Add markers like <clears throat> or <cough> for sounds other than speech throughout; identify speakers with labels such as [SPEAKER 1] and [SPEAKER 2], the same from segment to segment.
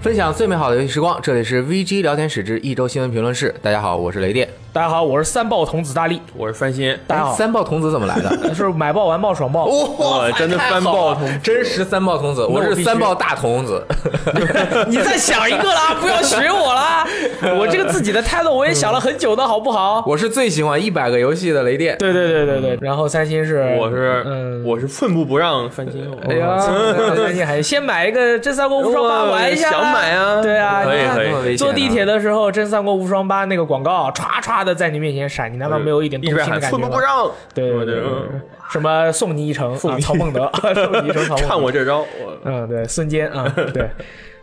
[SPEAKER 1] 分享最美好的游戏时光，这里是 VG 聊天室之一周新闻评论室。大家好，我是雷电。哎
[SPEAKER 2] 大家好，我是三爆童子大力。
[SPEAKER 3] 我是翻新，
[SPEAKER 2] 大家好，
[SPEAKER 1] 三爆童子怎么来
[SPEAKER 2] <laughs>
[SPEAKER 1] 的？
[SPEAKER 2] 是买爆完爆爽爆。
[SPEAKER 1] 哇
[SPEAKER 3] 真的三爆童子
[SPEAKER 1] 真实三爆童子，我是三爆大童子。
[SPEAKER 2] 你再想一个啦，不要学我啦！ <laughs> 我这个自己的 title 我也想了很久的，好不好？
[SPEAKER 1] 我是最喜欢一百个游戏的雷电。
[SPEAKER 2] 对对对对对。然后三星是，
[SPEAKER 3] 我是
[SPEAKER 2] 嗯，
[SPEAKER 3] 我是寸步不让翻新。
[SPEAKER 2] 哎呀，三星还先买一个《真三国无双八》玩一下啦，
[SPEAKER 3] 想买啊
[SPEAKER 2] 嗯对啊，
[SPEAKER 3] 可以
[SPEAKER 2] 你看
[SPEAKER 3] 可以
[SPEAKER 1] 那么危险
[SPEAKER 2] 坐
[SPEAKER 1] 啊
[SPEAKER 2] 地铁的时候，《真三国无双八》那个广告唰唰的在你面前闪，你难道没有一点
[SPEAKER 3] 一
[SPEAKER 2] 动心
[SPEAKER 3] 边
[SPEAKER 2] 的
[SPEAKER 3] 喊
[SPEAKER 2] 感觉
[SPEAKER 3] 寸哎步不
[SPEAKER 2] 吗？
[SPEAKER 3] 让，
[SPEAKER 2] 对对
[SPEAKER 3] 我
[SPEAKER 2] 对
[SPEAKER 3] 就
[SPEAKER 2] 对对
[SPEAKER 3] 嗯
[SPEAKER 2] 什么送你一程，啊曹孟德，送你一
[SPEAKER 3] <laughs>
[SPEAKER 2] 程，曹孟德。
[SPEAKER 3] 看我这招，我
[SPEAKER 2] 嗯，对，孙坚啊、对。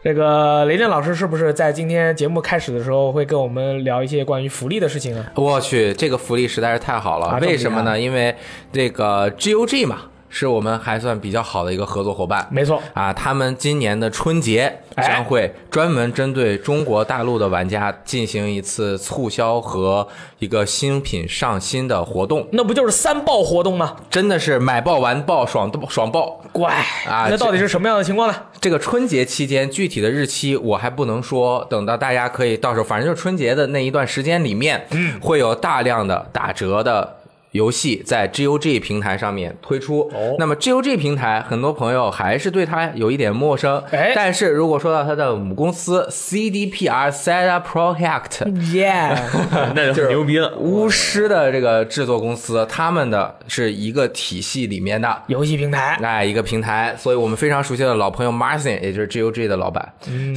[SPEAKER 2] 这个雷电老师是不是在今天节目开始的时候会跟我们聊一些关于福利的事情啊？
[SPEAKER 1] 我去，这个福利实在是太好了。
[SPEAKER 2] 啊这么厉害
[SPEAKER 1] 为什么呢？因为这个 GOG 嘛，是我们还算比较好的一个合作伙伴。
[SPEAKER 2] 没错，
[SPEAKER 1] 啊，他们今年的春节
[SPEAKER 2] 哎
[SPEAKER 1] 将会专门针对中国大陆的玩家进行一次促销和一个新品上新的活动，
[SPEAKER 2] 那不就是三爆活动吗？
[SPEAKER 1] 真的是买爆完爆爽爽爆！
[SPEAKER 2] 乖，
[SPEAKER 1] 啊
[SPEAKER 2] 那到底是什么样的情况呢？
[SPEAKER 1] 这个春节期间具体的日期我还不能说，等到大家可以到时候，反正就是春节的那一段时间里面，嗯，会有大量的打折的。游戏在 GOG 平台上面推出，
[SPEAKER 2] 哦
[SPEAKER 1] 那么 GOG 平台很多朋友还是对它有一点陌生，
[SPEAKER 2] 哎
[SPEAKER 1] 但是如果说到它的母公司 CDPR Sega Project，
[SPEAKER 2] 嗯耶，
[SPEAKER 3] 那就很牛逼了。
[SPEAKER 2] 嗯
[SPEAKER 1] 巫师的这个制作公司，他们的是一个体系里面的，
[SPEAKER 2] <laughs> 游戏平台
[SPEAKER 1] 哎，一个平台，所以我们非常熟悉的老朋友 Marcin，也就是 GOG 的老板，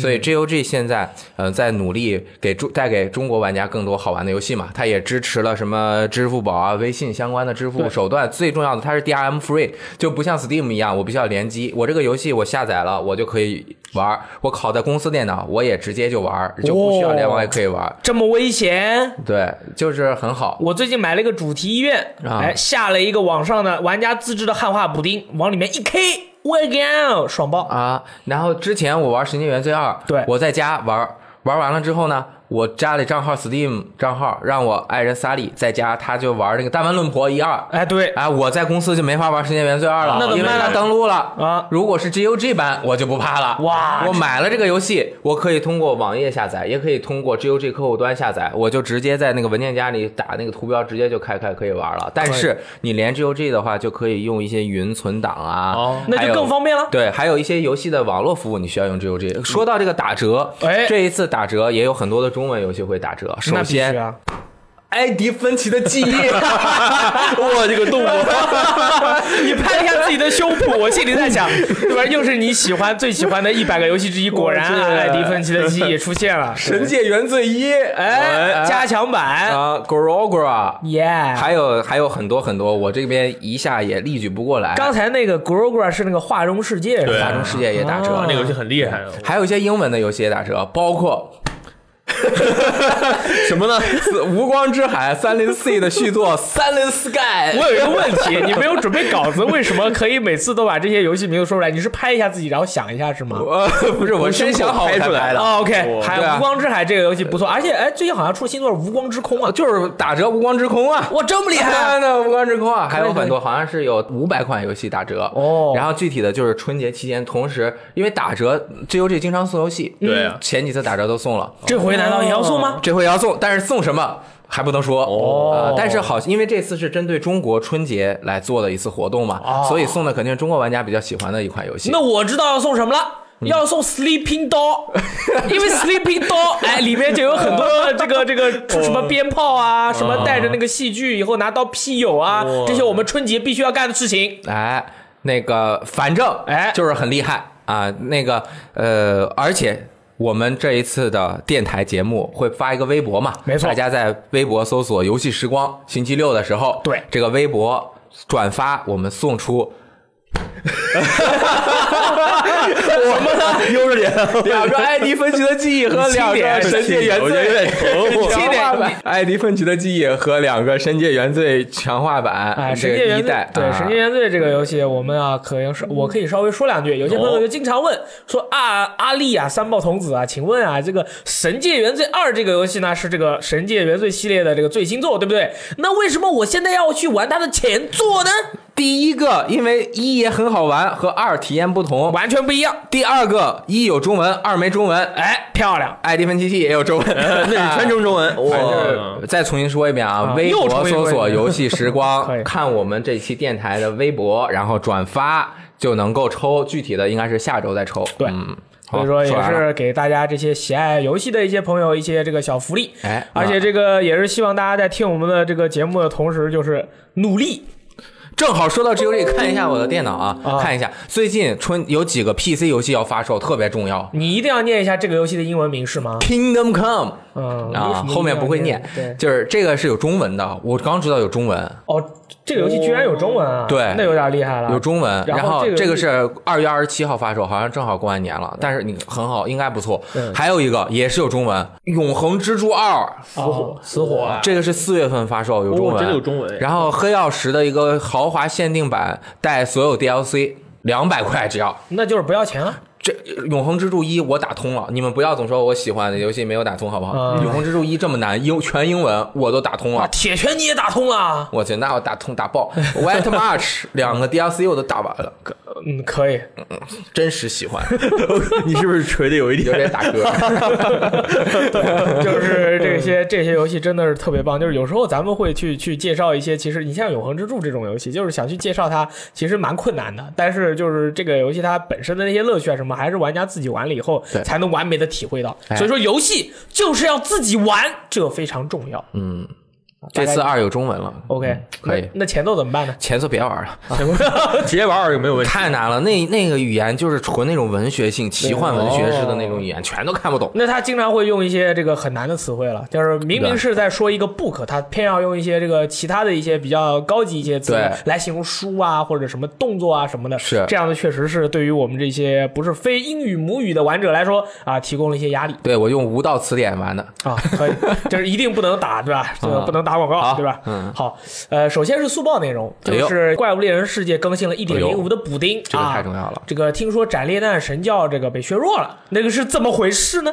[SPEAKER 1] 所以 GOG 现在呃在努力给中带给中国玩家更多好玩的游戏嘛，它也支持了什么支付宝啊、微信相关的支付
[SPEAKER 2] 对
[SPEAKER 1] 手段，最重要的它是 DRM free，就不像 Steam 一样，我必须要联机，我这个游戏我下载了我就可以玩儿，我拷在公司电脑我也直接就玩儿，就不需要联网也可以玩儿，
[SPEAKER 2] 这么危险。
[SPEAKER 1] 对，就是很好。
[SPEAKER 2] 我最近买了一个主题医院，
[SPEAKER 1] 啊
[SPEAKER 2] 哎，下了一个网上的玩家自制的汉化补丁，往里面一 K，我靠，爽爆！
[SPEAKER 1] 啊，然后之前我玩《神经元罪二》，
[SPEAKER 2] 对
[SPEAKER 1] 我在家玩，玩完了之后呢，我加了一账号 Steam 账号，让我爱人萨利在家，他就玩那个《弹丸论破》一二。
[SPEAKER 2] 哎，对
[SPEAKER 1] 哎，我在公司就没法玩《神经元罪二》了，
[SPEAKER 2] 那怎么
[SPEAKER 1] 因为
[SPEAKER 2] 办
[SPEAKER 1] 它
[SPEAKER 2] 呢
[SPEAKER 1] 登录了
[SPEAKER 2] 啊
[SPEAKER 1] 如果是 GOG 版，我就不怕了。
[SPEAKER 2] 哇
[SPEAKER 1] 我买了这个游戏，我可以通过网页下载，也可以通过 GOG 客户端下载，我就直接在那个文件夹里打那个图标，直接就开开可以玩了。但是你连 GOG 的话，就可以用一些云存档啊，
[SPEAKER 3] 哦
[SPEAKER 2] 那
[SPEAKER 1] 还
[SPEAKER 2] 就
[SPEAKER 1] 有
[SPEAKER 2] 更方便了。
[SPEAKER 1] 对，还有一些游戏的网络服务你需要用 GOG。说到这个打折，
[SPEAKER 2] 哎
[SPEAKER 1] 这一次打折也有很多的中文游戏会打折。首
[SPEAKER 2] 那必须
[SPEAKER 1] 先，
[SPEAKER 2] 啊，
[SPEAKER 1] 埃迪芬奇的记忆，
[SPEAKER 2] <laughs>
[SPEAKER 3] 哇，这个动作，
[SPEAKER 2] 你 <laughs> 拍了一下自己的胸脯，我心里在想，对吧？又是你喜欢最喜欢的一百个游戏之一，果然啊
[SPEAKER 3] 我这
[SPEAKER 2] 艾迪芬奇的记忆出现了，
[SPEAKER 1] 《神界原罪一》
[SPEAKER 2] 哎，加强版，
[SPEAKER 1] 啊 g o r o g r a
[SPEAKER 2] 耶！
[SPEAKER 1] 还有还有很多很多，我这边一下也例举不过来。
[SPEAKER 2] 刚才那个 Grogra 是那个画中世界，是
[SPEAKER 3] 对
[SPEAKER 2] 吧？
[SPEAKER 1] 大众世界也打折，
[SPEAKER 2] 啊
[SPEAKER 3] 那个游戏很厉害啊，
[SPEAKER 1] 还有一些英文的游戏也打折，包括
[SPEAKER 2] 嗯 <laughs>
[SPEAKER 3] 什么呢？
[SPEAKER 1] 《无光之海》三零 C 的续作《 <laughs> 三零 Sky》。
[SPEAKER 2] 我有一个问题，你没有准备稿子，为什么可以每次都把这些游戏名字说出来？你是拍一下自己，然后想一下是吗？
[SPEAKER 1] 我呃不是，我真想好我才
[SPEAKER 3] 拍出来
[SPEAKER 1] 拍的。
[SPEAKER 2] 哦
[SPEAKER 3] 我
[SPEAKER 2] OK，还有
[SPEAKER 1] 对啊
[SPEAKER 2] 《无光之海》这个游戏不错，而且哎，最近好像出新作《无光之空》啊，
[SPEAKER 1] 哦就是打折无光之空啊！
[SPEAKER 2] 哇，这么厉害啊！
[SPEAKER 1] 啊，那无关之空啊，还有很多，好像是有五百款游戏打折
[SPEAKER 2] 哦
[SPEAKER 1] 然后具体的就是春节期间，同时因为打折，GOG 经常送游戏，
[SPEAKER 3] 对啊
[SPEAKER 1] 前几次打折都送了，
[SPEAKER 2] 这回难道也要送吗？
[SPEAKER 1] 这回也要送，但是送什么还不能说
[SPEAKER 2] 哦
[SPEAKER 1] 呃但是好，因为这次是针对中国春节来做的一次活动嘛，
[SPEAKER 2] 哦
[SPEAKER 1] 所以送的肯定是中国玩家比较喜欢的一款游戏。
[SPEAKER 2] 那我知道要送什么了。
[SPEAKER 1] 嗯
[SPEAKER 2] 要送 Sleeping Doll，因为 Sleeping
[SPEAKER 1] <laughs>
[SPEAKER 2] Doll，哎，里面就有很多这个这个出什
[SPEAKER 1] 哦
[SPEAKER 2] 么鞭炮啊，什么带着那个戏剧以后拿刀劈友啊，
[SPEAKER 1] 哦
[SPEAKER 3] 哇
[SPEAKER 2] 这些我们春节必须要干的事情。
[SPEAKER 1] 哎，那个反正
[SPEAKER 2] 哎
[SPEAKER 1] 就是很厉害啊。那个呃，而且我们这一次的电台节目会发一个微博嘛，
[SPEAKER 2] 没错
[SPEAKER 1] 大家在微博搜索“游戏时光”，星期六的时候，
[SPEAKER 2] 对
[SPEAKER 1] 这个微博转发，我们送出。我们
[SPEAKER 2] 啊
[SPEAKER 1] 呢？悠着点， <laughs>
[SPEAKER 3] <laughs>
[SPEAKER 1] 两个艾迪芬奇的记忆和两
[SPEAKER 2] 轻点
[SPEAKER 1] 个神界原 <laughs>
[SPEAKER 3] 我觉得有
[SPEAKER 1] 罪
[SPEAKER 3] 点。头
[SPEAKER 1] 强
[SPEAKER 2] <laughs>
[SPEAKER 3] 目。
[SPEAKER 2] 轻点
[SPEAKER 1] 化 <laughs> 版，艾迪芬奇的记忆和两个《神界原罪》强化版，
[SPEAKER 2] 哎，
[SPEAKER 1] 这
[SPEAKER 2] 神
[SPEAKER 1] 个
[SPEAKER 2] 界
[SPEAKER 1] 一
[SPEAKER 2] 原罪
[SPEAKER 1] 代，
[SPEAKER 2] 对
[SPEAKER 1] 啊
[SPEAKER 2] 《神界原罪》这个游戏，我们啊，可能是我可以稍微说两句。有些朋友就经常问说啊，阿丽啊，三爆童子啊，请问啊，这个《神界原罪二》这个游戏呢，是这个《神界原罪》系列的这个最新作，对不对？那为什么我现在要去玩它的前作呢？
[SPEAKER 1] 第一个，因为一也很好玩，和二体验不同。
[SPEAKER 2] 完全不一样。
[SPEAKER 1] 第二个，一有中文，二没中文。
[SPEAKER 2] 哎，漂亮！
[SPEAKER 1] 爱迪芬奇 T 也有中文，
[SPEAKER 3] 哎
[SPEAKER 1] 哎
[SPEAKER 3] 那是全
[SPEAKER 1] <laughs>
[SPEAKER 3] 程中
[SPEAKER 2] 哎
[SPEAKER 3] 文，哇，
[SPEAKER 1] 再重新说一遍啊！微
[SPEAKER 2] 又重
[SPEAKER 1] 博
[SPEAKER 2] 新说
[SPEAKER 1] 搜
[SPEAKER 2] 一遍
[SPEAKER 1] 索“游戏时 <laughs>
[SPEAKER 2] 可以
[SPEAKER 1] 光”，看我们这期电台的微博，然后转发就能够抽。具体的应该是下周再抽。
[SPEAKER 2] 对
[SPEAKER 1] 嗯，好
[SPEAKER 2] 所以说也
[SPEAKER 1] 完了
[SPEAKER 2] 是给大家这些喜爱游戏的一些朋友一些这个小福利，
[SPEAKER 1] 哎
[SPEAKER 2] 而且这个也是希望大家在听我们的这个节目的同时，就是努力
[SPEAKER 1] 正好说到 GOG，看一下我的电脑啊，
[SPEAKER 2] 啊
[SPEAKER 1] 看一下最近春有几个 PC 游戏要发售，特别重要。
[SPEAKER 2] 你一定要念一下这个游戏的英文名是吗？
[SPEAKER 1] Kingdom Come
[SPEAKER 2] 嗯
[SPEAKER 1] 啊，后面不会念，
[SPEAKER 2] 对，
[SPEAKER 1] 就是这个是有中文的，我刚知道有中文，
[SPEAKER 2] 哦，这个游戏居然有中文啊，
[SPEAKER 1] 对
[SPEAKER 2] 那有点厉害了。
[SPEAKER 1] 有中文。
[SPEAKER 2] 然
[SPEAKER 1] 然
[SPEAKER 2] 后
[SPEAKER 1] 后
[SPEAKER 2] 这个
[SPEAKER 1] 这个是二月二十七号发售，好像正好过完年了，但是你很好，应该不错。还有一个也是有中文，《永恒蜘蛛二》，
[SPEAKER 2] 哦，死火啊，
[SPEAKER 1] 这个是四月份发售，有中
[SPEAKER 3] 哦
[SPEAKER 1] 文，
[SPEAKER 3] 真的有中文哎
[SPEAKER 1] 然后黑曜石的一个豪华限定版，带所有 DLC，两百块只要。
[SPEAKER 2] 那就是不要钱啊。
[SPEAKER 1] 这《永恒之柱一》我打通了，你们不要总说我喜欢的游戏没有打通，好不好？
[SPEAKER 2] 嗯
[SPEAKER 1] 永恒之柱一》这么难，英全英文我都打通
[SPEAKER 2] 啊，
[SPEAKER 1] 了。啊
[SPEAKER 2] 铁拳你也打通了，
[SPEAKER 1] 我去，那我打通打爆，White March <laughs> 两个 DLC 我都打完了，可
[SPEAKER 2] 嗯，可以，
[SPEAKER 1] 真实喜欢，
[SPEAKER 3] 你是不是锤的有一
[SPEAKER 1] 有
[SPEAKER 3] 点？
[SPEAKER 1] 点打
[SPEAKER 3] <laughs>
[SPEAKER 1] 嗝。 <laughs>
[SPEAKER 2] 就是这些这些游戏真的是特别棒。就是有时候咱们会去去介绍一些，其实你像《永恒之柱》这种游戏，就是想去介绍它，其实蛮困难的。但是就是这个游戏它本身的那些乐趣啊什么，还是玩家自己玩了以后
[SPEAKER 1] 对
[SPEAKER 2] 才能完美的体会到。
[SPEAKER 1] 哎
[SPEAKER 2] 所以说，游戏就是要自己玩，这非常重要。
[SPEAKER 1] 嗯，
[SPEAKER 2] 大概
[SPEAKER 1] 这次二有中文了，
[SPEAKER 2] OK，
[SPEAKER 1] 可以
[SPEAKER 2] 那那前奏怎么办呢？
[SPEAKER 1] 前作别玩了，
[SPEAKER 3] 啊
[SPEAKER 2] <laughs>
[SPEAKER 3] 直接玩二个没有问题。
[SPEAKER 1] 太难了。那那个语言就是纯那种文学性、奇幻文学式的
[SPEAKER 3] 哦
[SPEAKER 1] 那种语言，全都看不懂。
[SPEAKER 2] 那他经常会用一些这个很难的词汇了，就是明明是在说一个 book，他偏要用一些这个其他的一些比较高级一些词
[SPEAKER 1] 对
[SPEAKER 2] 来形容书啊或者什么动作啊什么的。
[SPEAKER 1] 是
[SPEAKER 2] 这样的，确实是对于我们这些不是非英语母语的玩者来说啊，提供了一些压力
[SPEAKER 1] 对我用无道词典玩的， <laughs>
[SPEAKER 2] 啊。可以，就是一定不能打，对吧？这个不能打广告，
[SPEAKER 1] 啊好
[SPEAKER 2] 对吧？
[SPEAKER 1] 嗯
[SPEAKER 2] 好，呃，首先是速报内容，
[SPEAKER 1] 哎
[SPEAKER 2] 就
[SPEAKER 1] 呦哎
[SPEAKER 2] 是《怪物猎人世界》更新了一点零五的补丁，
[SPEAKER 1] 这个
[SPEAKER 2] 啊
[SPEAKER 1] 太重要了。
[SPEAKER 2] 这个听说斩裂弹神教这个被削弱了，那个是怎么回事呢？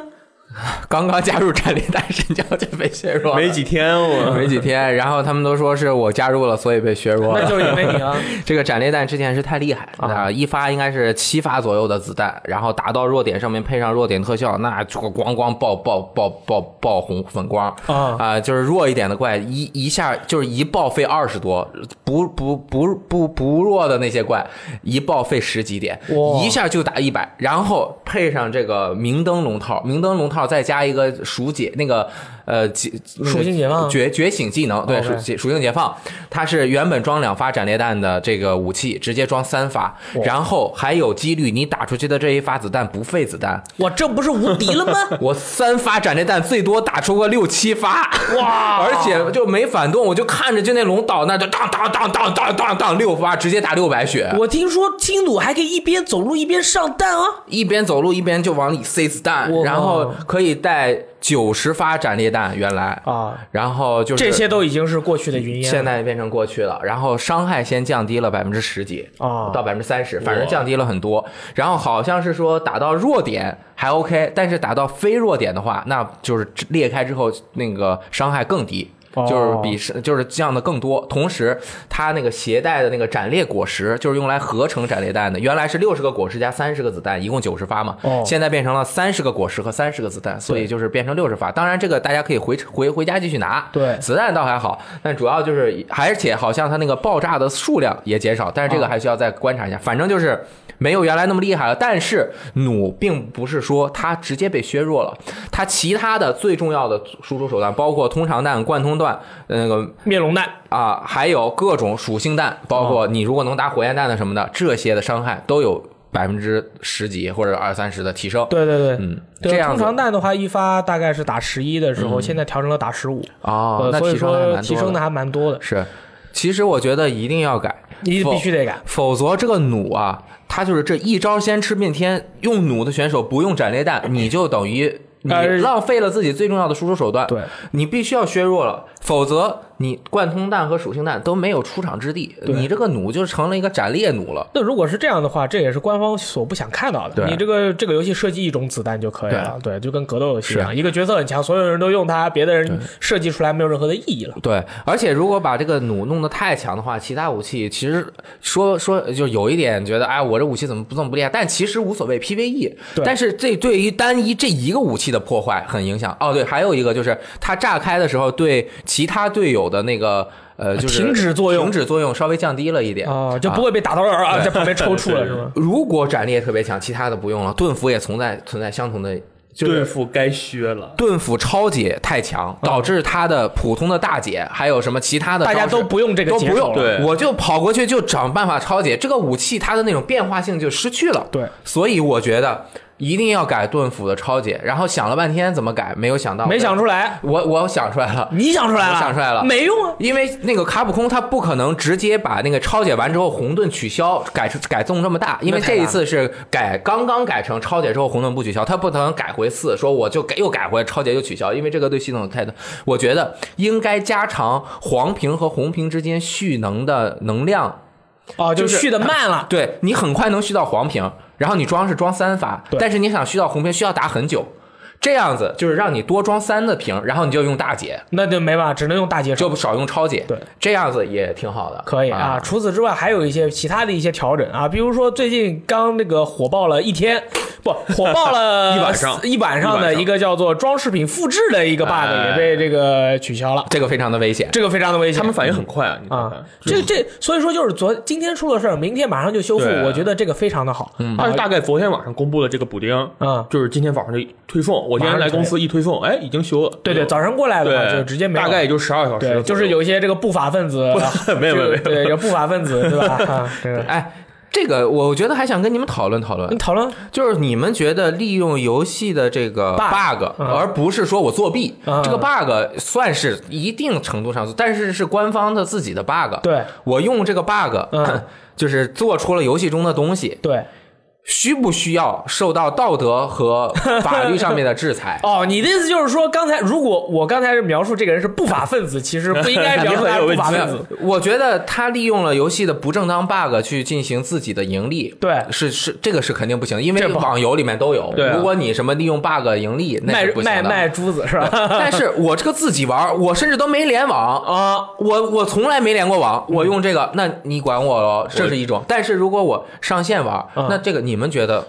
[SPEAKER 1] 刚刚加入战力大神教就被削弱了，
[SPEAKER 3] 没几天我
[SPEAKER 1] 没几天，然后他们都说是我加入了，所以被削弱
[SPEAKER 2] 那
[SPEAKER 1] 了。
[SPEAKER 2] 就是因
[SPEAKER 1] <laughs>
[SPEAKER 2] 为你啊。
[SPEAKER 1] 这个斩裂弹之前是太厉害了啊，一发应该是七发左右的子弹，然后打到弱点上面配上弱点特效，那就咣咣爆爆爆爆爆红粉光
[SPEAKER 2] 啊
[SPEAKER 1] 就是弱一点的怪一一下就是一爆费二十多，不不不不不弱的那些怪一爆费十几点
[SPEAKER 2] 哇，
[SPEAKER 1] 一下就打一百，然后配上这个明灯龙套，明灯龙套再加一个赎解那个呃解
[SPEAKER 2] 属性解放
[SPEAKER 1] 觉觉醒技能，对
[SPEAKER 2] OK
[SPEAKER 1] 属解属性解放，它是原本装两发斩裂弹的这个武器，直接装三发，然后还有几率你打出去的这一发子弹不费子弹。
[SPEAKER 2] 我这不是无敌了吗？ <laughs>
[SPEAKER 1] 我三发斩裂弹最多打出个六七发，
[SPEAKER 2] 哇
[SPEAKER 1] 而且就没反动，我就看着就那龙倒那就当当当当当当当六发，直接打六百血，
[SPEAKER 2] 我听说金弩还可以一边走路一边上弹啊！
[SPEAKER 1] 一边走路一边就往里塞子弹
[SPEAKER 2] 哇，
[SPEAKER 1] 然后可以带九十发斩裂弹，原来，
[SPEAKER 2] 啊，
[SPEAKER 1] 然后就是
[SPEAKER 2] 这些都已经是过去的云烟了。
[SPEAKER 1] 现在变成过去了，然后伤害先降低了百分之十几
[SPEAKER 2] 哦
[SPEAKER 1] 到百分之三十，反正降低了很多。然后好像是说打到弱点还 OK，但是打到非弱点的话，那就是裂开之后那个伤害更低。
[SPEAKER 2] 哦
[SPEAKER 1] 就是比是就是降的更多，同时它那个携带的那个斩裂果实，就是用来合成斩裂弹的。原来是六十个果实加三十个子弹，一共九十发嘛，
[SPEAKER 2] 哦
[SPEAKER 1] 现在变成了三十个果实和三十个子弹，所以就是变成六十发。当然，这个大家可以回回回家继续拿。
[SPEAKER 2] 对
[SPEAKER 1] 子弹倒还好，但主要就是，而且好像它那个爆炸的数量也减少，但是这个
[SPEAKER 2] 嗯
[SPEAKER 1] 还需要再观察一下。反正就是没有原来那么厉害了，但是弩并不是说它直接被削弱了，它其他的最重要的输出手段，包括通常弹、贯通弹，呃那个
[SPEAKER 2] 灭龙弹
[SPEAKER 1] 啊，还有各种属性弹，包括
[SPEAKER 2] 嗯
[SPEAKER 1] 你如果能打火焰弹的什么的，这些的伤害都有百分之十几或者二三十的提升。
[SPEAKER 2] 对对对，
[SPEAKER 1] 嗯
[SPEAKER 2] 对
[SPEAKER 1] 这样
[SPEAKER 2] 通
[SPEAKER 1] 子
[SPEAKER 2] 常弹的话，一发大概是打十一的时候，现在调成了打十五、
[SPEAKER 1] 哦，
[SPEAKER 2] 呃，
[SPEAKER 1] 那
[SPEAKER 2] 所以
[SPEAKER 1] 提升还蛮
[SPEAKER 2] 说
[SPEAKER 1] 多
[SPEAKER 2] 提升的还蛮多的，
[SPEAKER 1] 是。其实我觉得一定要改，
[SPEAKER 2] 你
[SPEAKER 1] 否
[SPEAKER 2] 必须得改。
[SPEAKER 1] 否则这个弩啊，它就是这一招先吃遍天。用弩的选手不用斩裂弹，你就等于你
[SPEAKER 2] 呃
[SPEAKER 1] 浪费了自己最重要的输出手段。
[SPEAKER 2] 对，
[SPEAKER 1] 你必须要削弱了，否则你贯通弹和属性弹都没有出场之地，
[SPEAKER 2] 对
[SPEAKER 1] 你这个弩就成了一个斩猎弩了。
[SPEAKER 2] 那如果是这样的话，这也是官方所不想看到的。
[SPEAKER 1] 对
[SPEAKER 2] 你这个这个游戏设计一种子弹就可以了，对，就跟格斗游戏一样，一个角色很强，所有人都用它，别的人设计出来没有任何的意义了。
[SPEAKER 1] 对，而且如果把这个弩弄得太强的话，其他武器其实说说就有一点觉得，哎，我这武器怎么不这么不厉害？但其实无所谓，PVE。
[SPEAKER 2] 对
[SPEAKER 1] 但是这对于单一这一个武器的破坏很影响。哦，对，还有一个就是它炸开的时候对其他队友的那个呃，就是
[SPEAKER 2] 啊停止作用
[SPEAKER 1] 停止作用稍微降低了一点
[SPEAKER 2] 啊、就不会被打到人儿啊，在旁边抽搐了
[SPEAKER 3] 对
[SPEAKER 2] 是吗？
[SPEAKER 1] 如果斩猎特别强，其他的不用了，盾斧也存在存在相同的，就是
[SPEAKER 3] <laughs> 对付该削了。
[SPEAKER 1] 盾斧超解太强，导致他的普通的大解还有什么其他的
[SPEAKER 2] 嗯大家
[SPEAKER 1] 招式
[SPEAKER 2] 都不用这个
[SPEAKER 1] 都
[SPEAKER 2] 解
[SPEAKER 1] 不用，
[SPEAKER 2] 手了
[SPEAKER 3] 对
[SPEAKER 1] 我就跑过去就找办法超解这个武器，它的那种变化性就失去了。
[SPEAKER 2] 对，
[SPEAKER 1] 所以我觉得一定要改盾斧的超解，然后想了半天怎么改，没有想到，
[SPEAKER 2] 没想出来，
[SPEAKER 1] 我我想出来了。
[SPEAKER 2] 你想出来了，
[SPEAKER 1] 我想出来了
[SPEAKER 2] 没用啊。
[SPEAKER 1] 因为那个卡普空他不可能直接把那个超解完之后红盾取消，改成改动这么大，因为
[SPEAKER 2] 那太
[SPEAKER 1] 这
[SPEAKER 2] 大
[SPEAKER 1] 一次是改刚刚改成超解之后红盾不取消，他不可能改回四，说我就改又改回超解就取消，因为这个对系统太大。我觉得应该加长黄屏和红屏之间蓄能的能量，
[SPEAKER 2] 哦，就
[SPEAKER 1] 就是
[SPEAKER 2] 续的慢了。
[SPEAKER 1] 对你很快能蓄到黄屏，然后你装是装三发
[SPEAKER 2] 对，
[SPEAKER 1] 但是你想蓄到红屏需要打很久，这样子就是让你多装三的屏，然后你就用大解。
[SPEAKER 2] 那就没办法，只能用大解手。
[SPEAKER 1] 就少用超解，
[SPEAKER 2] 对，
[SPEAKER 1] 这样子也挺好的，
[SPEAKER 2] 可以啊，除此之外还有一些其他的一些调整啊，比如说最近刚那个火爆了一天，不火爆了
[SPEAKER 3] 一晚上
[SPEAKER 2] 一晚上
[SPEAKER 3] 一晚
[SPEAKER 2] 的
[SPEAKER 3] 上
[SPEAKER 2] 一个叫做装饰品复制的一个 bug
[SPEAKER 3] 哎
[SPEAKER 2] 也被这个取消了，
[SPEAKER 1] 这个非常的危险。
[SPEAKER 2] 这个非常的危险
[SPEAKER 3] 他。们反应很快啊！你看
[SPEAKER 2] 啊
[SPEAKER 3] 看，，
[SPEAKER 2] 这这，所以说就是昨今天出了事儿，明天马上就修复，
[SPEAKER 3] 对
[SPEAKER 2] 我觉得这个非常的好。嗯
[SPEAKER 3] 但是大概昨天晚上公布了这个补丁，
[SPEAKER 2] 嗯
[SPEAKER 3] 就是今天早上就推送。我今天来公司一推送，哎，已经修了。
[SPEAKER 2] 对对，早上过来的话
[SPEAKER 3] 对，
[SPEAKER 2] 就直接没有
[SPEAKER 3] 大概也就十二小时左
[SPEAKER 2] 对，
[SPEAKER 3] 右，
[SPEAKER 2] 就是有一些这个不法分子，
[SPEAKER 3] <laughs> 没有没有没有
[SPEAKER 2] 对，有不法分
[SPEAKER 3] <laughs>
[SPEAKER 2] 子对吧？啊，这个
[SPEAKER 1] 哎，这个我觉得还想跟你们讨论讨
[SPEAKER 2] 你
[SPEAKER 1] 论，
[SPEAKER 2] 讨论
[SPEAKER 1] 就是你们觉得利用游戏的这个
[SPEAKER 2] Bug，
[SPEAKER 1] bug，
[SPEAKER 2] 嗯
[SPEAKER 1] 而不是说我作弊，
[SPEAKER 2] 嗯
[SPEAKER 1] 这个 bug 算是一定程度上，但是是官方的自己的 bug。
[SPEAKER 2] 对
[SPEAKER 1] 我用这个 bug，、
[SPEAKER 2] 嗯
[SPEAKER 1] <laughs> 就是做出了游戏中的东西，
[SPEAKER 2] 对。？
[SPEAKER 1] 需不需要受到道德和法律上面的制裁
[SPEAKER 2] 哦，你的意思就是说，刚才如果我刚才是描述这个人是不法分子，其实不应该描述他是不法
[SPEAKER 1] 没
[SPEAKER 2] 分
[SPEAKER 1] 有
[SPEAKER 3] <laughs>
[SPEAKER 2] 子。，
[SPEAKER 1] 我觉得他利用了游戏的不正当 bug 去进行自己的盈利，
[SPEAKER 2] 对
[SPEAKER 1] 是是，这个是肯定不行，因为
[SPEAKER 2] 这不好
[SPEAKER 1] 网游里面都有。
[SPEAKER 3] 对啊
[SPEAKER 1] 如果你什么利用 bug 盈利，那
[SPEAKER 2] 卖
[SPEAKER 1] 是不行
[SPEAKER 2] 卖
[SPEAKER 3] 啊
[SPEAKER 1] 的。
[SPEAKER 2] 卖珠子是吧？
[SPEAKER 1] <laughs> 但是我这个自己玩儿，我甚至都没联网啊，
[SPEAKER 2] <laughs> 啊，
[SPEAKER 1] 我我从来没连过网，我用这个，那你管我喽，这是一种。但是如果我上线玩儿，
[SPEAKER 2] 嗯
[SPEAKER 1] 那这个你们觉得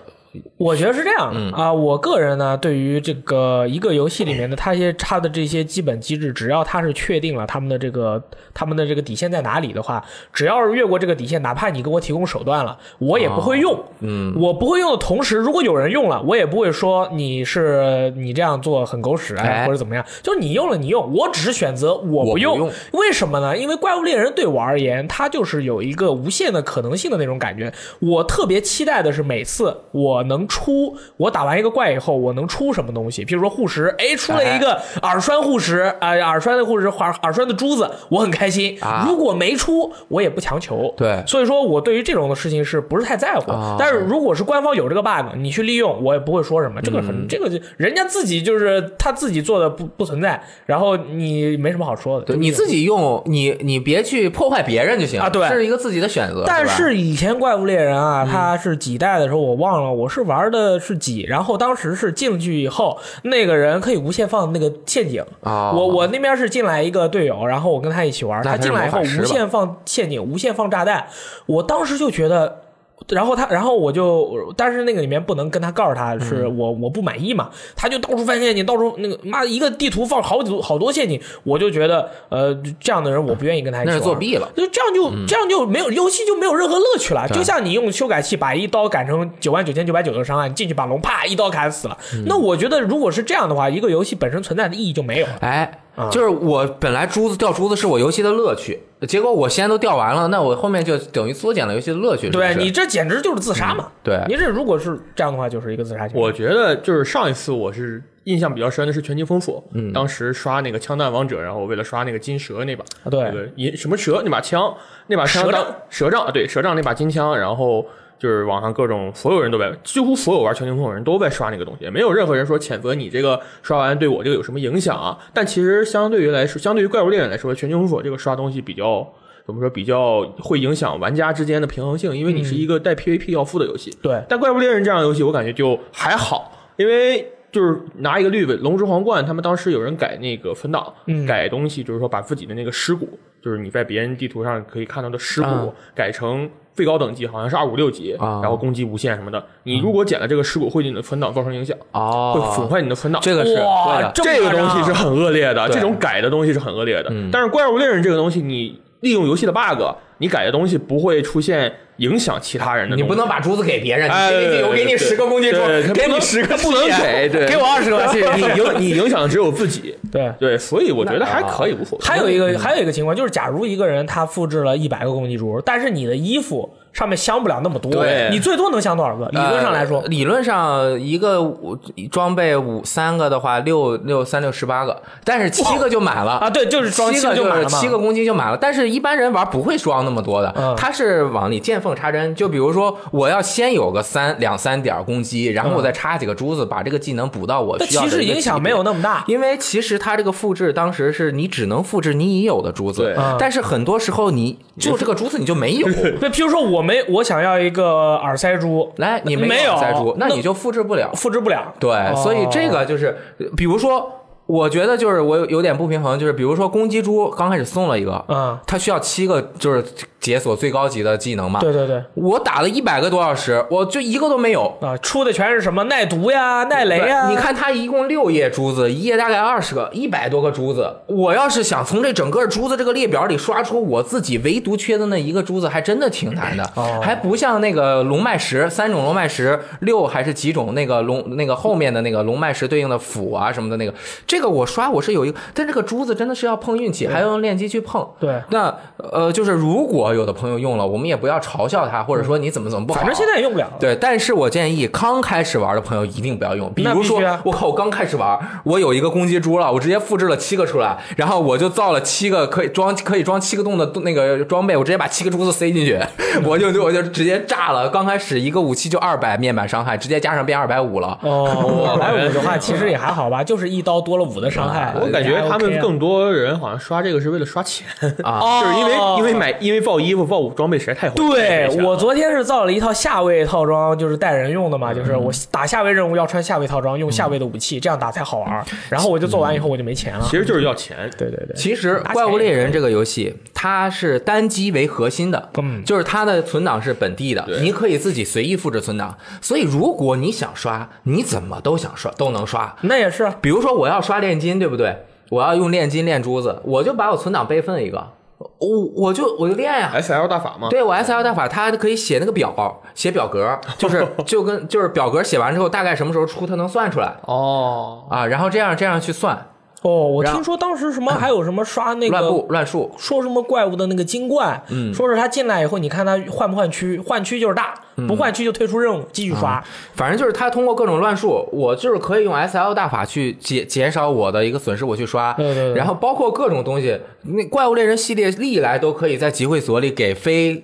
[SPEAKER 2] 我觉得是这样
[SPEAKER 1] 嗯
[SPEAKER 2] 的啊。我个人呢，对于这个一个游戏里面的它一些它的这些基本机制，只要它是确定了他们的这个他们的这个底线在哪里的话，只要是越过这个底线，哪怕你给我提供手段了，我也不会用。
[SPEAKER 1] 哦
[SPEAKER 2] 嗯，我不会用的同时，如果有人用了，我也不会说你是你这样做很狗屎啊，
[SPEAKER 1] 哎
[SPEAKER 2] 或者怎么样。就是你用了你用，我只是选择我不用。
[SPEAKER 1] 我不用
[SPEAKER 2] 为什么呢？因为怪物猎人对我而言，它就是有一个无限的可能性的那种感觉。我特别期待的是，每次我能出，我打完一个怪以后，我能出什么东西？比如说护石，哎，出了一个耳栓护石，啊、耳栓的护石，耳耳栓的珠子，我很开心。
[SPEAKER 1] 啊
[SPEAKER 2] 如果没出，我也不强求。
[SPEAKER 1] 对
[SPEAKER 2] 所以说我对于这种的事情是不是太在乎？
[SPEAKER 1] 啊
[SPEAKER 2] 但是如果是官方有这个 bug，你去利用，我也不会说什么。这个
[SPEAKER 1] 嗯
[SPEAKER 2] 很，这个就人家自己就是他自己做的不不存在，然后你没什么好说的。
[SPEAKER 1] 对你自
[SPEAKER 2] 己。
[SPEAKER 1] 己用，你你别去破坏别人就行
[SPEAKER 2] 啊对
[SPEAKER 1] 是一个自己的选择。
[SPEAKER 2] 但
[SPEAKER 1] 吧
[SPEAKER 2] 是以前怪物猎人啊，他是几代的时候我忘了，我是玩的是几，然后当时是进去以后，那个人可以无限放那个陷阱。
[SPEAKER 1] 啊，
[SPEAKER 2] 我我那边是进来一个队友，然后我跟他一起玩，
[SPEAKER 1] 那他
[SPEAKER 2] 他进来以后
[SPEAKER 1] 是魔法师
[SPEAKER 2] 无
[SPEAKER 1] 吧
[SPEAKER 2] 限放陷阱，无限放炸弹，我当时就觉得。然后他，然后我就，但是那个里面不能跟他告诉他是
[SPEAKER 1] 嗯
[SPEAKER 2] 我、我不满意嘛，他就到处翻陷阱，到处那个妈一个地图放好几组好多陷阱，我就觉得呃这样的人我不愿意跟他一起
[SPEAKER 1] 那
[SPEAKER 2] 玩。
[SPEAKER 1] 是作弊了。
[SPEAKER 2] 就这样就、这样就没有游戏就没有任何乐趣了。
[SPEAKER 1] 嗯对
[SPEAKER 2] 就像你用修改器把一刀砍成九万九千九百九的伤害，你进去把龙啪一刀砍死了。
[SPEAKER 1] 嗯
[SPEAKER 2] 那我觉得如果是这样的话，一个游戏本身存在的意义就没有了。
[SPEAKER 1] 哎，
[SPEAKER 3] 嗯
[SPEAKER 1] 就是我本来珠子掉珠子是我游戏的乐趣，结果我先都掉完了，那我后面就等于缩减了游戏的乐趣。是不
[SPEAKER 2] 对
[SPEAKER 1] 是
[SPEAKER 2] 你这简直就是自杀嘛！
[SPEAKER 1] 对
[SPEAKER 2] 你这如果是这样的话，就是一个自杀行为。
[SPEAKER 3] 我觉得就是上一次我是印象比较深的是《全境封锁》，
[SPEAKER 1] 嗯
[SPEAKER 3] 当时刷那个《枪弹王者》，然后我为了刷那个金蛇那把，
[SPEAKER 2] 啊对
[SPEAKER 3] 对对，银什么蛇那把枪，那把枪
[SPEAKER 2] 蛇
[SPEAKER 3] 当蛇杖，啊对蛇杖那把金枪，然后就是网上各种所有人都在，几乎所有玩全境封锁的人都在刷那个东西，没有任何人说谴责你这个刷完对我这个有什么影响啊。但其实相对于来说，相对于怪物猎人来说，全境封锁这个刷东西比较。怎么说比较会影响玩家之间的平衡性？因为
[SPEAKER 2] 嗯
[SPEAKER 3] 你是一个带 PVP 要素的游戏，
[SPEAKER 2] 对，
[SPEAKER 3] 但怪物猎人这样的游戏，我感觉就还好，因为就是拿一个绿尾龙之皇冠，他们当时有人改那个存档，
[SPEAKER 2] 嗯
[SPEAKER 3] 改东西，就是说把自己的那个尸骨，就是你在别人地图上可以看到的尸骨，
[SPEAKER 1] 啊
[SPEAKER 3] 改成最高等级，好像是二五六级，
[SPEAKER 1] 啊嗯
[SPEAKER 3] 然后攻击无限什么的。你如果捡了这个尸骨，会对你的存档造成影响，会
[SPEAKER 1] 哦，
[SPEAKER 3] 损坏你的存档。
[SPEAKER 1] 这个是
[SPEAKER 2] 哇
[SPEAKER 1] 对的，
[SPEAKER 2] 这么
[SPEAKER 3] 这个
[SPEAKER 2] 夸
[SPEAKER 3] 东
[SPEAKER 2] 张
[SPEAKER 3] 西是很恶劣的，
[SPEAKER 1] 对
[SPEAKER 3] 这种改的东西是很恶劣的。
[SPEAKER 1] 嗯
[SPEAKER 3] 但是怪物猎人这个东西，你利用游戏的 bug，你改的东西不会出现影响其他人的东西。
[SPEAKER 1] 你不能把珠子给别人，你
[SPEAKER 3] 哎
[SPEAKER 1] 给你我给你
[SPEAKER 3] <laughs> 对
[SPEAKER 1] 十个攻击珠
[SPEAKER 3] 对，他，
[SPEAKER 1] 给
[SPEAKER 3] 不
[SPEAKER 1] 你
[SPEAKER 3] 能
[SPEAKER 1] 十个
[SPEAKER 3] 他不能
[SPEAKER 1] 试验
[SPEAKER 3] 给哎对
[SPEAKER 1] 给我二十个， <laughs> 谢谢
[SPEAKER 3] 你
[SPEAKER 1] 谢谢。
[SPEAKER 3] 影你影响的只有自己，
[SPEAKER 2] 对。
[SPEAKER 3] 对，所以我觉得还可以，无所谓。
[SPEAKER 2] 还有一
[SPEAKER 1] 嗯
[SPEAKER 2] 个还有一个情况就是，假如一个人他复制了一百个攻击珠，但是你的衣服上面镶不了那么多，
[SPEAKER 3] 对
[SPEAKER 2] 你最多能镶多少个？理论上来说
[SPEAKER 1] 呃，理论上一个五装备五三个的话，六六三六十八个，但是七个就满了
[SPEAKER 2] 啊，。对， <laughs> 就是装
[SPEAKER 1] 七
[SPEAKER 2] 七
[SPEAKER 1] 个
[SPEAKER 2] 就
[SPEAKER 1] 就
[SPEAKER 2] 满
[SPEAKER 1] 是
[SPEAKER 2] 了嘛。
[SPEAKER 1] 七个攻击就满了，但是一般人玩不会装那么多
[SPEAKER 2] 嗯
[SPEAKER 1] 的，他是往里见缝插针。就比如说，我要先有个三两三点攻击，然后我再插几个珠子，把这个技能补到我
[SPEAKER 2] 嗯但
[SPEAKER 1] 需要的
[SPEAKER 2] 其
[SPEAKER 1] 一个
[SPEAKER 2] 实影
[SPEAKER 1] 级
[SPEAKER 2] 响
[SPEAKER 1] 别
[SPEAKER 2] 没有那么大。
[SPEAKER 1] 因为其实它这个复制当时是你只能复制你已有的珠子
[SPEAKER 3] 对
[SPEAKER 2] 嗯，
[SPEAKER 1] 但是很多时候你就这个珠子你就没有。
[SPEAKER 2] 对，譬如说我没我想要一个耳塞珠，
[SPEAKER 1] <laughs> 来，你
[SPEAKER 2] 没有
[SPEAKER 1] 有塞珠，那
[SPEAKER 2] 那
[SPEAKER 1] 你就复制不了。
[SPEAKER 2] 复哦制不了。
[SPEAKER 1] 对，所以这个就是，呃比如说，我觉得就是我有有点不平衡，就是比如说公鸡猪刚开始送了一个，
[SPEAKER 2] 嗯，
[SPEAKER 1] 它需要七个就是解锁最高级的技能嘛。
[SPEAKER 2] 对对对。
[SPEAKER 1] 我打了一百个多小时，我就一个都没有。
[SPEAKER 2] 啊，出的全是什么耐毒呀、耐雷呀？
[SPEAKER 1] 你看它一共六页珠子，一页大概二十个，一百多个珠子。我要是想从这整个珠子这个列表里刷出我自己唯独缺的那一个珠子，还真的挺难的。
[SPEAKER 2] 哦
[SPEAKER 1] 还不像那个龙脉石，三种龙脉石，六还是几种那个龙那个后面的那个龙脉石对应的斧啊什么的那个，这个我刷我是有一个，但这个珠子真的是要碰运气，还要用练级去碰。
[SPEAKER 2] 对，
[SPEAKER 1] <laughs> 那呃，就是如果有的朋友用了，我们也不要嘲笑他，或者说你怎么怎么不好。
[SPEAKER 2] 嗯反正现在也用不了了。
[SPEAKER 1] 对，但是我建议刚开始玩的朋友一定不要用。比
[SPEAKER 2] 那
[SPEAKER 1] 如
[SPEAKER 2] 必
[SPEAKER 1] 说
[SPEAKER 2] 须啊，
[SPEAKER 1] 我靠，我刚开始玩，我有一个攻击珠了，我直接复制了七个出来，然后我就造了七个可以装可以装七个洞的那个装备，我直接把七个珠子塞进去，
[SPEAKER 2] 嗯
[SPEAKER 1] <laughs> 我就我就直接炸了。刚开始一个武器就二百面板伤害，直接加上变二百五了。
[SPEAKER 2] 哦，二百五的话其实也还好吧，就是一刀多了五的伤害。
[SPEAKER 3] 我感觉
[SPEAKER 2] 还
[SPEAKER 3] 他
[SPEAKER 2] OK
[SPEAKER 3] 们
[SPEAKER 2] 啊
[SPEAKER 3] 更多人好像刷这个是为了刷钱， <laughs>
[SPEAKER 1] 啊
[SPEAKER 3] 就是因为
[SPEAKER 2] 哦
[SPEAKER 3] 因为买因为爆衣服、爆武装备实在太花钱
[SPEAKER 2] 对
[SPEAKER 3] 了
[SPEAKER 2] 我昨天是造了一套下位套装，就是带人用的嘛，就是我打下位任务要穿下位套装，用下位的武器，这样打才好玩儿。然后我就做完以后我就没钱了。
[SPEAKER 3] 其实就是要钱。
[SPEAKER 2] 对对对，
[SPEAKER 1] 其实《怪物猎人》这个游戏，它是单机为核心的，
[SPEAKER 2] 嗯
[SPEAKER 1] 就是它的存档是本地的，你可以自己随意复制存档。所以如果你想刷，你怎么都想刷，都能刷。
[SPEAKER 2] 那也是啊
[SPEAKER 1] 比如说我要刷炼金，对不对？我要用炼金炼珠子，我就把我存档备份一个，我我就我就练呀、
[SPEAKER 3] S L 大法嘛，
[SPEAKER 1] 对我 S L 大法，它可以写那个表，写表格，就是就跟就是表格写完之后，大概什么时候出，它能算出来
[SPEAKER 3] 哦，
[SPEAKER 1] 啊。然后这样这样去算，
[SPEAKER 2] 哦，我
[SPEAKER 1] 然嗯
[SPEAKER 2] 听说当时什么还有什么刷那
[SPEAKER 1] 乱嗯
[SPEAKER 2] 个
[SPEAKER 1] 步乱数，
[SPEAKER 2] 说什么怪物的那个精怪，说是他进来以后，你看他换不换区，换区就是大，
[SPEAKER 1] 嗯
[SPEAKER 2] 不换区就退出任务，继续刷。
[SPEAKER 1] 反正就是他通过各种乱数，我就是可以用 S L 大法去减减少我的一个损失，我去刷。
[SPEAKER 2] 对对对
[SPEAKER 1] 然后包括各种东西，那怪物猎人系列历来都可以在集会所里给非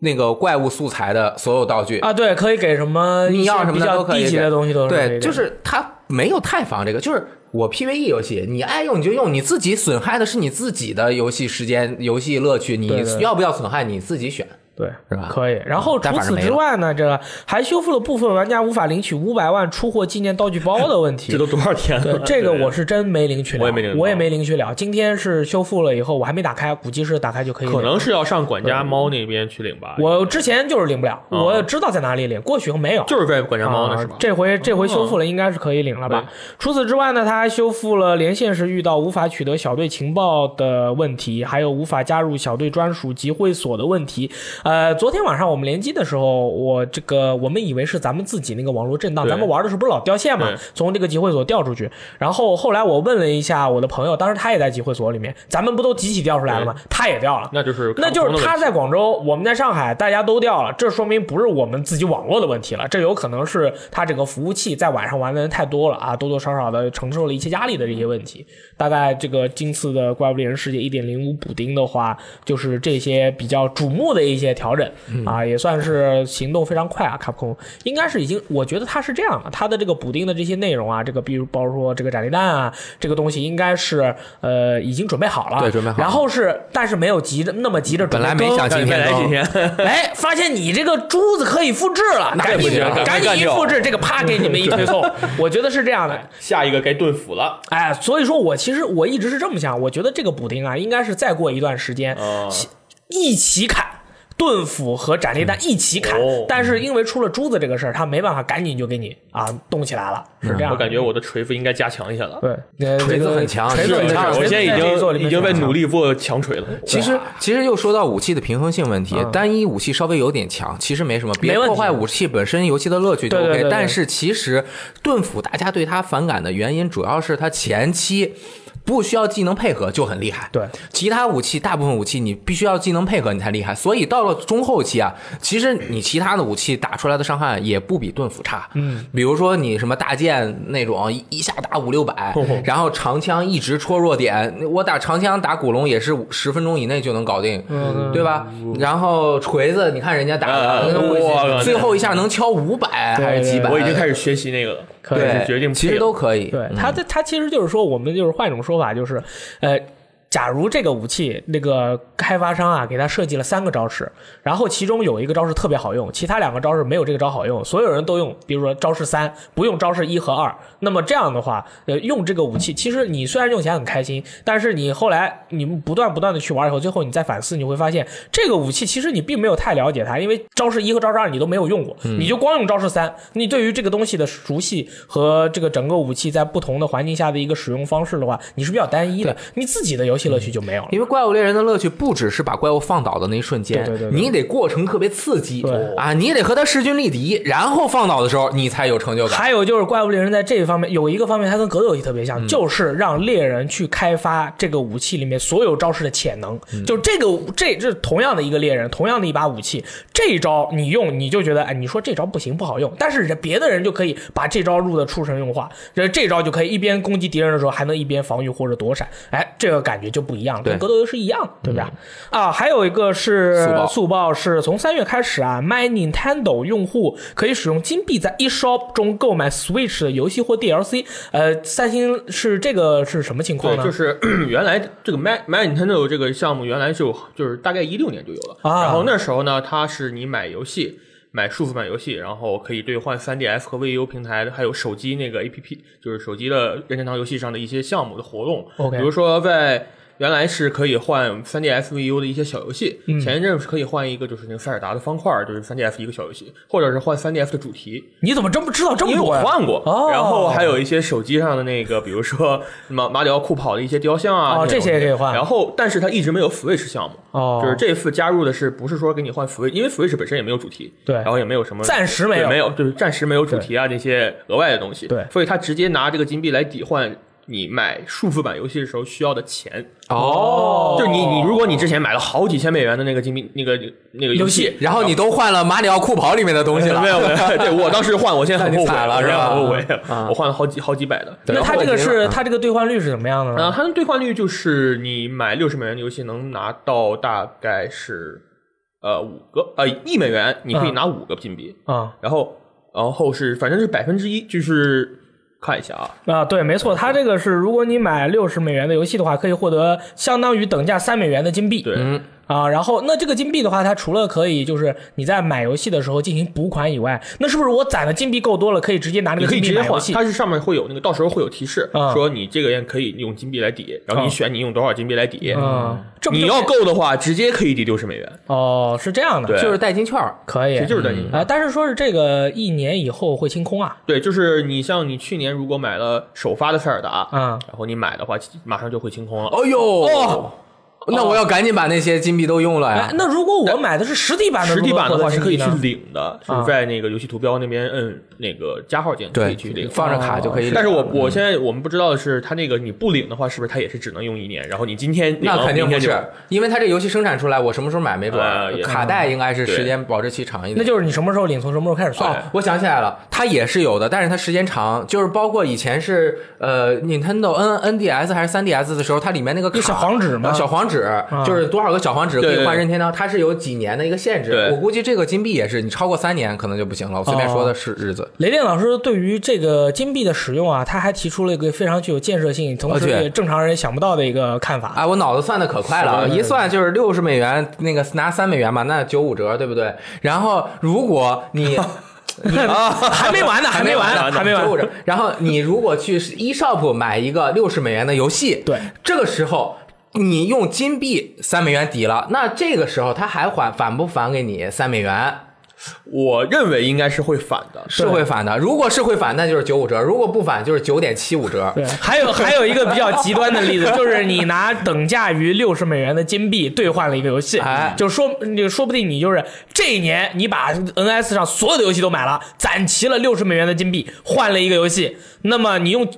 [SPEAKER 1] 那个怪物素材的所有道具，
[SPEAKER 2] 啊，对，可以给什么
[SPEAKER 1] 你要什么
[SPEAKER 2] 一些
[SPEAKER 1] 的
[SPEAKER 2] 比
[SPEAKER 1] 都
[SPEAKER 2] 较
[SPEAKER 1] 可以
[SPEAKER 2] 低
[SPEAKER 1] 给。
[SPEAKER 2] 级的东西都可以
[SPEAKER 1] 对，
[SPEAKER 2] 给
[SPEAKER 1] 就是他没有太防这个，就是我 PVE 游戏，你爱用你就用，你自己损害的是你自己的游戏时间、游戏乐趣，你
[SPEAKER 2] 对对
[SPEAKER 1] 要不要损害你自己选。
[SPEAKER 2] 对，
[SPEAKER 1] 是吧
[SPEAKER 2] 可以。然后
[SPEAKER 1] 但
[SPEAKER 2] 除
[SPEAKER 1] 反正
[SPEAKER 2] 此
[SPEAKER 1] 没
[SPEAKER 2] 之
[SPEAKER 1] 了
[SPEAKER 2] 外呢，这个还修复了部分玩家无法领取五百万出货纪念道具包的问题。
[SPEAKER 3] 这都多少天
[SPEAKER 2] 对
[SPEAKER 3] 了？
[SPEAKER 2] 这个我是真没领取了，
[SPEAKER 3] 我也没领取
[SPEAKER 2] 我也没领取了。今天是修复了以后，我还没打开，估计是打开就可以领。
[SPEAKER 3] 可能是要上管家猫那边去领吧。
[SPEAKER 2] 我之前就是领不了，
[SPEAKER 3] 哦
[SPEAKER 2] 我知道在哪里领，过去没有。
[SPEAKER 3] 就是在管家猫那是
[SPEAKER 2] 啊
[SPEAKER 3] 吧，？
[SPEAKER 2] 这回这回修复了，应该是可以领了吧？
[SPEAKER 3] 对
[SPEAKER 2] 除此之外呢，他还修复了连线时遇到无法取得小队情报的问题，还有无法加入小队专属集会所的问题。呃，昨天晚上我们联机的时候，我这个我们以为是咱们自己那个网络震荡，
[SPEAKER 3] 对
[SPEAKER 2] 咱们玩的时候不是老掉线嘛
[SPEAKER 3] 对，
[SPEAKER 2] 从这个集会所掉出去。然后后来我问了一下我的朋友，当时他也在集会所里面，咱们不都集体掉出来了吗？他也掉了。
[SPEAKER 3] 那就是
[SPEAKER 2] 那就
[SPEAKER 3] 卡普空
[SPEAKER 2] 是
[SPEAKER 3] 的
[SPEAKER 2] 他
[SPEAKER 3] 问题
[SPEAKER 2] 在广州，我们在上海，大家都掉了，这说明不是我们自己网络的问题了，这有可能是他整个服务器在晚上玩的人太多了啊，多多少少的承受了一些压力的这些问题。大概这个今次的《怪物猎人世界》一点零五补丁的话，就是这些比较瞩目的一些调整啊，也算是行动非常快啊。卡普空应该是已经，我觉得他是这样的，他的这个补丁的这些内容啊，这个比如包括说这个斩雷弹啊，这个东西应该是呃已经准备好了，
[SPEAKER 1] 对准备好了
[SPEAKER 2] 然后哦是，但是没有急着那么急着准
[SPEAKER 1] 本
[SPEAKER 2] 备
[SPEAKER 1] 来没
[SPEAKER 2] 更
[SPEAKER 1] 想今
[SPEAKER 3] 再
[SPEAKER 1] 天
[SPEAKER 3] 来
[SPEAKER 1] 更
[SPEAKER 3] 几天， <laughs>
[SPEAKER 2] 哎，发现你这个珠子可以复制了，
[SPEAKER 1] 那
[SPEAKER 2] 赶
[SPEAKER 1] 也不
[SPEAKER 2] 紧
[SPEAKER 1] 行赶快
[SPEAKER 2] 赶紧
[SPEAKER 1] 干
[SPEAKER 2] 一
[SPEAKER 1] 掉
[SPEAKER 2] 复制，这个啪给
[SPEAKER 1] <laughs>
[SPEAKER 2] 你们一推送，我觉得是这样的。
[SPEAKER 3] 下一个该盾斧了。
[SPEAKER 2] 哎，所以说我其实我一直是这么想，我觉得这个补丁啊，应该是再过一段时间
[SPEAKER 1] 嗯
[SPEAKER 3] 啊，
[SPEAKER 2] 一起砍。盾斧和斩裂
[SPEAKER 1] 嗯
[SPEAKER 2] 弹一起砍，
[SPEAKER 3] 哦
[SPEAKER 2] 但是因为出了珠子这个事儿，他没办法，赶紧就给你啊动起来了，是
[SPEAKER 1] 嗯
[SPEAKER 2] 这样的。
[SPEAKER 3] 我感觉我的锤子应该加强一下了。
[SPEAKER 2] 对，呃
[SPEAKER 1] 锤子
[SPEAKER 2] 这个
[SPEAKER 1] 很强
[SPEAKER 2] 锤
[SPEAKER 1] 是
[SPEAKER 2] 子很
[SPEAKER 1] 的
[SPEAKER 2] 强。
[SPEAKER 1] 是的
[SPEAKER 3] 我
[SPEAKER 2] 锤
[SPEAKER 3] 现
[SPEAKER 2] 子
[SPEAKER 3] 在已
[SPEAKER 2] 这一座里面
[SPEAKER 3] 经已经
[SPEAKER 2] 非
[SPEAKER 3] 在
[SPEAKER 2] 常强
[SPEAKER 3] 努力做强锤了。
[SPEAKER 1] 其实，其实又说到武器的平衡性问题，
[SPEAKER 2] 啊嗯
[SPEAKER 1] 单一武器稍微有点强，其实没什么，别
[SPEAKER 2] 没问题
[SPEAKER 1] 破坏武器本身游戏的乐趣就
[SPEAKER 2] 对
[SPEAKER 1] OK
[SPEAKER 2] 对对对
[SPEAKER 1] 但是其实盾斧大家对它反感的原因，主要是它前期不需要技能配合就很厉害。
[SPEAKER 2] 对，
[SPEAKER 1] 其他武器大部分武器你必须要技能配合你才厉害，所以到了中后期啊，其实你其他的武器打出来的伤害也不比盾斧差。嗯，比如说你什么大剑那种一一下打五六百
[SPEAKER 3] 吼，
[SPEAKER 1] 然后长枪一直戳弱点，我打长枪打古龙也是十分钟以内就能搞定，对吧？然后锤子你看人家打
[SPEAKER 3] 嗯
[SPEAKER 1] 的，
[SPEAKER 3] 哇
[SPEAKER 1] 最后一下能敲五百还是几百，
[SPEAKER 3] 我已经开始学习那个了，
[SPEAKER 2] 可以
[SPEAKER 3] 开始决定
[SPEAKER 1] 对，
[SPEAKER 3] 配
[SPEAKER 1] 其实
[SPEAKER 3] 了
[SPEAKER 1] 都可以。嗯
[SPEAKER 2] 对，他这他其实就是说，我们就是换一种说法，就是，呃，假如这个武器那个开发商啊，给他设计了三个招式，然后其中有一个招式特别好用，其他两个招式没有这个招好用，所有人都用，比如说招式三不用招式一和二，那么这样的话，呃，用这个武器，其实你虽然用起来很开心，但是你后来你们不断不断的去玩以后，最后你再反思，你会发现这个武器其实你并没有太了解它，因为招式一和招式二你都没有用过，你就光用招式三，你对于这个东西的熟悉和这个整个武器在不同的环境下的一个使用方式的话，你是比较单一的，你自己的游戏乐趣就没有了。
[SPEAKER 1] 因为怪物猎人的乐趣不只是把怪物放倒的那一瞬间，
[SPEAKER 2] 对对对对
[SPEAKER 1] 你得过程特别刺激
[SPEAKER 2] 对
[SPEAKER 1] 啊，你得和他势均力敌，然后放倒的时候你才有成就感。
[SPEAKER 2] 还有就是怪物猎人在这一方面有一个方面，它跟格斗游戏特别
[SPEAKER 1] 嗯
[SPEAKER 2] 像，就是让猎人去开发这个武器里面所有招式的潜能。
[SPEAKER 1] 嗯
[SPEAKER 2] 就这个这这同样的一个猎人，同样的一把武器，这一招你用你就觉得哎，你说这招不行不好用，但是人别的人就可以把这招入的出神入化，这这招就可以一边攻击敌人的时候还能一边防御或者躲闪，哎，这个感觉就不一样了，跟
[SPEAKER 1] 对
[SPEAKER 2] 格斗游戏一样，对不对？啊，还有一个是
[SPEAKER 1] 速报
[SPEAKER 2] 速报是从三月开始啊，My Nintendo 用户可以使用金币在 eShop 中购买 Switch 的游戏或 DLC。呃，三星是这个是什么情况
[SPEAKER 3] 对，
[SPEAKER 2] 呢？
[SPEAKER 3] 就是 <clears throat> 原来这个 My My Nintendo 这个项目原来就就是大概一六年就有了，
[SPEAKER 2] 啊
[SPEAKER 3] 然后那时候呢，它是你买游戏。买数字版游戏，然后可以兑换 3DS 和 VU 平台，还有手机那个 APP，就是手机的任天堂游戏上的一些项目的活动。
[SPEAKER 2] OK
[SPEAKER 3] 比如说在原来是可以换 3DS、VU E 的一些小游戏，
[SPEAKER 2] 嗯
[SPEAKER 3] 前一阵是可以换一个就是那个塞尔达的方块，就是 3DS 一个小游戏，或者是换 3DS 的主题。
[SPEAKER 2] 你怎么这么知道这么
[SPEAKER 3] 因为
[SPEAKER 2] 多
[SPEAKER 3] 我
[SPEAKER 2] 呀？
[SPEAKER 3] 换过，
[SPEAKER 2] 哦
[SPEAKER 3] 然后还有一些手机上的那个，比如说马马里奥酷跑的一些雕像啊，
[SPEAKER 2] 哦
[SPEAKER 3] 这
[SPEAKER 2] 这
[SPEAKER 3] 种
[SPEAKER 2] 些也可以换
[SPEAKER 3] 然后，但是它一直没有 Switch 项目，
[SPEAKER 2] 哦
[SPEAKER 3] 就是这次加入的是不是说给你换 Switch？因为 Switch 本身也没有主题，
[SPEAKER 2] 对
[SPEAKER 3] 然后也没有什么
[SPEAKER 2] 暂时没
[SPEAKER 3] 对
[SPEAKER 2] 有，
[SPEAKER 3] 没有，就是暂时没有主题啊这些额外的东西，
[SPEAKER 2] 对
[SPEAKER 3] 所以他直接拿这个金币来抵换。你买数字版游戏的时候需要的钱，
[SPEAKER 2] 哦
[SPEAKER 3] 就是你你如果你之前买了好几千美元的那个金币那个那个游
[SPEAKER 2] 游
[SPEAKER 3] 戏
[SPEAKER 2] 戏，
[SPEAKER 1] 然后你都换了马里奥酷跑里面的东西了
[SPEAKER 3] 没，有没
[SPEAKER 2] <laughs>
[SPEAKER 3] 有，对我当时换，我现在很后
[SPEAKER 1] 那你
[SPEAKER 3] 悔
[SPEAKER 1] 惨了
[SPEAKER 3] 我现在
[SPEAKER 1] 是吧
[SPEAKER 3] 很后悔
[SPEAKER 1] 啊，
[SPEAKER 2] 嗯
[SPEAKER 3] 我换了好几好几百的。
[SPEAKER 2] 那
[SPEAKER 1] 对
[SPEAKER 2] 它
[SPEAKER 1] 然后
[SPEAKER 2] 这个
[SPEAKER 1] 我觉
[SPEAKER 2] 是
[SPEAKER 1] 得
[SPEAKER 2] 它这个兑换率是怎么样的
[SPEAKER 3] 然
[SPEAKER 2] 呢？
[SPEAKER 3] 后它的兑换率就是你买六十美元的游戏能拿到大概是呃五个呃一美元，你可以
[SPEAKER 2] 嗯
[SPEAKER 3] 拿五个金币，
[SPEAKER 2] 啊
[SPEAKER 3] 然后然后是反正是百分之一，就是看一下啊，
[SPEAKER 2] 啊，对，没错，它这个是如果你买六十美元的游戏的话，可以获得相当于等价三美元的金币。
[SPEAKER 3] 对，
[SPEAKER 2] 啊，然后那这个金币的话，它除了可以就是你在买游戏的时候进行补款以外，那是不是我攒的金币够多了，可以直接拿那
[SPEAKER 3] 你
[SPEAKER 2] 个
[SPEAKER 3] 可以
[SPEAKER 2] 金
[SPEAKER 3] 直
[SPEAKER 2] 币
[SPEAKER 3] 接
[SPEAKER 2] 买游
[SPEAKER 3] 换，
[SPEAKER 2] 戏？
[SPEAKER 3] 它是上面会有那个到时候会有提示
[SPEAKER 2] 啊
[SPEAKER 3] 说你这个人可以用金币来抵，然后
[SPEAKER 2] 啊
[SPEAKER 3] 你选你用多少金币来抵，
[SPEAKER 2] 嗯，这不
[SPEAKER 3] 你
[SPEAKER 2] 就
[SPEAKER 3] 要
[SPEAKER 2] 是
[SPEAKER 3] 够的话直接可以抵六十美元，
[SPEAKER 2] 哦，是这样的，
[SPEAKER 3] 对
[SPEAKER 1] 就是代金券儿。
[SPEAKER 2] 可以，
[SPEAKER 3] 这就是在你
[SPEAKER 2] 啊、但是说是这个一年以后会清空啊，
[SPEAKER 3] 对，就是你像你去年如果买了首发的塞尔达，
[SPEAKER 2] 嗯
[SPEAKER 3] 然后你买的话，马上就会清空了。
[SPEAKER 1] 哦呦，
[SPEAKER 3] 哎哦
[SPEAKER 1] 那我要赶紧把那些金币都用了
[SPEAKER 2] 哎
[SPEAKER 1] 呀，。
[SPEAKER 2] 那如果我买的是实体版的，
[SPEAKER 3] 实体版
[SPEAKER 2] 的
[SPEAKER 3] 的话是可以去
[SPEAKER 2] 金币呢
[SPEAKER 3] 领的，
[SPEAKER 2] 啊
[SPEAKER 3] 是在那个游戏图标那边摁那个加号键可
[SPEAKER 1] 对
[SPEAKER 3] 以去领，。
[SPEAKER 1] 放着
[SPEAKER 2] 哦
[SPEAKER 1] 卡就可以领。嗯
[SPEAKER 3] 但是我我现在我们不知道的是，它那个你不领的话，是不是它也是只能用一年？然后你今天领
[SPEAKER 1] 那
[SPEAKER 3] 了
[SPEAKER 1] 肯定
[SPEAKER 3] 明
[SPEAKER 1] 不，
[SPEAKER 3] 天就是
[SPEAKER 1] 因为它这游戏生产出来，我什么时候买没准儿
[SPEAKER 3] 呃也。
[SPEAKER 1] 卡带应该是
[SPEAKER 3] 对
[SPEAKER 1] 时间保质期长一点。
[SPEAKER 2] 那就是你什么时候领，从什么时候开始
[SPEAKER 1] 哦
[SPEAKER 3] 哎
[SPEAKER 2] 算。，
[SPEAKER 1] 我想起来了，它也是有的，但是它时间长，就是包括以前是呃 Nintendo N NDS 还是 3DS 的时候，它里面那个卡
[SPEAKER 2] 有小黄纸吗
[SPEAKER 1] 啊小黄纸就是多少个小黄纸可
[SPEAKER 3] 对
[SPEAKER 1] 以
[SPEAKER 3] 对
[SPEAKER 1] 换任天堂，它是有几年的一个限制
[SPEAKER 3] 对。
[SPEAKER 1] 我估计这个金币也是，你超过三年可能就不行了。我随
[SPEAKER 2] 哦
[SPEAKER 1] 便说的是日子，
[SPEAKER 2] 雷电老师对于这个金币的使用啊，他还提出了一个非常具有建设性，同时
[SPEAKER 1] 而且
[SPEAKER 2] 也正常人想不到的一个看法。
[SPEAKER 1] 哎，我脑子算的可快了，啊一算就是六十美元，那个拿三美元嘛，那九五折，对不对？然后如果
[SPEAKER 2] <laughs>
[SPEAKER 1] 你你啊
[SPEAKER 2] 还没完呢，还没完呢，还没完。
[SPEAKER 1] 住着。然后你如果去 eShop 买一个六十美元的游戏，
[SPEAKER 2] <laughs> 对，
[SPEAKER 1] 这个时候。你用金币三美元抵了，那这个时候他还返返不返给你三美元？
[SPEAKER 3] 我认为应该是会反的。
[SPEAKER 1] 是会返的。如果是会返，那就是九五折；如果不返，就是九点七五折。
[SPEAKER 2] 对，还有还有一个比较极端的例子， <laughs> 就是你拿等价于六十美元的金币兑换了一个游戏，
[SPEAKER 1] 哎
[SPEAKER 2] 就说你说不定你就是这一年你把 NS 上所有的游戏都买了，攒齐了六十美元的金币换了一个游戏，那么你用。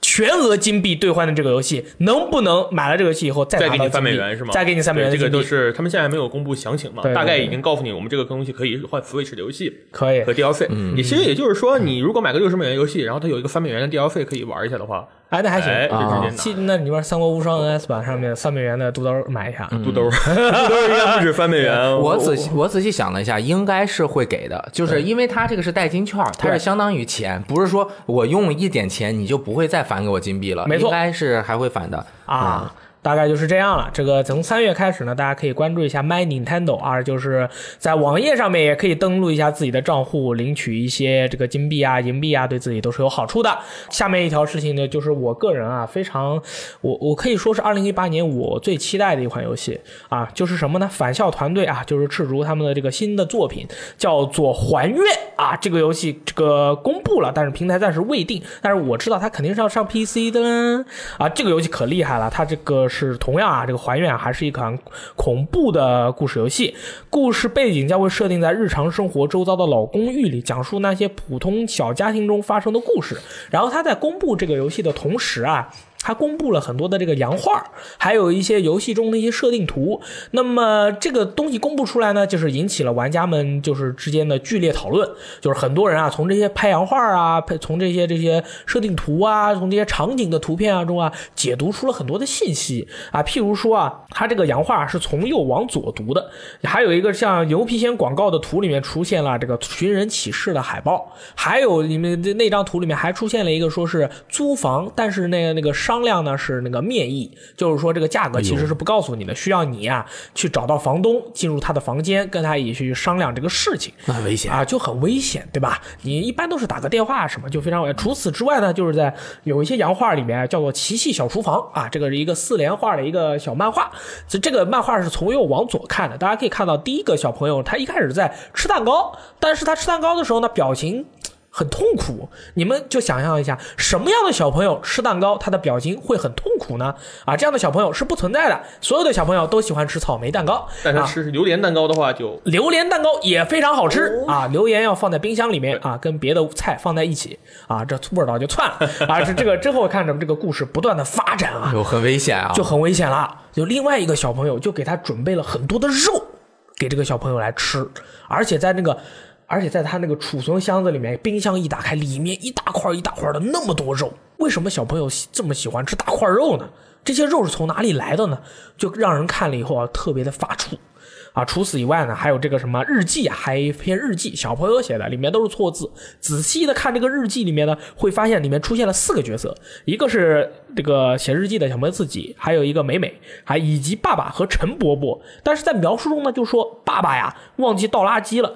[SPEAKER 2] 全额金币兑换的这个游戏，能不能买了这个游戏以后再拿
[SPEAKER 3] 再
[SPEAKER 2] 到
[SPEAKER 3] 给你
[SPEAKER 2] 金
[SPEAKER 3] 三美
[SPEAKER 2] 币
[SPEAKER 3] 元是吗？
[SPEAKER 2] 再给你三美元的
[SPEAKER 3] 对这
[SPEAKER 2] 金
[SPEAKER 3] 个
[SPEAKER 2] 币，
[SPEAKER 3] 都是他们现在还没有公布详情嘛
[SPEAKER 2] 对对，对
[SPEAKER 3] 大概已经告诉你，我们这个东西可以换 Switch 的游戏
[SPEAKER 2] 可以
[SPEAKER 3] 和。DLC。你
[SPEAKER 2] 嗯
[SPEAKER 3] 其实也就是说，你如果买个六十美元游戏，然后它有一个三美元的 DLC 可以玩一下的话，
[SPEAKER 2] 哎，那还行。
[SPEAKER 3] 哎，就
[SPEAKER 1] 啊
[SPEAKER 3] 直接
[SPEAKER 2] 其那你玩《三国无双》NS 版上面三美元的肚兜买一下，
[SPEAKER 3] 拿肚兜， <laughs> 肚兜应该不止三
[SPEAKER 2] <laughs>
[SPEAKER 3] 美元。
[SPEAKER 2] 哦
[SPEAKER 1] 我仔细我仔细想了一下，应该是会给的，就是因为它这个是代金券，它
[SPEAKER 2] 对
[SPEAKER 1] 是相当于钱，不是说我用一点钱你就不会再返给我金币了，
[SPEAKER 2] 没错
[SPEAKER 1] 应该是还会返的。
[SPEAKER 2] 啊。大概就是这样了。这个从三月开始呢，大家可以关注一下 My Nintendo 啊，就是在网页上面也可以登录一下自己的账户，领取一些这个金币啊、银币啊，对自己都是有好处的。下面一条事情呢，就是我个人啊，非常我我可以说是二零一八年我最期待的一款游戏啊，就是什么呢？返校团队啊，就是赤竹他们的这个新的作品叫做《还愿》啊，这个游戏这个公布了，但是平台暂时未定，但是我知道它肯定是要上 PC 的啦啊，这个游戏可厉害了，它这个是同样啊，这个《还愿》啊还是一款恐怖的故事游戏，故事背景将会设定在日常生活周遭的老公寓里，讲述那些普通小家庭中发生的故事。然后它在公布这个游戏的同时啊。它公布了很多的这个洋画儿，还有一些游戏中的一些设定图。那么这个东西公布出来呢，就是引起了玩家们就是之间的剧烈讨论，就是很多人啊，从这些拍洋画儿啊，拍从这些这些设定图啊，从这些场景的图片啊中啊，解读出了很多的信息啊。譬如说啊，它这个洋画是从右往左读的，还有一个像牛皮癣广告的图里面出现了这个寻人启事的海报，还有你们那那张图里面还出现了一个说是租房，但是那个那个商量呢是那个面议，就是说这个价格其实是不告诉你的，需要你啊去找到房东，进入他的房间，跟他一起去商量这个事情。
[SPEAKER 1] 那危险
[SPEAKER 2] 啊，就很危险，对吧？你一般都是打个电话什么，就非常危险。除此之外呢，就是在有一些洋画里面叫做《奇戏小厨房》啊，这个是一个四连画的一个小漫画。这这个漫画是从右往左看的，大家可以看到第一个小朋友他一开始在吃蛋糕，但是他吃蛋糕的时候呢，表情。很痛苦，你们就想象一下，什么样的小朋友吃蛋糕，他的表情会很痛苦呢？啊，这样的小朋友是不存在的，所有的小朋友都喜欢吃草莓蛋糕，
[SPEAKER 3] 但是
[SPEAKER 2] 啊
[SPEAKER 3] 吃榴莲蛋糕的话，就
[SPEAKER 2] 榴莲蛋糕也非常好吃啊！榴莲要放在冰箱里面啊，跟别的菜放在一起啊，这味道就窜了 <laughs> 啊！这这个之后看着这个故事不断的发展
[SPEAKER 1] <laughs>
[SPEAKER 2] 啊，
[SPEAKER 1] 有很危险啊！
[SPEAKER 2] 就很危险了。有另外一个小朋友就给他准备了很多的肉给这个小朋友来吃，而且在那个。而且在他那个储存箱子里面，冰箱一打开，里面一大块一大块的那么多肉，为什么小朋友喜这么喜欢吃大块肉呢？这些肉是从哪里来的呢？就让人看了以后啊，特别的发怵。啊，除此以外呢，还有这个什么日记啊，还有一篇日记，小朋友写的，里面都是错字。仔细的看这个日记里面呢，会发现里面出现了四个角色，一个是这个写日记的小朋友自己，还有一个美美，还以及爸爸和陈伯伯。但是在描述中呢，就说爸爸呀忘记倒垃圾了，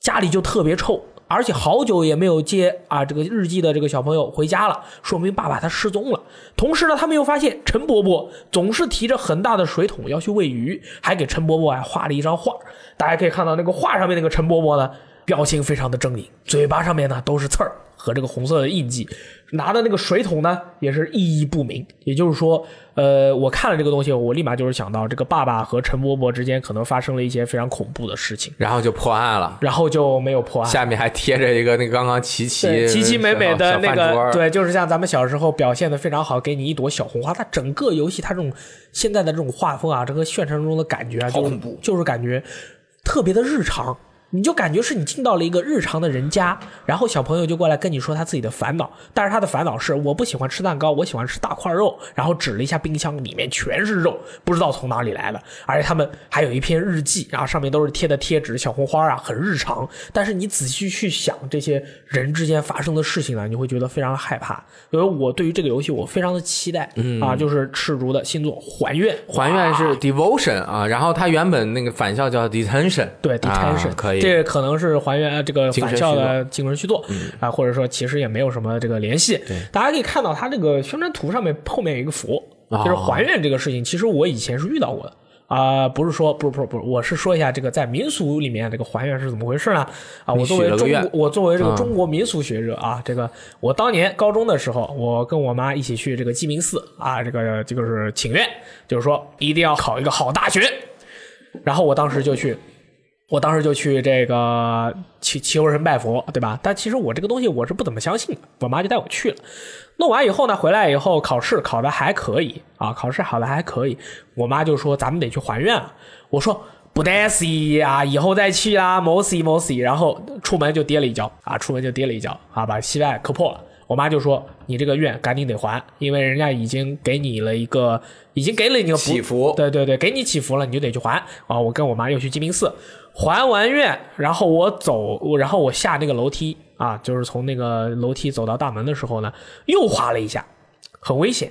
[SPEAKER 2] 家里就特别臭。而且好久也没有接啊这个日记的这个小朋友回家了，说明爸爸他失踪了。同时呢，他们又发现陈伯伯总是提着很大的水桶要去喂鱼，还给陈伯伯啊画了一张画。大家可以看到那个画上面那个陈伯伯呢，表情非常的狰狞，嘴巴上面呢都是刺儿和这个红色的印记，拿的那个水桶呢，也是意义不明。也就是说，呃，我看了这个东西，我立马就是想到这个爸爸和陈伯伯之间可能发生了一些非常恐怖的事情，
[SPEAKER 1] 然后就破案了。
[SPEAKER 2] 然后就没有破案。
[SPEAKER 1] 下面还贴着一个那个刚刚琪
[SPEAKER 2] 啊对，
[SPEAKER 1] 琪
[SPEAKER 2] 奇奇美美的
[SPEAKER 1] 小
[SPEAKER 2] 那
[SPEAKER 1] 饭桌
[SPEAKER 2] 个，
[SPEAKER 1] 儿，
[SPEAKER 2] 对，就是像咱们小时候表现的非常好，给你一朵小红花。它整个游戏它这种现在的这种画风啊，这个炫城中的感觉啊，
[SPEAKER 1] 好
[SPEAKER 2] 就是
[SPEAKER 1] 恐怖
[SPEAKER 2] 就是感觉特别的日常。你就感觉是你进到了一个日常的人家，然后小朋友就过来跟你说他自己的烦恼，但是他的烦恼是我不喜欢吃蛋糕，我喜欢吃大块肉，然后指了一下冰箱里面全是肉，不知道从哪里来的，而且他们还有一篇日记，然后上面都是贴的贴纸、小红花啊，很日常。但是你仔细去想这些人之间发生的事情啊呢，你会觉得非常害怕。所以我对于这个游戏我非常的期待、啊，就是赤足的新作还愿，
[SPEAKER 1] 还原是 devotion 啊，然后它原本那个返校叫 detention，
[SPEAKER 2] 对 detention，、
[SPEAKER 1] 啊可以，
[SPEAKER 2] 这可能是还原呃这个
[SPEAKER 1] 精神嗯
[SPEAKER 2] 返校的精神续作啊、或者说其实也没有什么这个联系。大家可以看到它这个宣传图上面后面有一个符，
[SPEAKER 1] 哦
[SPEAKER 2] 就是还原这个事情，其实我以前是遇到过的。啊、不是说，不是，不是，不是，我是说一下这个在民俗里面这个还原是怎么回事呢？啊，我作为
[SPEAKER 1] 许了个
[SPEAKER 2] 中
[SPEAKER 1] 愿
[SPEAKER 2] 国，我作为这个
[SPEAKER 1] 嗯
[SPEAKER 2] 中国民俗学者啊，这个我当年高中的时候，我跟我妈一起去这个鸡鸣寺啊，这个这个是请愿，就是说一定要考一个好大学。然后我当时就去，我当时就去这个祈祈求神拜佛，对吧？但其实我这个东西我是不怎么相信的，我妈就带我去了。弄完以后呢，回来以后考试考的还可以啊，考试考的还可以。我妈就说咱们得去还愿了。我说不得西啊，以后再去啦，某西某西。然后出门就跌了一跤啊，出门就跌了一跤啊，把膝盖磕破了。我妈就说：“你这个愿赶紧得还，因为人家已经给你了一个，已经给了你个补
[SPEAKER 1] 起伏
[SPEAKER 2] 对对对，给你祈福了，你就得去还啊！我跟我妈又去鸡鸣寺，还完愿，然后我走，我然后我下那个楼梯啊，就是从那个楼梯走到大门的时候呢，又滑了一下，很危险。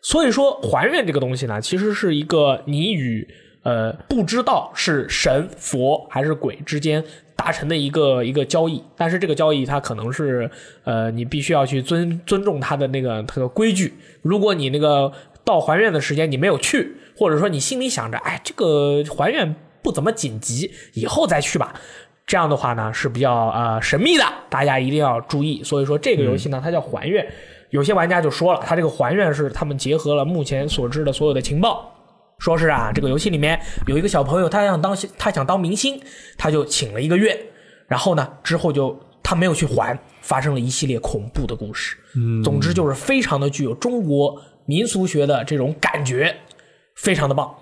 [SPEAKER 2] 所以说，还愿这个东西呢，其实是一个你与呃不知道是神佛还是鬼之间达成的一个一个交易，但是这个交易它可能是呃你必须要去尊尊重它的那个它的规矩。如果你那个到还愿的时间你没有去，或者说你心里想着哎这个还愿不怎么紧急，以后再去吧。这样的话呢是比较呃神秘的，大家一定要注意。所以说这个游戏呢，它叫还愿。有些玩家就说了，它这个还愿是他们结合了目前所知的所有的情报。说是啊，这个游戏里面有一个小朋友，他想当他想当明星，他就请了一个月，然后呢，之后就他没有去还，发生了一系列恐怖的故事。嗯，总之就是非常的具有中国民俗学的这种感觉，非常的棒，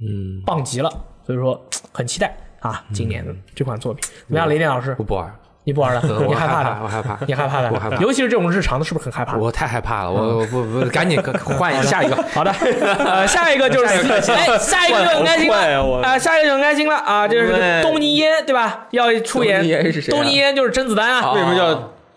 [SPEAKER 2] 嗯，棒极了。所以说很期待啊，今年的这款作品怎么样？雷电老师
[SPEAKER 1] 不，不玩，
[SPEAKER 2] 你不玩了？
[SPEAKER 1] 嗯 <laughs> 我
[SPEAKER 2] 你害怕
[SPEAKER 1] 我
[SPEAKER 2] 的？
[SPEAKER 1] 害怕，
[SPEAKER 2] 你害怕的？
[SPEAKER 1] 我害怕
[SPEAKER 2] 尤其是这种日常的，是不是很害怕？
[SPEAKER 1] 我太害怕了，我我不不，赶
[SPEAKER 2] <laughs>
[SPEAKER 1] 紧换一个下一个。 <laughs>
[SPEAKER 2] 好的，
[SPEAKER 3] <laughs>
[SPEAKER 2] 呃，下一个就是，哎，下一个就很开心
[SPEAKER 3] 换啊
[SPEAKER 2] 了
[SPEAKER 3] 我
[SPEAKER 2] 啊，下一个就很开心了啊，这是
[SPEAKER 3] 对
[SPEAKER 2] 东尼烟对吧？要出演
[SPEAKER 3] 东尼烟是谁啊
[SPEAKER 2] 东尼烟就是甄子丹啊
[SPEAKER 1] 哦
[SPEAKER 3] 为，什么叫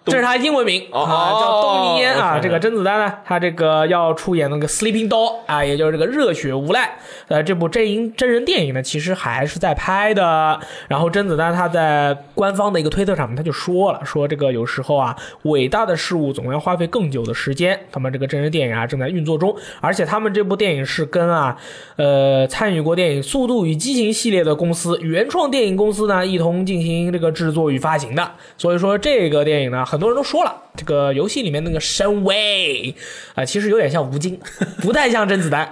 [SPEAKER 2] 这
[SPEAKER 3] 东
[SPEAKER 2] 是他英文名
[SPEAKER 3] 哦
[SPEAKER 2] 啊，叫东尼烟
[SPEAKER 3] 哦
[SPEAKER 2] 啊。
[SPEAKER 3] 是
[SPEAKER 2] 这个甄子丹呢，他这个要出演那个 Sleeping Doll 啊，也就是这个热血无赖。呃，这部真人真人电影呢，其实还是在拍的。然后甄子丹他在官方的一个推特上面他就说了，说这个有时候啊，伟大的事物总要花费更久的时间。他们这个真人电影啊正在运作中，而且他们这部电影是跟啊，呃，参与过电影《速度与激情》系列的公司原创电影公司呢一同进行这个制作与发行的。所以说这个电影呢，很多人都说了，这个游戏里面那个身位啊、其实有点像吴京， <laughs> 不太像甄子丹。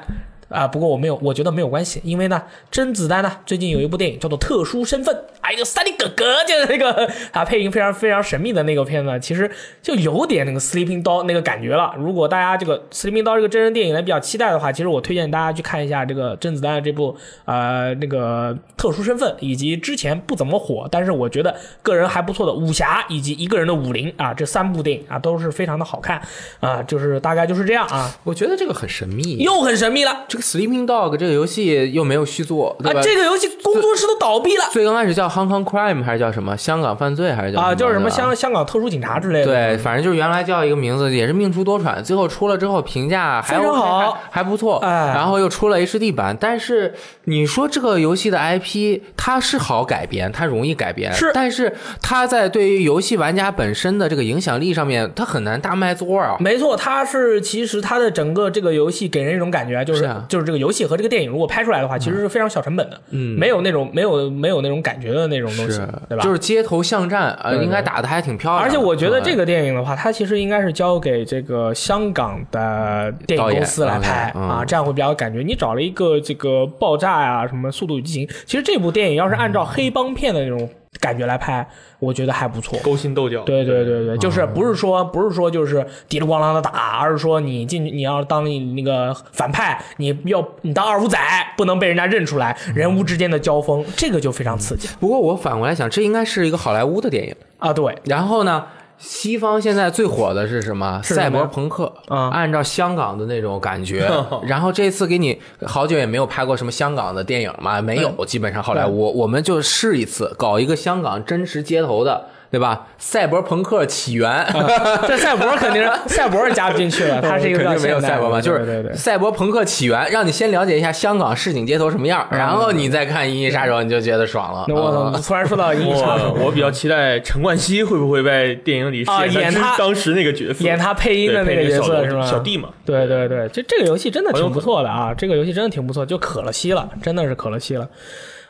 [SPEAKER 2] 啊，不过我没有，我觉得没有关系，因为呢，甄子丹呢最近有一部电影叫做《特殊身份》，哎呦，三里哥哥就是那个啊，配音非常非常神秘的那个片子，其实就有点那个《Sleeping Doll》那个感觉了。如果大家这个《Sleeping Doll》这个真人电影呢比较期待的话，其实我推荐大家去看一下这个甄子丹的这部呃那个特殊身份，以及之前不怎么火，但是我觉得个人还不错的《武侠》以及一个人的《武林》啊，这三部电影啊都是非常的好看啊，就是大概就是这样啊，
[SPEAKER 1] 我觉得这个很神秘，
[SPEAKER 2] 又很神秘了。
[SPEAKER 1] 这个 Sleeping Dog 这个游戏又没有续作，对吧？
[SPEAKER 2] 啊，这个游戏工作室都倒闭了
[SPEAKER 1] 最刚开始叫 Hong Kong Crime 还是叫什么香港犯罪还是叫
[SPEAKER 2] 啊，就是什么
[SPEAKER 1] 对吧
[SPEAKER 2] 香香港特殊警察之类的。，
[SPEAKER 1] 对，反正就是原来叫一个名字，也是命出多舛。最后出了之后评价还
[SPEAKER 2] 非常
[SPEAKER 1] OK，
[SPEAKER 2] 好
[SPEAKER 1] 还还不错。
[SPEAKER 2] 哎
[SPEAKER 1] 然后又出了 HD 版，但是你说这个游戏的 IP 它是好改编，它容易改编，
[SPEAKER 2] 是
[SPEAKER 1] 但是它在对于游戏玩家本身的这个影响力上面，它很难大卖多少。
[SPEAKER 2] 没错，它是其实它的整个这个游戏给人一种感觉啊就是
[SPEAKER 1] 是啊
[SPEAKER 2] 就是这个游戏和这个电影如果拍出来的话，其实是非常小成本的，嗯，没有那种没有没有那种感觉的那种东西，嗯对吧？
[SPEAKER 1] 就是街头巷战，呃，
[SPEAKER 2] 对对
[SPEAKER 1] 应该打的还挺漂亮的。
[SPEAKER 2] 而且我觉得
[SPEAKER 1] 嗯
[SPEAKER 2] 这个电影的话，它其实应该是交给这个香港的电影公司来拍
[SPEAKER 1] 导演嗯
[SPEAKER 2] 啊，这样会比较有感觉。你找了一个这个爆炸呀、什么《速度与激情》，其实这部电影要是按照
[SPEAKER 1] 嗯
[SPEAKER 2] 黑帮片的那种感觉来拍，我觉得还不错。
[SPEAKER 3] 勾心斗角。
[SPEAKER 2] 对对对对，就是不是说不是说就是滴里咣啷的打，而是说你进去你要当你那个反派，你要你当二五仔，不能被人家认出来，人物之间的交锋，这个就非常刺激
[SPEAKER 1] 不过我反过来想，这应该是一个好莱坞的电影。
[SPEAKER 2] 啊！对，
[SPEAKER 1] 然后呢，西方现在最火的是什么？
[SPEAKER 2] 是什么
[SPEAKER 1] 赛
[SPEAKER 2] 呀
[SPEAKER 1] 博朋克
[SPEAKER 2] 啊
[SPEAKER 1] 按照香港的那种感
[SPEAKER 2] <laughs>
[SPEAKER 1] 觉，然后这次给你好久也没有拍过什么香港的电影嘛，没有，基本上好莱坞，我们就试一次，搞一个香港真实街头的，对吧？赛博朋克起源。 <laughs>
[SPEAKER 2] 这赛博肯定是赛博是加不进去了，啊他是一个
[SPEAKER 1] 肯
[SPEAKER 2] 比较
[SPEAKER 1] 定没有
[SPEAKER 2] 现代
[SPEAKER 1] 赛博嘛，
[SPEAKER 2] 的
[SPEAKER 1] 就是
[SPEAKER 2] 对对对。
[SPEAKER 1] 赛博朋克起源，让你先了解一下香港市井街头什么样，然后你再看《银翼杀手》，你就觉得爽了。
[SPEAKER 2] 嗯那我操！
[SPEAKER 1] 嗯
[SPEAKER 2] 你突然说到银翼杀手，
[SPEAKER 3] 我我比较期待陈冠希会不会在电影里饰
[SPEAKER 2] 啊演
[SPEAKER 3] 他
[SPEAKER 2] 他
[SPEAKER 3] 当时那个角色，
[SPEAKER 2] 演他配音的那
[SPEAKER 3] 对
[SPEAKER 2] 个
[SPEAKER 3] 配
[SPEAKER 2] 角
[SPEAKER 3] 小
[SPEAKER 2] 色
[SPEAKER 3] 弟
[SPEAKER 2] 是吧？
[SPEAKER 3] 小弟嘛，
[SPEAKER 2] 对对对，就这个游戏真的挺不错的啊，这个游戏真的挺不错，就可了惜了，真的是可了惜了。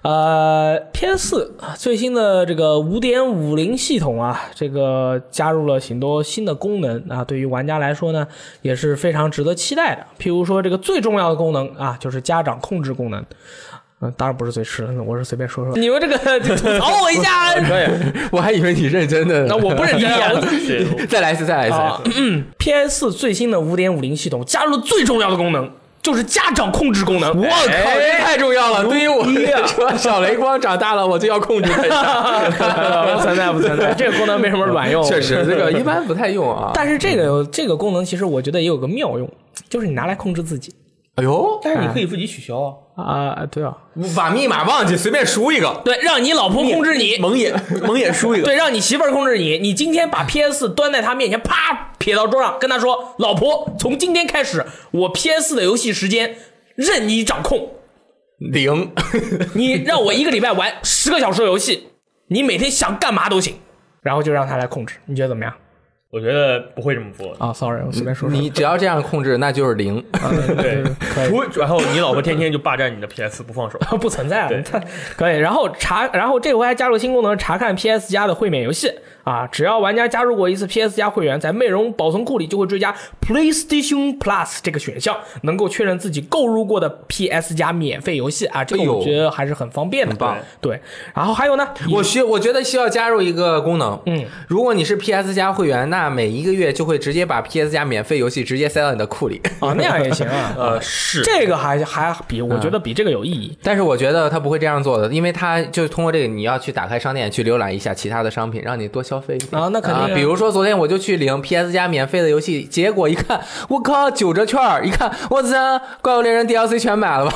[SPEAKER 2] 呃，PS 四最新的这个五点五零系统啊，这个加入了很多新的功能啊，对于玩家来说呢，也是非常值得期待的。譬如说这个最重要的功能啊，就是家长控制功能。嗯，当然不是最吃的，我是随便说说。你们这个吐槽我一下，
[SPEAKER 3] 可以，
[SPEAKER 1] <laughs> 我还以为你认真的呢，
[SPEAKER 2] 那我
[SPEAKER 3] <laughs>
[SPEAKER 2] 不认真啊，我就 <laughs>
[SPEAKER 3] 对
[SPEAKER 1] <laughs> 再来一次，再来一次。
[SPEAKER 2] 啊 PS 最新的五点五零系统加入了最重要的功能，就是家长控制功能。哎我
[SPEAKER 1] 我靠，这哎太重要了！对于我
[SPEAKER 2] 牛逼啊
[SPEAKER 1] 来说，小雷光长大了，我就要控制他一下。
[SPEAKER 2] 啊不存在不存在，这个功能没什么卵用。
[SPEAKER 1] 确实，这个一般不太用啊。
[SPEAKER 2] 哦 <laughs> 但是这个这个功能其实我觉得也有个妙用，就是你拿来控制自己
[SPEAKER 1] 哎呦，
[SPEAKER 3] 但是 <laughs> 你可以自己取消啊。
[SPEAKER 2] 啊、对啊，
[SPEAKER 1] 把密码忘记，随便输一个，
[SPEAKER 2] 对，让你老婆控制你，
[SPEAKER 3] 蒙眼
[SPEAKER 1] <laughs>
[SPEAKER 3] 蒙眼输一个，
[SPEAKER 2] <laughs> 对，让你媳妇儿控制你。你今天把 PS 端在她面前，啪撇到桌上，跟她说：“老婆，从今天开始，我 PS 的游戏时间任你掌控。”
[SPEAKER 1] 零。
[SPEAKER 2] 你让我一个礼拜玩十个小时的游戏，你每天想干嘛都行，然后就让他来控制，你觉得怎么样？
[SPEAKER 3] 我觉得不会这么做的。
[SPEAKER 2] 啊、s o r r y 我随便说
[SPEAKER 1] <laughs> 你只要这样控制，那就是零。
[SPEAKER 3] 对
[SPEAKER 2] 可以，
[SPEAKER 3] 除然后你老婆天天就霸占你的 PS 不放手，
[SPEAKER 2] <laughs> 不存在了，它可以。然后查，然后这回还加入新功能，查看 PS 加的会免游戏啊，只要玩家加入过一次 PS 加会员，在内容保存库里就会追加 PlayStation Plus 这个选项，能够确认自己购入过的 PS 加免费游戏啊，这个
[SPEAKER 1] 哎呦
[SPEAKER 2] 我觉得还是很方便的。
[SPEAKER 1] 很棒
[SPEAKER 2] 对，然后还有呢，
[SPEAKER 1] 我需我觉得需要加入一个功能，
[SPEAKER 2] 嗯，
[SPEAKER 1] 如果你是 PS 加会员，那每一个月就会直接把 PS 加免费游戏直接塞到你的库里。
[SPEAKER 2] 啊那样也行 <laughs> 啊，
[SPEAKER 3] 呃，是
[SPEAKER 2] 这个还还比我觉得比这个有意义。
[SPEAKER 1] 但是我觉得他不会这样做的，因为他就通过这个，你要去打开商店去浏览一下其他的商品，让你多消费一点
[SPEAKER 2] 啊那肯定啊
[SPEAKER 1] 比如说昨天我就去领 PS 加免费的游戏，结果一看，我靠，九折券儿！一看，我操，怪物猎人 DLC 全买了吧？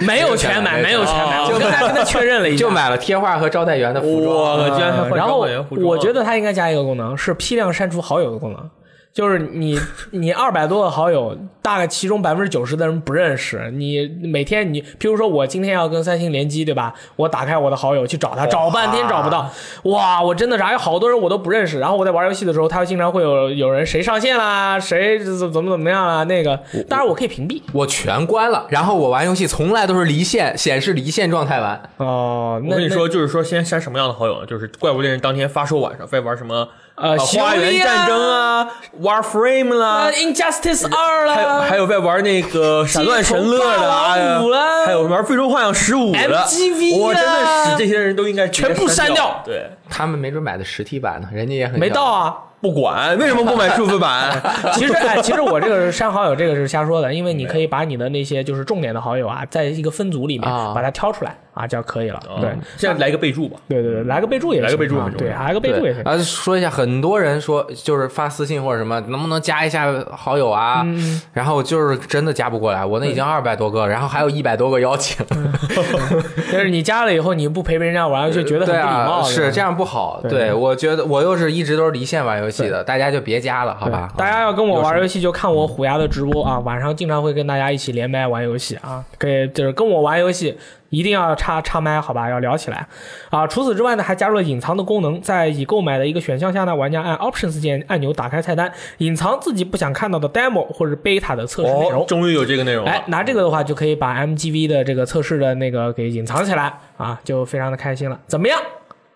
[SPEAKER 2] 没有全买，没有全买，
[SPEAKER 3] 哦
[SPEAKER 2] 我刚才跟他确认了一
[SPEAKER 1] <laughs>
[SPEAKER 2] 下。
[SPEAKER 1] 就买了贴画和招待员的服装。
[SPEAKER 3] 哇，居呃然还换
[SPEAKER 2] 呃然
[SPEAKER 3] 张
[SPEAKER 2] 后
[SPEAKER 3] 委员服装啊
[SPEAKER 2] 我觉得他应该加一个功能，是批量删除好友的功能。就是
[SPEAKER 3] <laughs>
[SPEAKER 2] 你，你二百多个好友，大概其中百分之九十的人不认识。你每天你，譬如说我今天要跟三星联机，对吧？我打开我的好友去找他，找半天找不到。哇，我真的是还有好多人我都不认识。然后我在玩游戏的时候，他经常会有有人谁上线啦，谁怎么怎么怎么样啦，那个。当然我可以屏蔽。
[SPEAKER 1] 我全关了，然后我玩游戏从来都是离线显示离线状态玩，
[SPEAKER 2] 哦，
[SPEAKER 3] 我
[SPEAKER 2] 那
[SPEAKER 3] 跟你
[SPEAKER 2] 那
[SPEAKER 3] 说，就是说先删什么样的好友呢？就是怪物猎人当天发售晚上在玩什么
[SPEAKER 2] 呃
[SPEAKER 3] 花
[SPEAKER 2] 修理
[SPEAKER 3] 园
[SPEAKER 2] 啊
[SPEAKER 3] 战争啊，Warframe 啦
[SPEAKER 2] 啊，，Injustice 二
[SPEAKER 3] 还有
[SPEAKER 2] 啦，
[SPEAKER 3] 还有在玩那个闪乱神乐
[SPEAKER 2] 街头
[SPEAKER 3] 的
[SPEAKER 2] 霸
[SPEAKER 3] 哎呀
[SPEAKER 2] 王五啊啦
[SPEAKER 3] 还有玩最终幻想十五的
[SPEAKER 2] MGV
[SPEAKER 3] 我真的
[SPEAKER 2] 啦
[SPEAKER 3] 是这些人都应该直接
[SPEAKER 2] 全部删
[SPEAKER 3] 掉
[SPEAKER 2] 掉。
[SPEAKER 3] 对，
[SPEAKER 1] 他们没准买的实体版呢，人家也很
[SPEAKER 2] 没
[SPEAKER 1] 小
[SPEAKER 2] 到啊。
[SPEAKER 3] 不管为什么不买数字 <laughs> 版？
[SPEAKER 2] 其实，哎，其实我这个是删好友，这个是瞎说的，因为你可以把你的那些就是重点的好友啊，在一个分组里面
[SPEAKER 1] 啊
[SPEAKER 2] 把它挑出来啊，这样可以了。 <laughs> 对，
[SPEAKER 3] 嗯现在来个备注吧。
[SPEAKER 2] 对对对，来个备注也行啊，
[SPEAKER 3] 哦来个备注很重
[SPEAKER 2] 对，
[SPEAKER 3] 要
[SPEAKER 2] 来个备注也行。
[SPEAKER 1] 啊，说一下，很多人说就是发私信或者什么，能不能加一下好友啊？
[SPEAKER 2] 嗯
[SPEAKER 1] 然后就是真的加不过来，我那已经二百多个，然后还有一百多个邀请，
[SPEAKER 2] 嗯
[SPEAKER 1] <laughs>
[SPEAKER 2] 但是你加了以后，你不陪陪人家玩，就觉得很
[SPEAKER 1] 对
[SPEAKER 2] 不礼
[SPEAKER 1] 啊，
[SPEAKER 2] 貌。
[SPEAKER 1] 是
[SPEAKER 2] 吧
[SPEAKER 1] 这样不好。
[SPEAKER 2] 对
[SPEAKER 1] 对，我觉得我又是一直都是离线玩游戏的，大家就别加啊了，好
[SPEAKER 2] 对
[SPEAKER 1] 吧？
[SPEAKER 2] 大家要跟我
[SPEAKER 1] 有嗯
[SPEAKER 2] 玩
[SPEAKER 1] 时
[SPEAKER 2] 游戏就看我虎牙的直播啊，晚上经常会跟大家一起连麦玩游戏啊，可以就是跟我玩游戏。一定要插插麦，好吧，要聊起来啊！除此之外呢，还加入了隐藏的功能，在已购买的一个选项下呢，玩家按 Options 键按钮打开菜单，隐藏自己不想看到的 demo 或者 beta 的测试内容。
[SPEAKER 3] 哦，终于有这个内容了。
[SPEAKER 2] 哎，拿这个的话就可以把 MGV 的这个测试的那个给隐藏起来啊，就非常的开心了。怎么样？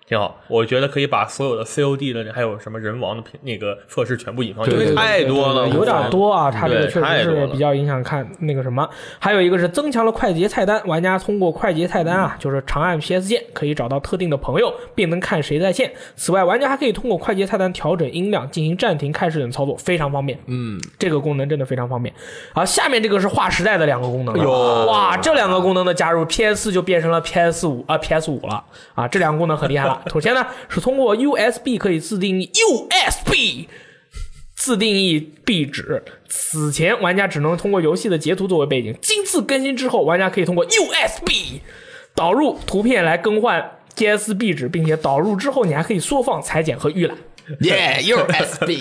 [SPEAKER 3] 挺好，我觉得可以把所有的 COD 的还有什么人王的评那个测试全部隐藏，
[SPEAKER 1] 对
[SPEAKER 3] 因为
[SPEAKER 1] 对
[SPEAKER 3] 太多了，
[SPEAKER 2] 有点多啊，它这个
[SPEAKER 3] 对
[SPEAKER 2] 确实
[SPEAKER 3] 太多
[SPEAKER 2] 是
[SPEAKER 3] 了
[SPEAKER 2] 比较影响看那个什么。还有一个是增强了快捷菜单，玩家通过快捷菜单啊，就是长按 PS 键可以找到特定的朋友，并能看谁在线。此外，玩家还可以通过快捷菜单调整音量、进行暂停、开始等操作，非常方便。嗯，这个功能真的非常方便。啊，下面这个是划时代的两个功能了。
[SPEAKER 3] 哟
[SPEAKER 2] 哇，这两个功能的加入，PS 就变成了 PS 五啊 PS 五了啊，这两个功能很厉害
[SPEAKER 3] <laughs>
[SPEAKER 2] 了。首先呢，是通过 USB 可以自定义 USB。自定义壁纸。此前，玩家只能通过游戏的截图作为背景。今次更新之后，玩家可以通过 USB 导入图片来更换 PS 壁纸，并且导入之后，你还可以缩放、裁剪和预览。
[SPEAKER 1] 耶，USB，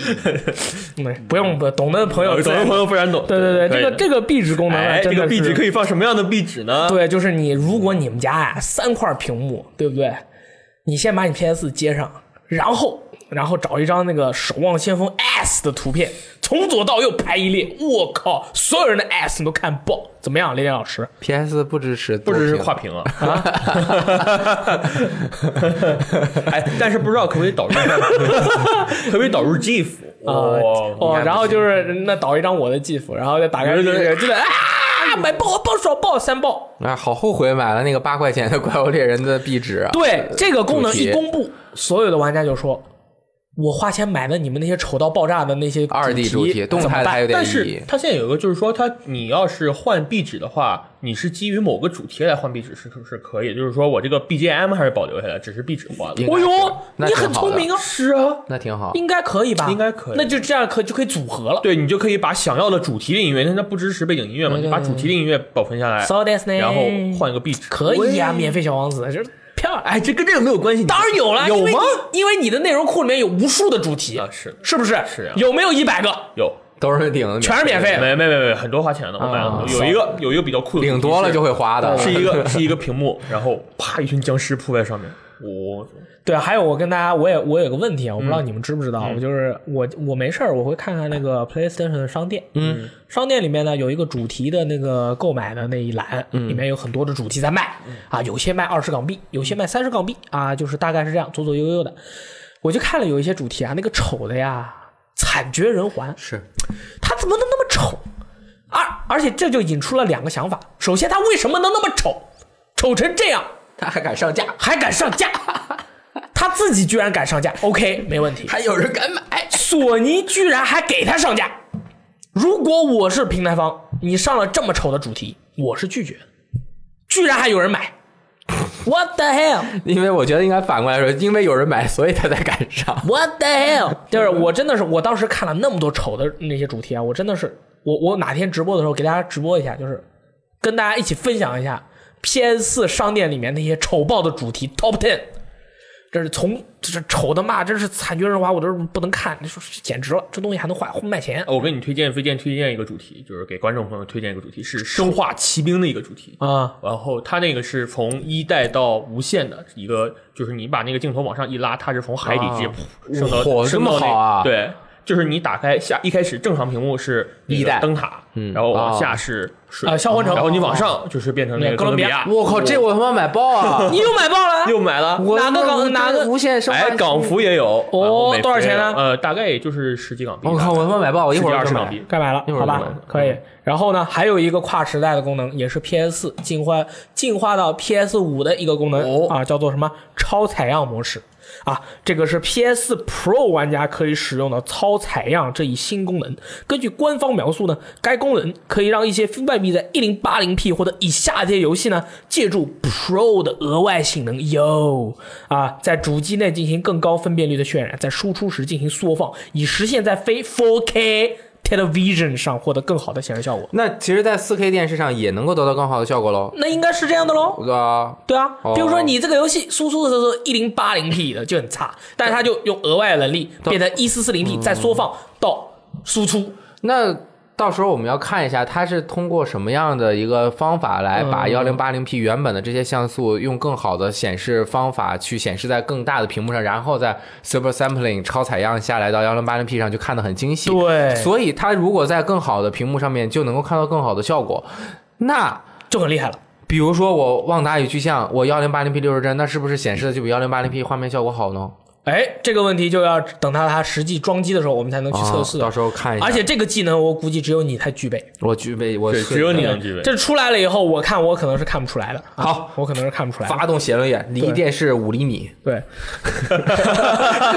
[SPEAKER 2] <laughs> 嗯，不用不懂的朋友
[SPEAKER 3] 有
[SPEAKER 2] 再，
[SPEAKER 3] 的朋友非常懂。
[SPEAKER 2] 对对对，
[SPEAKER 3] 可以
[SPEAKER 2] 这个
[SPEAKER 3] 的
[SPEAKER 2] 这个壁纸功能啊
[SPEAKER 3] 哎，
[SPEAKER 2] 真
[SPEAKER 3] 这
[SPEAKER 2] 的
[SPEAKER 3] 个
[SPEAKER 2] 是
[SPEAKER 3] 壁纸可以放什么样的壁纸呢？
[SPEAKER 2] 对，就是你，如果你们家呀、三块屏幕，对不对？你先把你 PS 接上，然后然后找一张那个《守望先锋 S》的图片，从左到右排一列，我靠，所有人的 S 你都看爆，怎么样，雷电老师？
[SPEAKER 1] PS 不支持，
[SPEAKER 3] 不只是跨。屏啊， <laughs> 哎，但是不知道可不可以导入， <laughs> 可不可以导入 GIF？
[SPEAKER 2] 哦
[SPEAKER 3] 哇
[SPEAKER 2] 哦，然后就是那导一张我的 GIF，然后再打开这个，真的啊，买爆爆爽爆三爆。
[SPEAKER 1] 啊，好后悔买了那个八块钱的《怪物猎人》的壁纸啊！
[SPEAKER 2] 对这个功能
[SPEAKER 1] 主题
[SPEAKER 2] 一公布，所有的玩家就说：“我花钱买的你们那些丑到爆炸的那些
[SPEAKER 1] 二 D 主题，动
[SPEAKER 2] 怎么
[SPEAKER 1] 态
[SPEAKER 2] 办
[SPEAKER 1] 才有点
[SPEAKER 3] 但
[SPEAKER 1] 意
[SPEAKER 3] 是
[SPEAKER 1] 义。
[SPEAKER 3] 它现在有一个，就是说，它你要是换壁纸的话，你是基于某个主题来换壁纸是是是可以，就是说我这个 BGM 还是保留下来，只是壁纸换了。
[SPEAKER 1] 应该
[SPEAKER 2] 哦
[SPEAKER 1] 是
[SPEAKER 2] 呦，
[SPEAKER 1] 那
[SPEAKER 2] 你
[SPEAKER 1] 挺
[SPEAKER 2] 很
[SPEAKER 1] 好
[SPEAKER 2] 聪
[SPEAKER 1] 的
[SPEAKER 2] 明啊！是啊，
[SPEAKER 1] 那挺好。
[SPEAKER 2] 应该可以吧？
[SPEAKER 3] 应该可以
[SPEAKER 2] 那就这样可就可以组合了。
[SPEAKER 3] 对你就可以把想要的主题的音乐，但它不支持背景音乐嘛，你把主题的音乐保存下来，
[SPEAKER 2] So that's ne，
[SPEAKER 3] 然后换一个壁纸，
[SPEAKER 2] 可以呀、
[SPEAKER 3] 喂
[SPEAKER 2] 免费小王子就是漂亮。
[SPEAKER 3] 哎，这跟这个没有关系。
[SPEAKER 2] 当然有了，
[SPEAKER 3] 有
[SPEAKER 2] 因为
[SPEAKER 3] 吗？
[SPEAKER 2] 你因为你的内容库里面有无数的主题，
[SPEAKER 3] 啊，是
[SPEAKER 2] 是不是？
[SPEAKER 3] 是啊
[SPEAKER 2] 有没有一百个？
[SPEAKER 3] 有，
[SPEAKER 1] 都是领
[SPEAKER 2] 全是免费的。
[SPEAKER 3] 没没没没，很多花钱的，我买
[SPEAKER 2] 啊
[SPEAKER 3] 了很多。有一个有一个比较酷的主题是，
[SPEAKER 1] 领多了就会花的，
[SPEAKER 3] 是一个是 <laughs> 一个屏幕，然后啪一群僵尸扑在上面，我
[SPEAKER 2] 对，还有我跟大家，我也我有个问题啊，我不知道你们知不知道，我就是我我没事儿，我会看看那个 PlayStation 的商店，嗯，商店里面呢有一个主题的那个购买的那一栏，里面有很多的主题在卖，啊，有些卖二十港币，有些卖三十港币，啊，就是大概是这样左左右右的，我就看了有一些主题啊，那个丑的呀，惨绝人寰，
[SPEAKER 1] 是
[SPEAKER 2] 他怎么能那么丑？而而且这就引出了两个想法，首先他为什么能那么丑，丑成这样？
[SPEAKER 1] 他还敢上架，
[SPEAKER 2] 还敢上架， <laughs> 他自己居然敢上架，OK，没问题。
[SPEAKER 1] 还有人敢买，
[SPEAKER 2] 索尼居然还给他上架，如果我是平台方，你上了这么丑的主题，我是拒绝的，居然还有人买，What the hell？
[SPEAKER 1] 因为我觉得应该反过来说，因为有人买，所以他才敢上。
[SPEAKER 2] What the hell？就是我真的是，我当时看了那么多丑的那些主题啊，我真的是，我我哪天直播的时候给大家直播一下，就是跟大家一起分享一下 PS 四商店里面那些丑爆的主题 Top Ten。这是从这是丑的嘛，真是惨绝人寰，我都是不能看，你说是简直了，这东西还能换卖钱
[SPEAKER 3] 我给你推荐推荐推荐一个主题，就是给观众朋友推荐一个主题是《生化奇兵》的一个主题。
[SPEAKER 2] 啊！
[SPEAKER 3] 然后它那个是从一代到无限的一个，就是你把那个镜头往上一拉，它是从海底直接噗升到
[SPEAKER 1] 嚯
[SPEAKER 3] 升到
[SPEAKER 1] 啊这么好
[SPEAKER 3] 那
[SPEAKER 1] 啊
[SPEAKER 3] 对，就是你打开下一开始正常屏幕是那个
[SPEAKER 1] 一代
[SPEAKER 3] 灯塔，
[SPEAKER 1] 嗯
[SPEAKER 3] 然后往下是水
[SPEAKER 2] 啊销魂城
[SPEAKER 3] 然后你往
[SPEAKER 1] 哦
[SPEAKER 3] 上就是变成那
[SPEAKER 2] 那
[SPEAKER 3] 个
[SPEAKER 2] 哥
[SPEAKER 3] 哥
[SPEAKER 2] 伦
[SPEAKER 3] 伦
[SPEAKER 2] 比
[SPEAKER 3] 比
[SPEAKER 2] 亚
[SPEAKER 3] 亚，
[SPEAKER 1] 我靠，这我他妈买爆 <laughs> 啊！
[SPEAKER 2] 你又买爆了，
[SPEAKER 3] 又买了。
[SPEAKER 1] 我
[SPEAKER 2] 哪个港
[SPEAKER 1] 我
[SPEAKER 2] 哪个
[SPEAKER 1] 无限升
[SPEAKER 3] 哎，
[SPEAKER 1] 班
[SPEAKER 3] 港服也有
[SPEAKER 2] 哦
[SPEAKER 3] 啊美服
[SPEAKER 2] 多少钱呢
[SPEAKER 3] 也有呃，大概也就是十几港币吧。
[SPEAKER 1] 我靠，我他妈买爆！我一
[SPEAKER 3] 十
[SPEAKER 1] 会
[SPEAKER 3] 几
[SPEAKER 1] 儿
[SPEAKER 3] 二
[SPEAKER 1] 就
[SPEAKER 3] 十
[SPEAKER 1] 买
[SPEAKER 3] 港币。
[SPEAKER 2] 该买了
[SPEAKER 1] 一，会儿
[SPEAKER 2] 好
[SPEAKER 1] 就
[SPEAKER 2] 吧
[SPEAKER 1] 买，嗯
[SPEAKER 2] 可以。然后呢，还有一个跨时代的功能，也是 PS 四进化进化到 PS 五的一个功能、
[SPEAKER 1] 哦
[SPEAKER 2] 啊，叫做什么超采样模式啊，这个是 PS Pro 玩家可以使用的超采样这一新功能。根据官方描述呢，该功能可以让一些外币在 1080p 或者以下这些游戏呢，借助 Pro 的额外性能哟啊，在主机内进行更高分辨率的渲染，在输出时进行缩放，以实现在非 4K。10 4K 的 Vision 上获得更好的显示效果。
[SPEAKER 1] 那其实，在 4K 电视上也能够得到更好的效果喽。
[SPEAKER 2] 那应该是这样的喽。
[SPEAKER 1] 啊，
[SPEAKER 2] 对啊
[SPEAKER 1] 哦，
[SPEAKER 2] 比如说你这个游戏输出的时候一零八零 P 的就很差，但是它就用额外的能力变成一四四
[SPEAKER 1] 嗯
[SPEAKER 2] 零 P 再缩放到输出。
[SPEAKER 1] 那到时候我们要看一下，它是通过什么样的一个方法
[SPEAKER 2] 嗯
[SPEAKER 1] 来把幺零八零 P 原本的这些像素，用更好的显示方法去显示在更大的屏幕上，然后再 super sampling 超采样下来到幺零八零 P 上，就看得很精细。
[SPEAKER 2] 对
[SPEAKER 1] 所以它如果在更好的屏幕上面就能够看到更好的效果，那。
[SPEAKER 2] 就很厉害了。
[SPEAKER 1] 比如说我旺达与巨像，我幺零八零 P 六十帧，那是不是显示的就比幺零八零 P 画面效果好呢？
[SPEAKER 2] 哎，这个问题就要等到它实际装机的时候，我们才能去测试。
[SPEAKER 1] 啊到时候看一下。
[SPEAKER 2] 而且这个技能，我估计只有你才具备。
[SPEAKER 1] 我具备，我
[SPEAKER 3] 对
[SPEAKER 1] 是
[SPEAKER 3] 只有你能具备
[SPEAKER 2] 这出来了以后，我看我可能是看不出来的。啊
[SPEAKER 1] 好，
[SPEAKER 2] 我可能是看不出来的。
[SPEAKER 1] 发动写轮眼，离
[SPEAKER 2] 对
[SPEAKER 1] 电视五厘米。
[SPEAKER 2] 对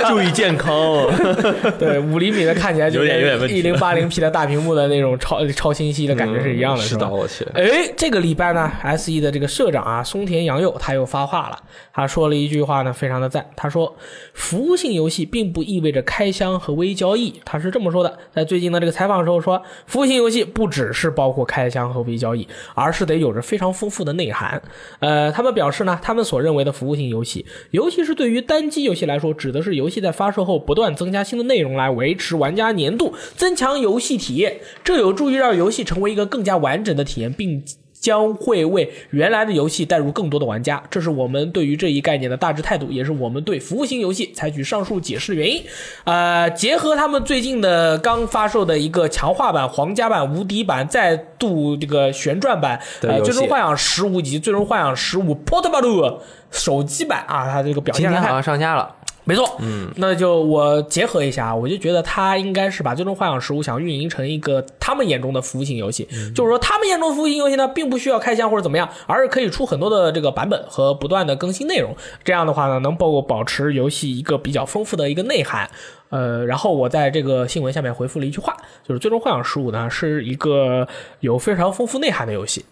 [SPEAKER 3] 注意健
[SPEAKER 1] <laughs>
[SPEAKER 3] 康哦。
[SPEAKER 2] 对，五厘米的看起来就
[SPEAKER 3] 有点有点问
[SPEAKER 2] 跟一
[SPEAKER 3] 题
[SPEAKER 2] 零八零 P 的大屏幕的那种超超清晰的感觉是一样的，
[SPEAKER 1] 嗯是
[SPEAKER 2] 吧
[SPEAKER 1] 的，？我去。
[SPEAKER 2] 哎，这个礼拜呢，S E 的这个社长啊，松田洋佑他又发话了，他说了一句话呢，非常的赞。他说，服务性游戏并不意味着开箱和微交易，他是这么说的。在最近的这个采访的时候说，服务性游戏不只是包括开箱和微交易，而是得有着非常丰富的内涵。呃，他们表示呢，他们所认为的服务性游戏，尤其是对于单机游戏来说，指的是游戏在发售后不断增加新的内容来维持玩家粘度，增强游戏体验。这有助于让游戏成为一个更加完整的体验，并将会为原来的游戏带入更多的玩家。这是我们对于这一概念的大致态度，也是我们对服务型游戏采取上述解释的原因。呃，结合他们最近的刚发售的一个强化版、皇家版、无敌版、再度这个旋转版、
[SPEAKER 1] 的
[SPEAKER 2] 呃，
[SPEAKER 1] 游戏
[SPEAKER 2] 最终幻想十五以及最终幻想十五 Portable 手机版啊，它这个表
[SPEAKER 1] 今
[SPEAKER 2] 现来
[SPEAKER 1] 天好像
[SPEAKER 2] 看，
[SPEAKER 1] 上架了，
[SPEAKER 2] 没错，嗯，那就我结合一下，啊我就觉得他应该是把《最终幻想十五》想运营成一个他们眼中的服务型游戏，就是说他们眼中的服务型游戏呢，并不需要开箱或者怎么样，而是可以出很多的这个版本和不断的更新内容。这样的话呢，能够保持游戏一个比较丰富的一个内涵。呃，然后我在这个新闻下面回复了一句话，就是《最终幻想十五》呢是一个有非常丰富内涵的游戏。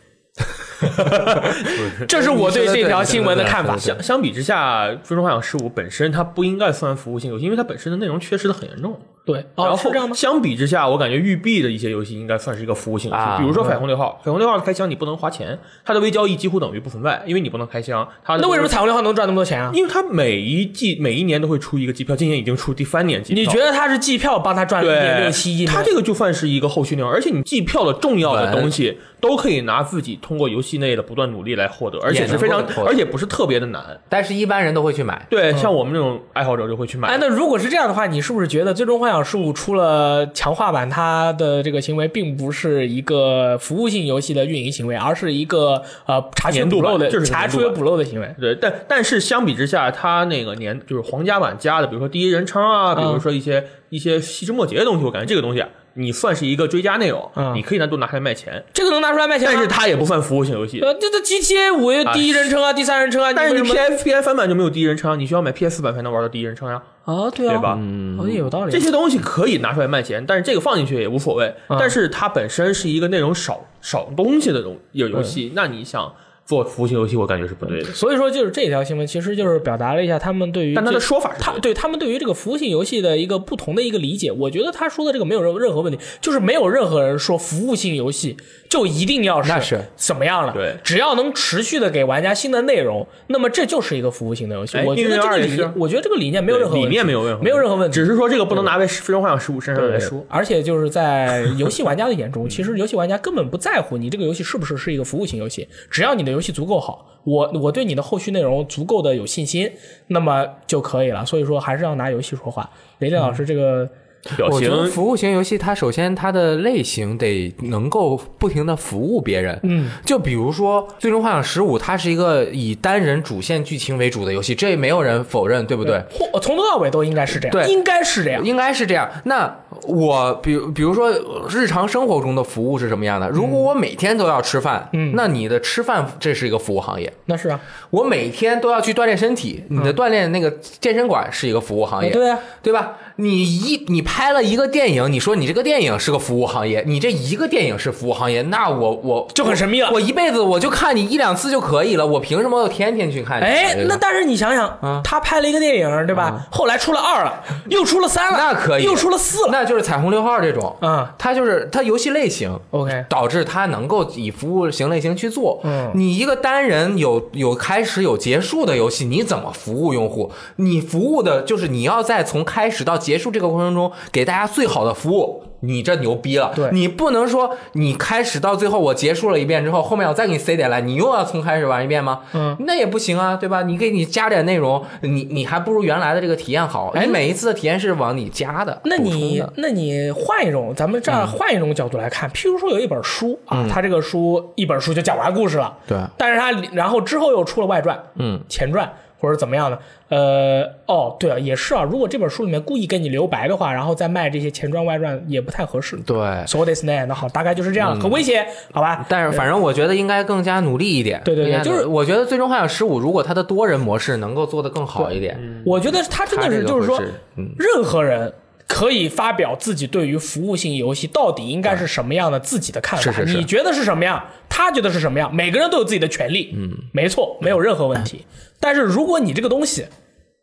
[SPEAKER 2] 这是我对这条新闻的看法。
[SPEAKER 3] <laughs> 相相比之下，《最终幻想十五》本身它不应该算服务性游戏，因为它本身的内容缺失的很严重。
[SPEAKER 2] 对，
[SPEAKER 3] 然
[SPEAKER 2] 哦，是
[SPEAKER 3] 后
[SPEAKER 2] 这样吗？
[SPEAKER 3] 相比之下，我感觉育碧的一些游戏应该算是一个服务性游戏，
[SPEAKER 1] 啊
[SPEAKER 3] 比如说《彩虹六号》，《彩虹六号》开箱你不能花钱，它的微交易几乎等于不存在，因为你不能开箱。它的
[SPEAKER 2] 那为什么彩虹六号能赚那么多钱啊？
[SPEAKER 3] 因为它每一季每一年都会出一个机票，今年已经出第三年机票。
[SPEAKER 2] 你觉得他是计票帮他赚了一点
[SPEAKER 3] 对
[SPEAKER 2] 六七亿呢？
[SPEAKER 3] 它这个就算是一个后续内容，而且你计票的重要的东西都可以拿自己通过游戏内的不断努力来获得，而且是非常
[SPEAKER 1] 也能够获，得
[SPEAKER 3] 而且不是特别的难。
[SPEAKER 1] 但是一般人都会去买。
[SPEAKER 3] 对，像我们这种爱好者就会去
[SPEAKER 2] 嗯哎
[SPEAKER 3] 买，。
[SPEAKER 2] 那如果是这样的话，你是不是觉得《最终幻想十五》出了强化版，它的这个行为并不是一个服务性游戏的运营行为，而是一个呃查缺
[SPEAKER 3] 年度
[SPEAKER 2] 补
[SPEAKER 3] 版
[SPEAKER 2] 漏的
[SPEAKER 3] 就是
[SPEAKER 2] 查
[SPEAKER 3] 年度
[SPEAKER 2] 缺
[SPEAKER 3] 版
[SPEAKER 2] 补漏的行为？
[SPEAKER 3] 对，但但是相比之下，它那个年就是皇家版加的，比如说第一人称啊，比
[SPEAKER 2] 嗯
[SPEAKER 3] 如说一些、一些细枝末节的东西，我感觉这个东西啊，你算是一个追加内容，
[SPEAKER 2] 嗯啊
[SPEAKER 3] 你可以单独拿出来卖钱，
[SPEAKER 2] 这个能拿出来卖钱
[SPEAKER 3] 但
[SPEAKER 2] 吗？
[SPEAKER 3] 是它也不算服务性游戏。
[SPEAKER 2] 呃，这这 GTA 五又第一人称啊，第三人称啊，
[SPEAKER 3] 但是
[SPEAKER 2] 为
[SPEAKER 3] 你
[SPEAKER 2] 什
[SPEAKER 3] P
[SPEAKER 2] 么
[SPEAKER 3] S P S 翻版就没有第一人称啊，你需要买 P S 版才能玩到第一人称呀、
[SPEAKER 2] 啊？对啊，
[SPEAKER 3] 对吧嗯
[SPEAKER 2] 好像也有道理
[SPEAKER 3] 这。些东西可以拿出来卖钱，但是这个放进去也无所谓。
[SPEAKER 2] 啊嗯
[SPEAKER 3] 但是它本身是一个内容少少东西的东有游戏，那你想做服务性游戏，我感觉是不对的。
[SPEAKER 2] 所以说，就是这条新闻，其实就是表达了一下他们对于
[SPEAKER 3] 但它
[SPEAKER 2] 这
[SPEAKER 3] 的说法是
[SPEAKER 2] 他
[SPEAKER 3] 对的
[SPEAKER 2] 对他们对于这个服务性游戏的一个不同的一个理解，我觉得他说的这个没有任任何问题，就是没有任何人说服务性游戏就一定要
[SPEAKER 1] 那
[SPEAKER 2] 是
[SPEAKER 1] 是
[SPEAKER 2] 怎么样了，
[SPEAKER 3] 对
[SPEAKER 2] 只要能持续的给玩家新的内容，那么这就是一个服务性的游戏。
[SPEAKER 3] 哎
[SPEAKER 2] 我觉得
[SPEAKER 3] 命
[SPEAKER 2] 这
[SPEAKER 3] 运
[SPEAKER 2] 个
[SPEAKER 3] 二也
[SPEAKER 2] 理
[SPEAKER 3] 是，
[SPEAKER 2] 我觉得这个理念没有任何问题
[SPEAKER 3] 理念没有任何
[SPEAKER 2] 没有任何问题，
[SPEAKER 3] 只是说这个不能拿在《非洲幻想十五》身上来
[SPEAKER 2] 对
[SPEAKER 3] 说。，
[SPEAKER 2] 而且就是在游戏玩家的眼中，其实游戏玩家根本不在乎你这个游戏是不是是一个服务型游戏，只要你的游戏足够好，我我对你的后续内容足够的有信心，那么就可以了。所以说，还是要拿游戏说话。雷电老师
[SPEAKER 1] 嗯
[SPEAKER 2] 这个
[SPEAKER 3] 表
[SPEAKER 1] 我觉
[SPEAKER 3] 情
[SPEAKER 1] 得服务型游戏，它首先它的类型得能够不停的服务别人。嗯，就比如说《最终幻想十五》，它是一个以单人主线剧情为主的游戏，这也没有人否认，对不对？
[SPEAKER 2] 或从头到尾都应该是这样，
[SPEAKER 1] 对
[SPEAKER 2] 应该是这样。
[SPEAKER 1] 应该是这样。那我比如比如说日常生活中的服务是什么样的？如果我每天都要吃饭，嗯，那你的吃饭这是一个服务行业。
[SPEAKER 2] 那是啊，
[SPEAKER 1] 我每天都要去锻炼身体，你的锻炼那个健身馆是一个服务行业，
[SPEAKER 2] 对啊，
[SPEAKER 1] 对吧？你一你拍了一个电影，你说你这个电影是个服务行业，你这一个电影是服务行业，那我我
[SPEAKER 2] 就很神秘了
[SPEAKER 1] 我一辈子我就看你一两次就可以了，我凭什么要天天去看你？
[SPEAKER 2] 哎
[SPEAKER 1] 对，吧
[SPEAKER 2] 那但是你想想，
[SPEAKER 1] 啊
[SPEAKER 2] 他拍了一个电影，对吧？后来出了二了，又出了三了，
[SPEAKER 1] 那可以
[SPEAKER 2] 又出了四了，
[SPEAKER 1] 那在就是彩虹六号这种，
[SPEAKER 2] 啊
[SPEAKER 1] 它就是它游戏类型。
[SPEAKER 2] ，OK，
[SPEAKER 1] 导致它能够以服务型类型去做。
[SPEAKER 2] 嗯
[SPEAKER 1] 你一个单人有有开始有结束的游戏，你怎么服务用户？你服务的就是你要在从开始到结束这个过程中给大家最好的服务，你这牛逼了。
[SPEAKER 2] 对
[SPEAKER 1] 你不能说你开始到最后我结束了一遍之后，后面我再给你塞点来，你又要从开始玩一遍吗？
[SPEAKER 2] 嗯，
[SPEAKER 1] 那也不行啊，对吧？你给你加点内容，你你还不如原来的这个体验好。
[SPEAKER 2] 哎
[SPEAKER 1] 你每一次的体验是往你加的，
[SPEAKER 2] 那
[SPEAKER 1] 补充
[SPEAKER 2] 你
[SPEAKER 1] 的嗯
[SPEAKER 2] 那你换一种，咱们这样换一种角度来看，譬如说有一本书啊，它这个书一本书就讲完故事了，
[SPEAKER 1] 对
[SPEAKER 2] 但是它里然后之后又出了外传，
[SPEAKER 1] 嗯，
[SPEAKER 2] 前传或者怎么样的，呃，哦，对啊，也是啊，如果这本书里面故意给你留白的话，然后再卖这些前传外传也不太合适。
[SPEAKER 1] 对。嗯
[SPEAKER 2] So this 那那好，大概就是这样，很危险，好吧？
[SPEAKER 1] 但是反正我觉得应该更加努力一点。
[SPEAKER 2] 对对对
[SPEAKER 1] 应该
[SPEAKER 2] 就是
[SPEAKER 1] 我觉得《最终幻想十五》如果它的多人模式能够做得更好一点，
[SPEAKER 2] 我觉得他真的是就是说
[SPEAKER 1] 嗯他这个会是嗯，
[SPEAKER 2] 任何人。可以发表自己对于服务性游戏到底应该是什么样的自己的看法，
[SPEAKER 1] 是是是
[SPEAKER 2] 你觉得是什么样，他觉得是什么样，每个人都有自己的权利，嗯，没错，没有任何问题。
[SPEAKER 1] 嗯
[SPEAKER 2] 但是如果你这个东西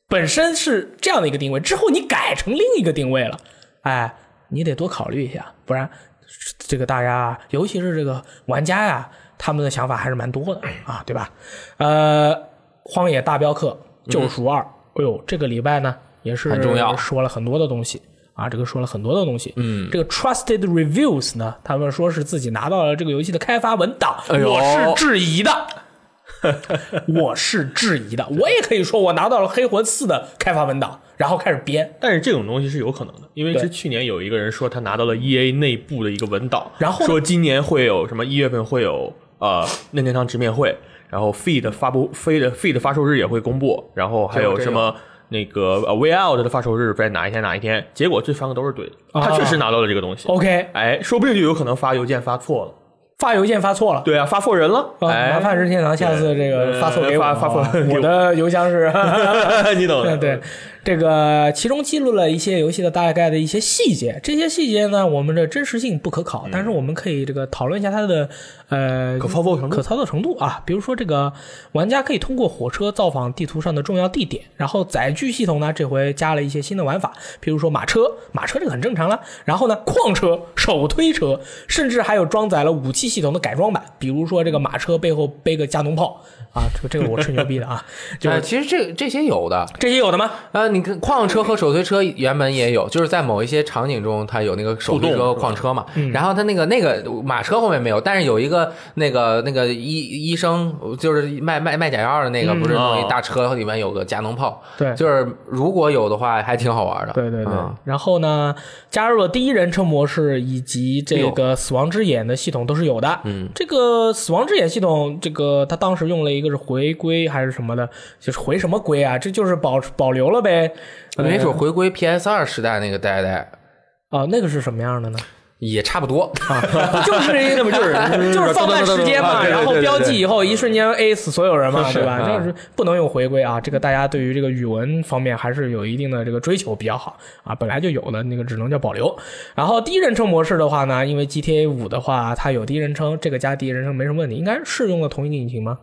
[SPEAKER 2] 本身是这样的一个定位，之后你改成另一个定位了，哎，你得多考虑一下，不然这个大家，尤其是这个玩家呀，他们的想法还是蛮多的
[SPEAKER 1] 嗯
[SPEAKER 2] 啊，对吧？呃，《荒野大镖客：救赎二》哎呦，这个礼拜呢也是
[SPEAKER 1] 嗯很重要
[SPEAKER 2] 说了很多的东西啊，这个说了很多的东西。嗯，这个 Trusted Reviews 呢，他们说是自己拿到了这个游戏的开发文档，
[SPEAKER 1] 哎呦
[SPEAKER 2] 我是质疑的。我是质疑的，我也可以说我拿到了《黑魂四》的开发文档，然后开始编，
[SPEAKER 3] 但是这种东西是有可能的，因为
[SPEAKER 2] 对
[SPEAKER 3] 是去年有一个人说他拿到了 E A 内部的一个文档，
[SPEAKER 2] 然后呢
[SPEAKER 3] 说今年会有什么一月份会有呃任天堂直面会，然后 Feed 发布 Feed Feed 发售日也会公布，然后还有什么那个呃 Way Out 的发售日在哪一天哪一天，结果这三个都是对的，
[SPEAKER 2] 啊
[SPEAKER 3] 他确实拿到了这个东西。
[SPEAKER 2] OK，
[SPEAKER 3] 哎，说不定就有可能发邮件发错了，
[SPEAKER 2] 发邮件发错了。
[SPEAKER 3] 对啊，发错人了，
[SPEAKER 2] 啊
[SPEAKER 3] 哎，
[SPEAKER 2] 麻烦任天堂下次这个
[SPEAKER 3] 对
[SPEAKER 2] 发错给我，
[SPEAKER 3] 呃发发
[SPEAKER 2] 好吧
[SPEAKER 3] 错给我
[SPEAKER 2] 我的邮箱是。
[SPEAKER 3] <laughs> 你懂的，
[SPEAKER 2] 嗯， <laughs> 对，这个其中记录了一些游戏的大概的一些细节，这些细节呢，我们的真实性不可考，但是我们可以这个讨论一下它的呃
[SPEAKER 3] 可操作程度
[SPEAKER 2] 可操作程度啊。比如说，这个玩家可以通过火车造访地图上的重要地点，然后载具系统呢，这回加了一些新的玩法，比如说马车，马车这个很正常了。然后呢，矿车、手推车，甚至还有装载了武器系统的改装版，比如说这个马车背后背个加农炮啊，这个这个我吹牛逼的啊，就
[SPEAKER 1] 呃，
[SPEAKER 2] 是
[SPEAKER 1] 其实这这些有的，
[SPEAKER 2] 这些有的吗？
[SPEAKER 1] 呃，你看矿车和手推车原本也有，就是在某一些场景中，它有那个手推车和矿车嘛。
[SPEAKER 2] 嗯
[SPEAKER 1] 然后它那个那个马车后面没有，但是有一个那个那个医医生，就是卖卖卖假药的那个，不是弄一大车里面有个加农炮，
[SPEAKER 2] 嗯对
[SPEAKER 1] 就是如果有的话，还挺好玩的。
[SPEAKER 2] 对对对，
[SPEAKER 1] 嗯
[SPEAKER 2] 然后呢，加入了第一人称模式以及这个死亡之眼的系统都是有的。嗯，这个死亡之眼系统，这个他当时用了一个是回归还是什么的，就是回什么归啊？这就是保保留了呗。呃
[SPEAKER 1] 没准回归 PS 二时代那个代代
[SPEAKER 2] 啊、那个是什么样的呢？
[SPEAKER 1] 也差不多。
[SPEAKER 2] 就是一个
[SPEAKER 3] <laughs>
[SPEAKER 2] 就是就是放慢时间嘛，
[SPEAKER 3] 啊对对对对
[SPEAKER 2] 然后标记以后一瞬间 A 死所有人嘛，
[SPEAKER 3] 是嗯
[SPEAKER 2] 对吧？
[SPEAKER 1] 啊
[SPEAKER 2] 就是不能用回归啊，这个大家对于这个语文方面还是有一定的这个追求比较好啊，本来就有的那个只能叫保留。然后第一人称模式的话呢，因为 GTA 五的话它有第一人称，这个加第一人称没什么问题，应该是用了同一个引擎吗？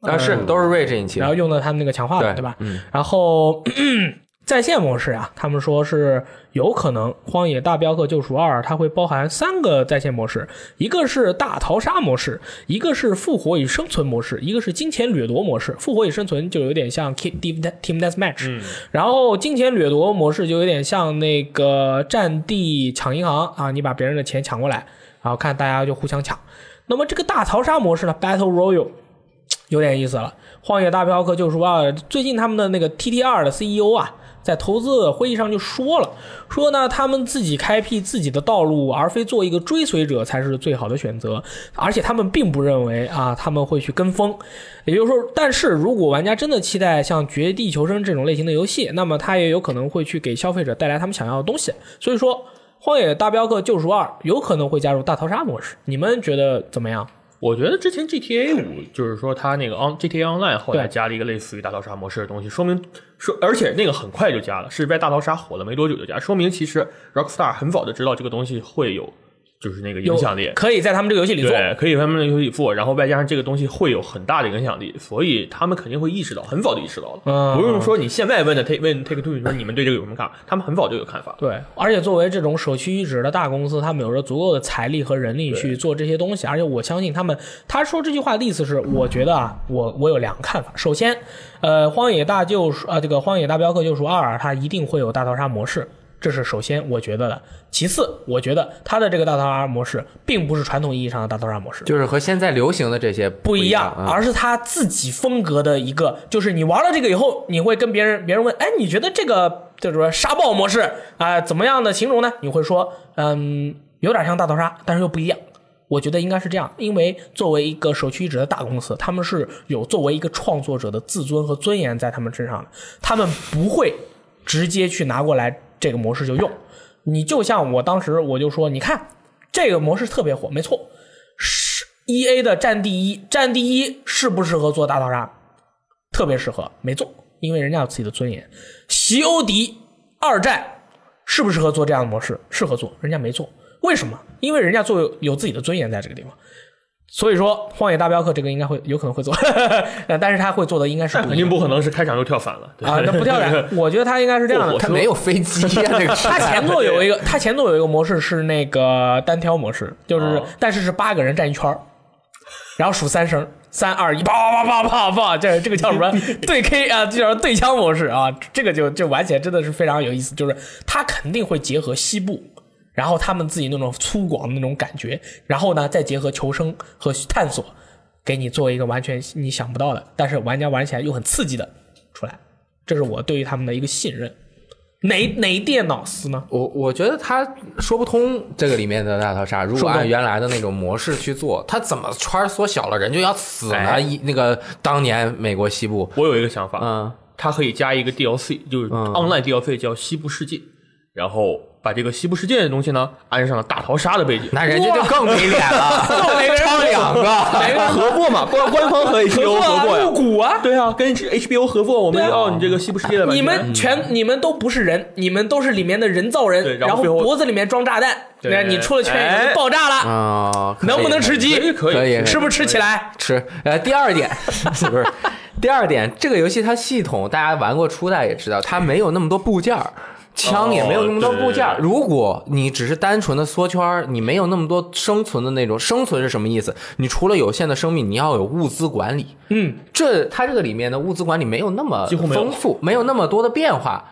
[SPEAKER 1] 啊，是都是 Rage 引擎
[SPEAKER 2] 然，后用了他们那个强化版，
[SPEAKER 1] 对
[SPEAKER 2] 对嗯吧？然后咳咳在线模式啊，他们说是有可能《荒野大镖客：救赎二》它会包含三个在线模式，一个是大逃杀模式，一个是复活与生存模式，一个是金钱掠夺模式。复活与生存就有点像 Keep Deep Team Deathmatch，、然后金钱掠夺模式就有点像那个战地抢银行啊，你把别人的钱抢过来，然后看大家就互相抢。那么这个大逃杀模式呢，Battle Royale。有点意思了。荒野大镖客救赎二，最近他们的那个 TTR 的 CEO 啊，在投资会议上就说了，说呢，他们自己开辟自己的道路，而非做一个追随者才是最好的选择。而且他们并不认为啊，他们会去跟风。也就是说，但是如果玩家真的期待像《绝地求生》这种类型的游戏，那么它也有可能会去给消费者带来他们想要的东西。所以说，《荒野大镖客救赎二》有可能会加入大逃杀模式，你们觉得怎么样？
[SPEAKER 3] 我觉得之前 GTA 五就是说它那个 on GTA Online 后
[SPEAKER 2] 对
[SPEAKER 3] 来加了一个类似于大逃杀模式的东西，说明说而且那个很快就加了，是在大逃杀火了没多久就加，说明其实 Rockstar 很早就知道这个东西会有就是那个影响力
[SPEAKER 2] 有。可以在他们这个游戏里做。
[SPEAKER 3] 对，可以他们有以做，然后外加上这个东西会有很大的影响力，所以他们肯定会意识到，很早就意识到了，
[SPEAKER 2] 嗯
[SPEAKER 3] 不用说你现在问的 Take 问 Take Two 你说你们对这个有什么看法，他们很早就有看法。
[SPEAKER 2] 对，而且作为这种舍区一职的大公司，他们有着足够的财力和人力去做这些东西，而且我相信他们。他说这句话的意思是，我觉得啊，我我有两个看法。首先，呃，荒野大救赎啊，这个荒野大镖客救赎二，它一定会有大逃杀模式。这是首先我觉得的，其次，我觉得它的这个大逃杀模式并不是传统意义上的大逃杀模式，
[SPEAKER 1] 就是和现在流行的这些
[SPEAKER 2] 不
[SPEAKER 1] 不
[SPEAKER 2] 一样，
[SPEAKER 1] 啊。
[SPEAKER 2] 而是他自己风格的一个，就是你玩了这个以后，你会跟别人，别人问，哎，你觉得这个就是说沙暴模式啊、怎么样的形容呢？你会说，嗯，有点像大逃杀，但是又不一样。我觉得应该是这样，因为作为一个首屈一指的大公司，他们是有作为一个创作者的自尊和尊严在他们身上的，他们不会直接去拿过来这个模式就用。你就像我当时我就说，你看这个模式特别火，没错，是 E A 的《战地一》，《战地一》适不适合做大逃杀？特别适合，没做，因为人家有自己的尊严。《席欧迪二战》适不适合做这样的模式？适合做，人家没做，为什么？因为人家做有有自己的尊严在这个地方。所以说，《荒野大镖客》这个应该会有可能会做， <laughs> 呃但是他会做的应该是
[SPEAKER 3] 但
[SPEAKER 2] 不
[SPEAKER 3] 肯
[SPEAKER 2] 一样
[SPEAKER 3] 定不可能是开场就跳反了对
[SPEAKER 2] 啊，那不
[SPEAKER 3] <laughs>
[SPEAKER 2] 跳远，我觉得他应该是
[SPEAKER 1] <laughs>
[SPEAKER 2] 这样的
[SPEAKER 3] 过火，
[SPEAKER 1] 它没有飞
[SPEAKER 2] <laughs>
[SPEAKER 1] 机啊，这个
[SPEAKER 2] 它前作有一个，它前作有一个模式是那个单挑模式，就是、
[SPEAKER 3] 哦
[SPEAKER 2] 但是是八个人站一圈儿然后数三声，三二一，啪啪啪啪啪啪，这这个叫什么？对 K 啊，这叫什么对枪模式啊，这个就就玩起来真的是非常有意思，就是它肯定会结合西部。然后他们自己那种粗犷的那种感觉，然后呢，再结合求生和探索，给你做一个完全你想不到的，但是玩家玩起来又很刺激的出来。这是我对于他们的一个信任。哪哪电脑撕
[SPEAKER 1] <laughs>
[SPEAKER 2] 呢？
[SPEAKER 1] 我我觉得他说不通这个里面的大逃杀，如
[SPEAKER 2] 说
[SPEAKER 1] 果
[SPEAKER 2] 不通
[SPEAKER 1] 按原来的那种模式去做，他怎么圈缩小了人就要死
[SPEAKER 3] 哎
[SPEAKER 1] 呢？一那个当年美国西部，
[SPEAKER 3] 我有一个想法，
[SPEAKER 1] 嗯，
[SPEAKER 3] 它可以加一个 DLC，就是 online DLC 叫《西部世界》，然后把这个西部世界的东西呢安上了大逃杀的背景。
[SPEAKER 1] 那人家就
[SPEAKER 3] <laughs>
[SPEAKER 1] 更没脸
[SPEAKER 2] <laughs>
[SPEAKER 1] 了，
[SPEAKER 2] 就每个人
[SPEAKER 1] 唱两个。
[SPEAKER 3] 合作嘛，官官方和 HBO 合
[SPEAKER 2] 入
[SPEAKER 3] 作呀，
[SPEAKER 2] 股啊！
[SPEAKER 3] 对啊，跟 HBO 合作，我们
[SPEAKER 2] 对啊
[SPEAKER 3] 要你这个西部世界的版
[SPEAKER 2] 你
[SPEAKER 3] 权。
[SPEAKER 2] 们全你们都不是人，你们都是里面的人造
[SPEAKER 3] 对
[SPEAKER 2] 人，
[SPEAKER 3] 然
[SPEAKER 2] 然
[SPEAKER 3] 后
[SPEAKER 2] 后
[SPEAKER 3] 最后
[SPEAKER 2] 脖子里面装炸弹，
[SPEAKER 3] 对
[SPEAKER 2] 那你出了圈以后
[SPEAKER 3] 哎
[SPEAKER 2] 就爆炸了，
[SPEAKER 1] 啊，可以
[SPEAKER 2] 能不能吃鸡？
[SPEAKER 3] 可以
[SPEAKER 1] 可以
[SPEAKER 2] 吃不吃起来？
[SPEAKER 1] 吃？呃，第二点 <laughs> 是不是？第二点，这个游戏它系统大家玩过初代也知道，它没有那么多部件儿。枪也没有那么多部件儿
[SPEAKER 3] 哦对
[SPEAKER 1] 如果你只是单纯的缩圈儿，你没有那么多生存的那种生存是什么意思？你除了有限的生命，你要有物资管理。
[SPEAKER 2] 嗯，
[SPEAKER 1] 这它这个里面的物资管理没有那么
[SPEAKER 3] 几乎没有
[SPEAKER 1] 丰富，没有那么多的变化。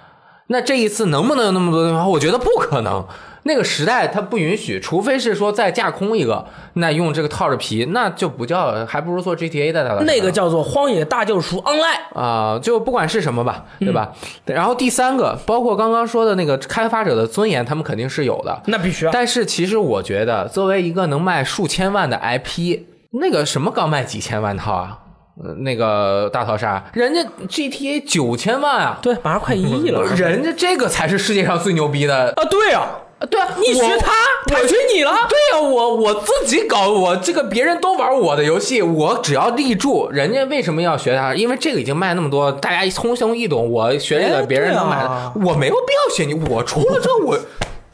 [SPEAKER 1] 那这一次能不能有那么多的变化？我觉得不可能。那个时代它不允许，除非是说再架空一个，那用这个套着皮，那就不叫，还不如做 GTA 的大逃杀
[SPEAKER 2] 那个叫做《荒野大救赎 Online》。
[SPEAKER 1] 啊、就不管是什么吧，对吧？
[SPEAKER 2] 嗯
[SPEAKER 1] 然后第三个，包括刚刚说的那个开发者的尊严，他们肯定是有的。
[SPEAKER 2] 那必须啊！
[SPEAKER 1] 但是其实我觉得，作为一个能卖数千万的 IP，那个什么刚卖几千万套啊，呃那个大逃杀，人家 GTA 九千万啊，
[SPEAKER 2] 对，马上快一亿了
[SPEAKER 1] 人家这个才是世界上最牛逼的。
[SPEAKER 2] 啊！对啊，
[SPEAKER 1] 对啊，
[SPEAKER 2] 你学他，他学你了。
[SPEAKER 1] 对呀、我我自己搞我这个，别人都玩我的游戏，我只要立住，人家为什么要学他？因为这个已经卖那么多，大家通行易懂。我学这
[SPEAKER 2] 哎
[SPEAKER 1] 个，别人
[SPEAKER 2] 对啊
[SPEAKER 1] 能买的，我没有必要学你。我出了这我，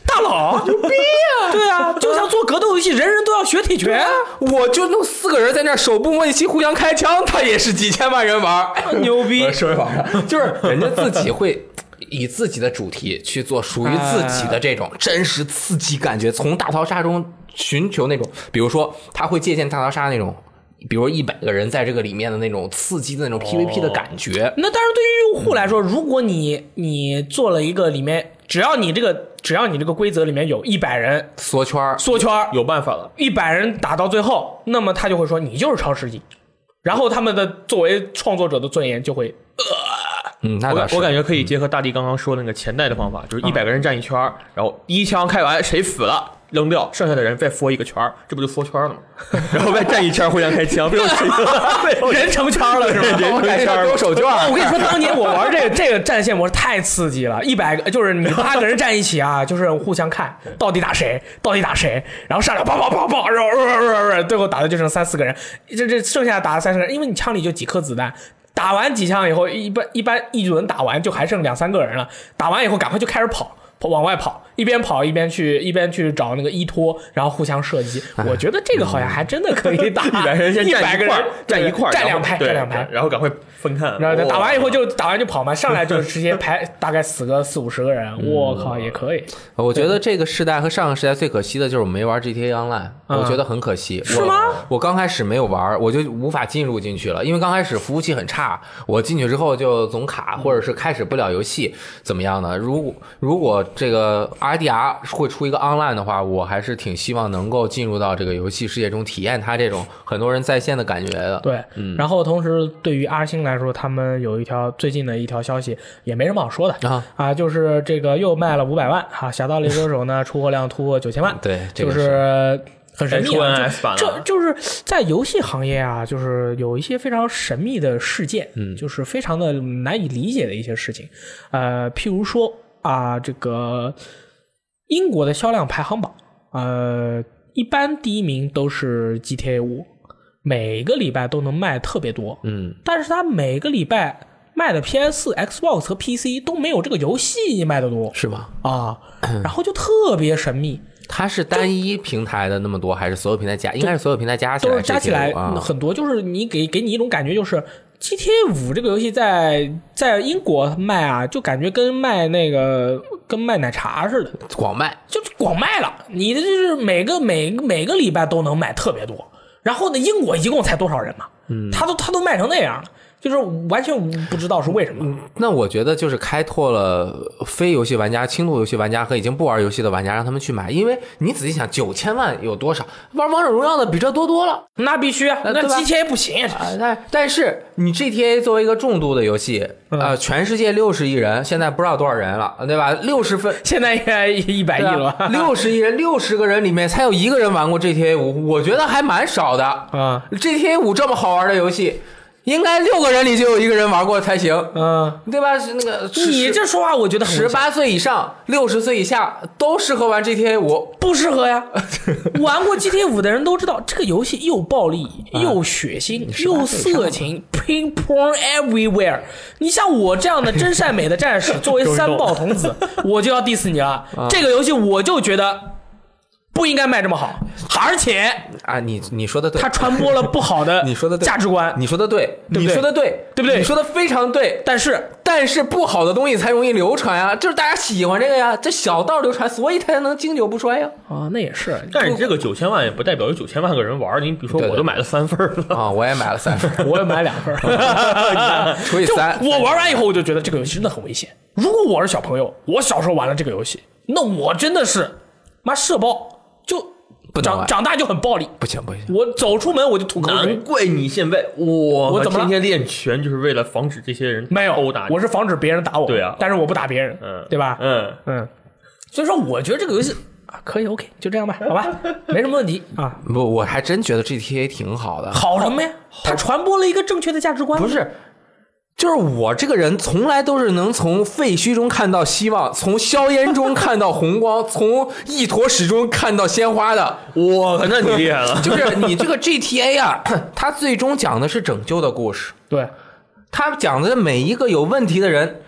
[SPEAKER 2] 大佬牛逼
[SPEAKER 3] <laughs>
[SPEAKER 2] 啊！对啊，就像做格斗游戏，人人都要学铁拳啊，
[SPEAKER 1] 我就弄四个人在那儿手部默契互相开枪，他也是几千万人玩
[SPEAKER 2] <laughs>
[SPEAKER 1] 儿，
[SPEAKER 2] 哎牛逼！
[SPEAKER 1] 社
[SPEAKER 2] <laughs>
[SPEAKER 1] 会网上就是人家自己会。以自己的主题去做属于自己的这种真实刺激感觉，从大逃杀中寻求那种，比如说他会借鉴大逃杀那种，比如一百个人在这个里面的那种刺激的那种 PVP 的感觉。
[SPEAKER 2] 那当然，对于用户来说，如果你你做了一个里面，只要你这个只要你这个规则里面有一百人
[SPEAKER 1] 缩圈儿，
[SPEAKER 2] 缩圈儿，
[SPEAKER 3] 有办法了，
[SPEAKER 2] 一百人打到最后，那么他就会说你就是超世纪，然后他们的作为创作者的尊严就会
[SPEAKER 1] 嗯，那
[SPEAKER 3] 我
[SPEAKER 1] 倒
[SPEAKER 3] 感
[SPEAKER 1] 是
[SPEAKER 3] 我感觉可以结合大地刚刚说的那个前代的方法，就是一百个人站一圈儿，然后第一枪开完谁死了扔掉，剩下的人再缩一个圈儿，这不就缩圈了吗？ <laughs> 然后再站一圈儿互相开枪，不就谁死了没有 <laughs>
[SPEAKER 2] 人成圈了，是吧？
[SPEAKER 1] <laughs>
[SPEAKER 3] 人 <laughs>
[SPEAKER 1] 我感觉要丢手绢啊儿
[SPEAKER 2] 哦 <laughs> 我跟你说，当年我玩这个这个战线模式太刺激了，一百个就是你八个人站一起啊，就是互相看到底打谁，到底打谁，然后上来啪啪啪啪，然后呃呃呃呃最后打的就剩三四个人，这这剩下打了三十个人，因为你枪里就几颗子弹。打完几枪以后，一般一般一轮打完就还剩两三个人了。打完以后，赶快就开始跑，跑往外跑，一边跑一边去一边去找那个依托，然后互相射击。我觉得这个好像还真的可以 <laughs> 打，一
[SPEAKER 3] 哎 <laughs> 一百人先站
[SPEAKER 2] 百
[SPEAKER 3] 一
[SPEAKER 2] 个
[SPEAKER 3] 块
[SPEAKER 2] 人
[SPEAKER 3] 儿，站一块儿，
[SPEAKER 2] 站
[SPEAKER 3] 然后
[SPEAKER 2] 两排，
[SPEAKER 3] 对
[SPEAKER 2] 站两排。
[SPEAKER 3] 然后赶快分看。
[SPEAKER 2] 然
[SPEAKER 1] 哦
[SPEAKER 2] 后就打完以后
[SPEAKER 3] 哇
[SPEAKER 2] 就打完就跑嘛，上来就直
[SPEAKER 1] <laughs>
[SPEAKER 2] 接排大概死个四五十个人，
[SPEAKER 1] 嗯
[SPEAKER 2] 我靠也可以，
[SPEAKER 1] 呃我觉得这个时代和上个时代最可惜的就是我没玩 GTA Online，、
[SPEAKER 2] 嗯
[SPEAKER 1] 我觉得很可惜。
[SPEAKER 2] 是
[SPEAKER 1] 我
[SPEAKER 2] 吗？
[SPEAKER 1] 我刚开始没有玩，我就无法进入进去了，因为刚开始服务器很差，我进去之后就总卡，
[SPEAKER 2] 嗯
[SPEAKER 1] 或者是开始不了游戏，怎么样呢？如果如果这个 RDR 会出一个 Online 的话，我还是挺希望能够进入到这个游戏世界中，体验它这种很多人在线的感觉的。
[SPEAKER 2] 对，
[SPEAKER 1] 嗯
[SPEAKER 2] 然后同时对于阿星来说，他们有一条最近的一条消息，也没什么好说的
[SPEAKER 1] 啊
[SPEAKER 2] 就是这个又卖了五百万哈，《侠盗猎车手》呢出货量突破九千万，
[SPEAKER 1] 嗯对这
[SPEAKER 2] 就
[SPEAKER 1] 个
[SPEAKER 2] 是很神
[SPEAKER 3] 该
[SPEAKER 2] 秘
[SPEAKER 3] 出
[SPEAKER 2] 啊。
[SPEAKER 3] NS 版
[SPEAKER 2] 这
[SPEAKER 3] 了，
[SPEAKER 2] 就是在游戏行业啊，就是有一些非常神秘的事件，嗯，就是非常的难以理解的一些事情，呃，譬如说啊、这个英国的销量排行榜，呃，一般第一名都是 GTA 五，每个礼拜都能卖特别多，
[SPEAKER 1] 嗯，
[SPEAKER 2] 但是它每个礼拜卖的 PS、Xbox 和 PC 都没有这个游戏卖的多
[SPEAKER 1] 是吗？
[SPEAKER 2] 啊，
[SPEAKER 3] 嗯
[SPEAKER 2] 然后就特别神秘，
[SPEAKER 1] 它是单一平台的那么多，还是所有平台加？应该是所有平台加起来
[SPEAKER 2] 都是加起来
[SPEAKER 1] 这些啊
[SPEAKER 2] 嗯。很多，就是你给给你一种感觉，就是 GTA 五这个游戏在在英国卖啊，就感觉跟卖那个跟卖奶茶似的，
[SPEAKER 1] 广卖，
[SPEAKER 2] 就是广卖了。你的就是每个每个每个礼拜都能卖特别多，然后呢，英国一共才多少人嘛？嗯，他都他都卖成那样了，就是完全不知道是为什么。
[SPEAKER 1] <clears throat> 那我觉得就是开拓了非游戏玩家、轻度游戏玩家和已经不玩游戏的玩家，让他们去买，因为你仔细想，九千万有多少？玩王者荣耀的比这多多了。
[SPEAKER 2] 那必须啊，
[SPEAKER 1] 呃
[SPEAKER 2] 那
[SPEAKER 1] 对吧
[SPEAKER 2] GTA 不行啊。
[SPEAKER 1] 啊、但但是你 GTA 作为一个重度的游戏，
[SPEAKER 2] 嗯
[SPEAKER 1] 呃，全世界六十亿人，现在不知道多少人了，对吧？六十分。啊
[SPEAKER 2] 现在应该一百亿
[SPEAKER 1] <laughs>
[SPEAKER 2] 了吧？
[SPEAKER 1] 六十亿人，六十个人里面才有一个人玩过 GTA 五，我觉得还蛮少的
[SPEAKER 2] 啊。
[SPEAKER 1] GTA 五这么好玩的游戏，应该六个人里就有一个人玩过才行，
[SPEAKER 2] 嗯，
[SPEAKER 1] 对吧？是那个
[SPEAKER 2] 你这说话我觉得
[SPEAKER 1] 嗯
[SPEAKER 2] 很
[SPEAKER 1] 十
[SPEAKER 2] 危险
[SPEAKER 1] 八岁以上、六十岁以下都适合玩 GTA 五。
[SPEAKER 2] 不适合
[SPEAKER 1] <laughs>
[SPEAKER 2] 呀。玩过 GTA 五的人都知道，这个游戏又暴力、
[SPEAKER 1] 啊
[SPEAKER 2] 又血腥、又色情，ping pong everywhere。你像我这样的真善美的
[SPEAKER 1] <laughs>
[SPEAKER 2] 战士，作为三宝童子，我就要 diss 你了。
[SPEAKER 1] 啊
[SPEAKER 2] 这个游戏我就觉得不应该卖这
[SPEAKER 1] <laughs>
[SPEAKER 2] 么好，而且
[SPEAKER 1] 啊，你你说的对
[SPEAKER 2] 它，传播了不好的
[SPEAKER 1] <laughs> 你说得对
[SPEAKER 2] 价值观。
[SPEAKER 1] 你说的对，
[SPEAKER 2] 对不
[SPEAKER 1] 你
[SPEAKER 2] 对
[SPEAKER 1] 说的对，
[SPEAKER 2] 对不对
[SPEAKER 1] 你说的非常对。
[SPEAKER 2] 但是
[SPEAKER 1] 但是不好的东西才容易流传啊，就是大家喜欢这个呀，这小道流传，所以它才能经久不衰呀。
[SPEAKER 2] 啊，那也是，
[SPEAKER 3] 但是这个九千万也不代表有九千万个人玩儿，你比如说
[SPEAKER 1] 对对
[SPEAKER 3] 我都买了三份儿了，
[SPEAKER 1] 啊，我也买了三份，
[SPEAKER 2] <laughs> 我也买两份儿。
[SPEAKER 1] <laughs> 除以
[SPEAKER 2] 就
[SPEAKER 1] 三，
[SPEAKER 2] 我玩完以后，我就觉得这个游戏真的很危险。如果我是小朋友，我小时候玩了这个游戏，那我真的是妈社爆，就
[SPEAKER 1] 不能
[SPEAKER 2] 长
[SPEAKER 1] 玩
[SPEAKER 2] 长大就很暴力。
[SPEAKER 1] <laughs> 不行不行，
[SPEAKER 2] 我走出门我就吐口
[SPEAKER 3] 难
[SPEAKER 2] 水，
[SPEAKER 3] 怪你现在我
[SPEAKER 2] 我怎么了
[SPEAKER 3] 天天练拳就是为了防止这些人
[SPEAKER 2] 没有
[SPEAKER 3] 殴打你？
[SPEAKER 2] 我是防止别人打我，
[SPEAKER 3] 对啊
[SPEAKER 2] 但是我不打别人，
[SPEAKER 3] 嗯，
[SPEAKER 2] 对吧？
[SPEAKER 3] 嗯，
[SPEAKER 2] 嗯，所以说我觉得这个游戏啊可以 OK，就这样吧，好
[SPEAKER 3] <laughs>
[SPEAKER 2] 吧，没什么问题啊。
[SPEAKER 1] 不，我还真觉得 GTA 挺好的。
[SPEAKER 2] 好什么呀？它传播了一个正确的价值观，
[SPEAKER 1] 不是，就是我这个人从来都是能从废墟中看到希望，从硝烟中看到红光，从一坨屎中看到鲜花的。，
[SPEAKER 3] 我靠，那你厉害了 <laughs>
[SPEAKER 1] 就是你这个 GTA 啊，它最终讲的是拯救的故事，
[SPEAKER 2] 对，
[SPEAKER 1] 它讲的每一个有问题的人。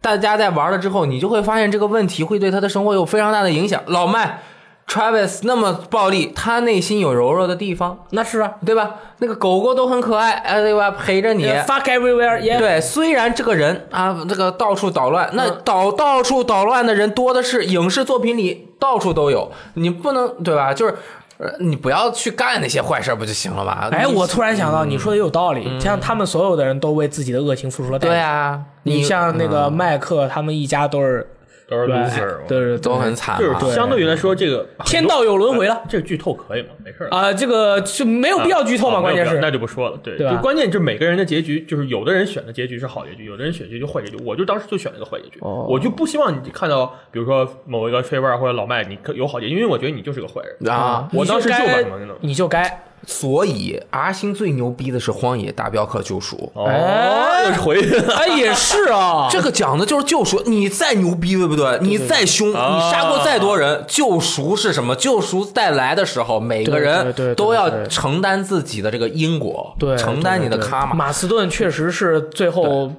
[SPEAKER 1] 大家在玩了之后，你就会发现这个问题会对他的生活有非常大的影响。老麦，Travis 那么暴力，他内心有柔弱的地方，
[SPEAKER 2] 那是啊。
[SPEAKER 1] 对吧？那个狗狗都很可爱，哎，对吧？陪着你，
[SPEAKER 2] Fuck everywhere，yeah。
[SPEAKER 1] 对，虽然这个人啊，这个到处捣乱，
[SPEAKER 2] 嗯
[SPEAKER 1] 那到到处捣乱的人多的是，影视作品里到处都有，你不能对吧？就是。呃，你不要去干那些坏事儿不就行了吗？
[SPEAKER 2] 哎，
[SPEAKER 1] 你
[SPEAKER 2] 我突然想到，你说的也有道理。像他们所有的人都为自己的恶行付出了代价。
[SPEAKER 1] 对啊，
[SPEAKER 2] 你嗯像那个麦克他们一家都是，
[SPEAKER 3] 都是
[SPEAKER 2] 对
[SPEAKER 3] loser，
[SPEAKER 2] 对对，
[SPEAKER 1] 嗯都很惨啊
[SPEAKER 3] 就
[SPEAKER 1] 嘛，
[SPEAKER 3] 是相对于来说，这个
[SPEAKER 2] 天道有轮回了
[SPEAKER 3] 这个剧透可以吗？没事儿。
[SPEAKER 2] 啊！这个就没有必要剧透嘛，
[SPEAKER 3] 啊
[SPEAKER 2] 关键
[SPEAKER 3] 没有必要
[SPEAKER 2] 是
[SPEAKER 3] 那就不说了，对，
[SPEAKER 2] 对吧
[SPEAKER 3] 就关键就是每个人的结局，就是有的人选的结局是好结局，有的人选结局坏结局。我就当时就选了一个坏结局，
[SPEAKER 2] 哦
[SPEAKER 3] 我就不希望你看到，比如说某一个 t r 或者老麦，你可有好结局，因为我觉得你就是个坏人
[SPEAKER 1] 啊
[SPEAKER 3] 我当时就把
[SPEAKER 2] 该
[SPEAKER 3] 你弄了，
[SPEAKER 2] 你就该
[SPEAKER 1] 所以阿星最牛逼的是《荒野大镖客：救赎》，
[SPEAKER 2] 哎
[SPEAKER 3] 哦，又是回 <laughs> 去了。
[SPEAKER 2] <laughs> 哎，也是 <laughs> 啊，
[SPEAKER 1] 这个讲的就是救赎。你再牛逼，对不对？你再凶，
[SPEAKER 3] 啊
[SPEAKER 1] 你杀过再多人，救赎是什么？救赎带来的时候，每个
[SPEAKER 2] 对对
[SPEAKER 1] 人
[SPEAKER 2] 对对
[SPEAKER 1] 都要
[SPEAKER 2] 对
[SPEAKER 1] 承担自己的这个因果，
[SPEAKER 2] 对
[SPEAKER 1] 承担你的
[SPEAKER 2] 对对
[SPEAKER 1] 卡玛。
[SPEAKER 2] 马斯顿确实是最后，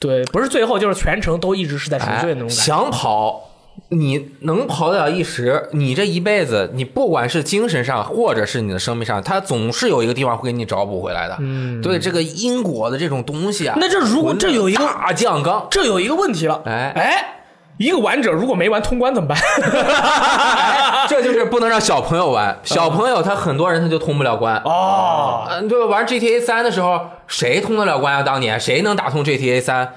[SPEAKER 2] 对，不是最后就是全程都一直是在沉
[SPEAKER 1] 哎
[SPEAKER 2] 醉的那种感觉。
[SPEAKER 1] 想跑你能跑得了一时，你这一辈子，你不管是精神上，或者是你的生命上，它总是有一个地方会给你找补回来的。嗯，对这个因果的这种东西啊，
[SPEAKER 2] 那这如果这有一个
[SPEAKER 1] 大酱缸，
[SPEAKER 2] 这有一个问题了，
[SPEAKER 1] 哎
[SPEAKER 2] 哎，一个玩者如果没玩通关怎么办？ <laughs>
[SPEAKER 1] 哎 <laughs> 这就是不能让小朋友玩。小朋友他很多人他就通不了关。
[SPEAKER 2] 嗯哦，
[SPEAKER 1] 嗯，对，玩 GTA 三的时候，谁通得了关啊？当年谁能打通 GTA 三？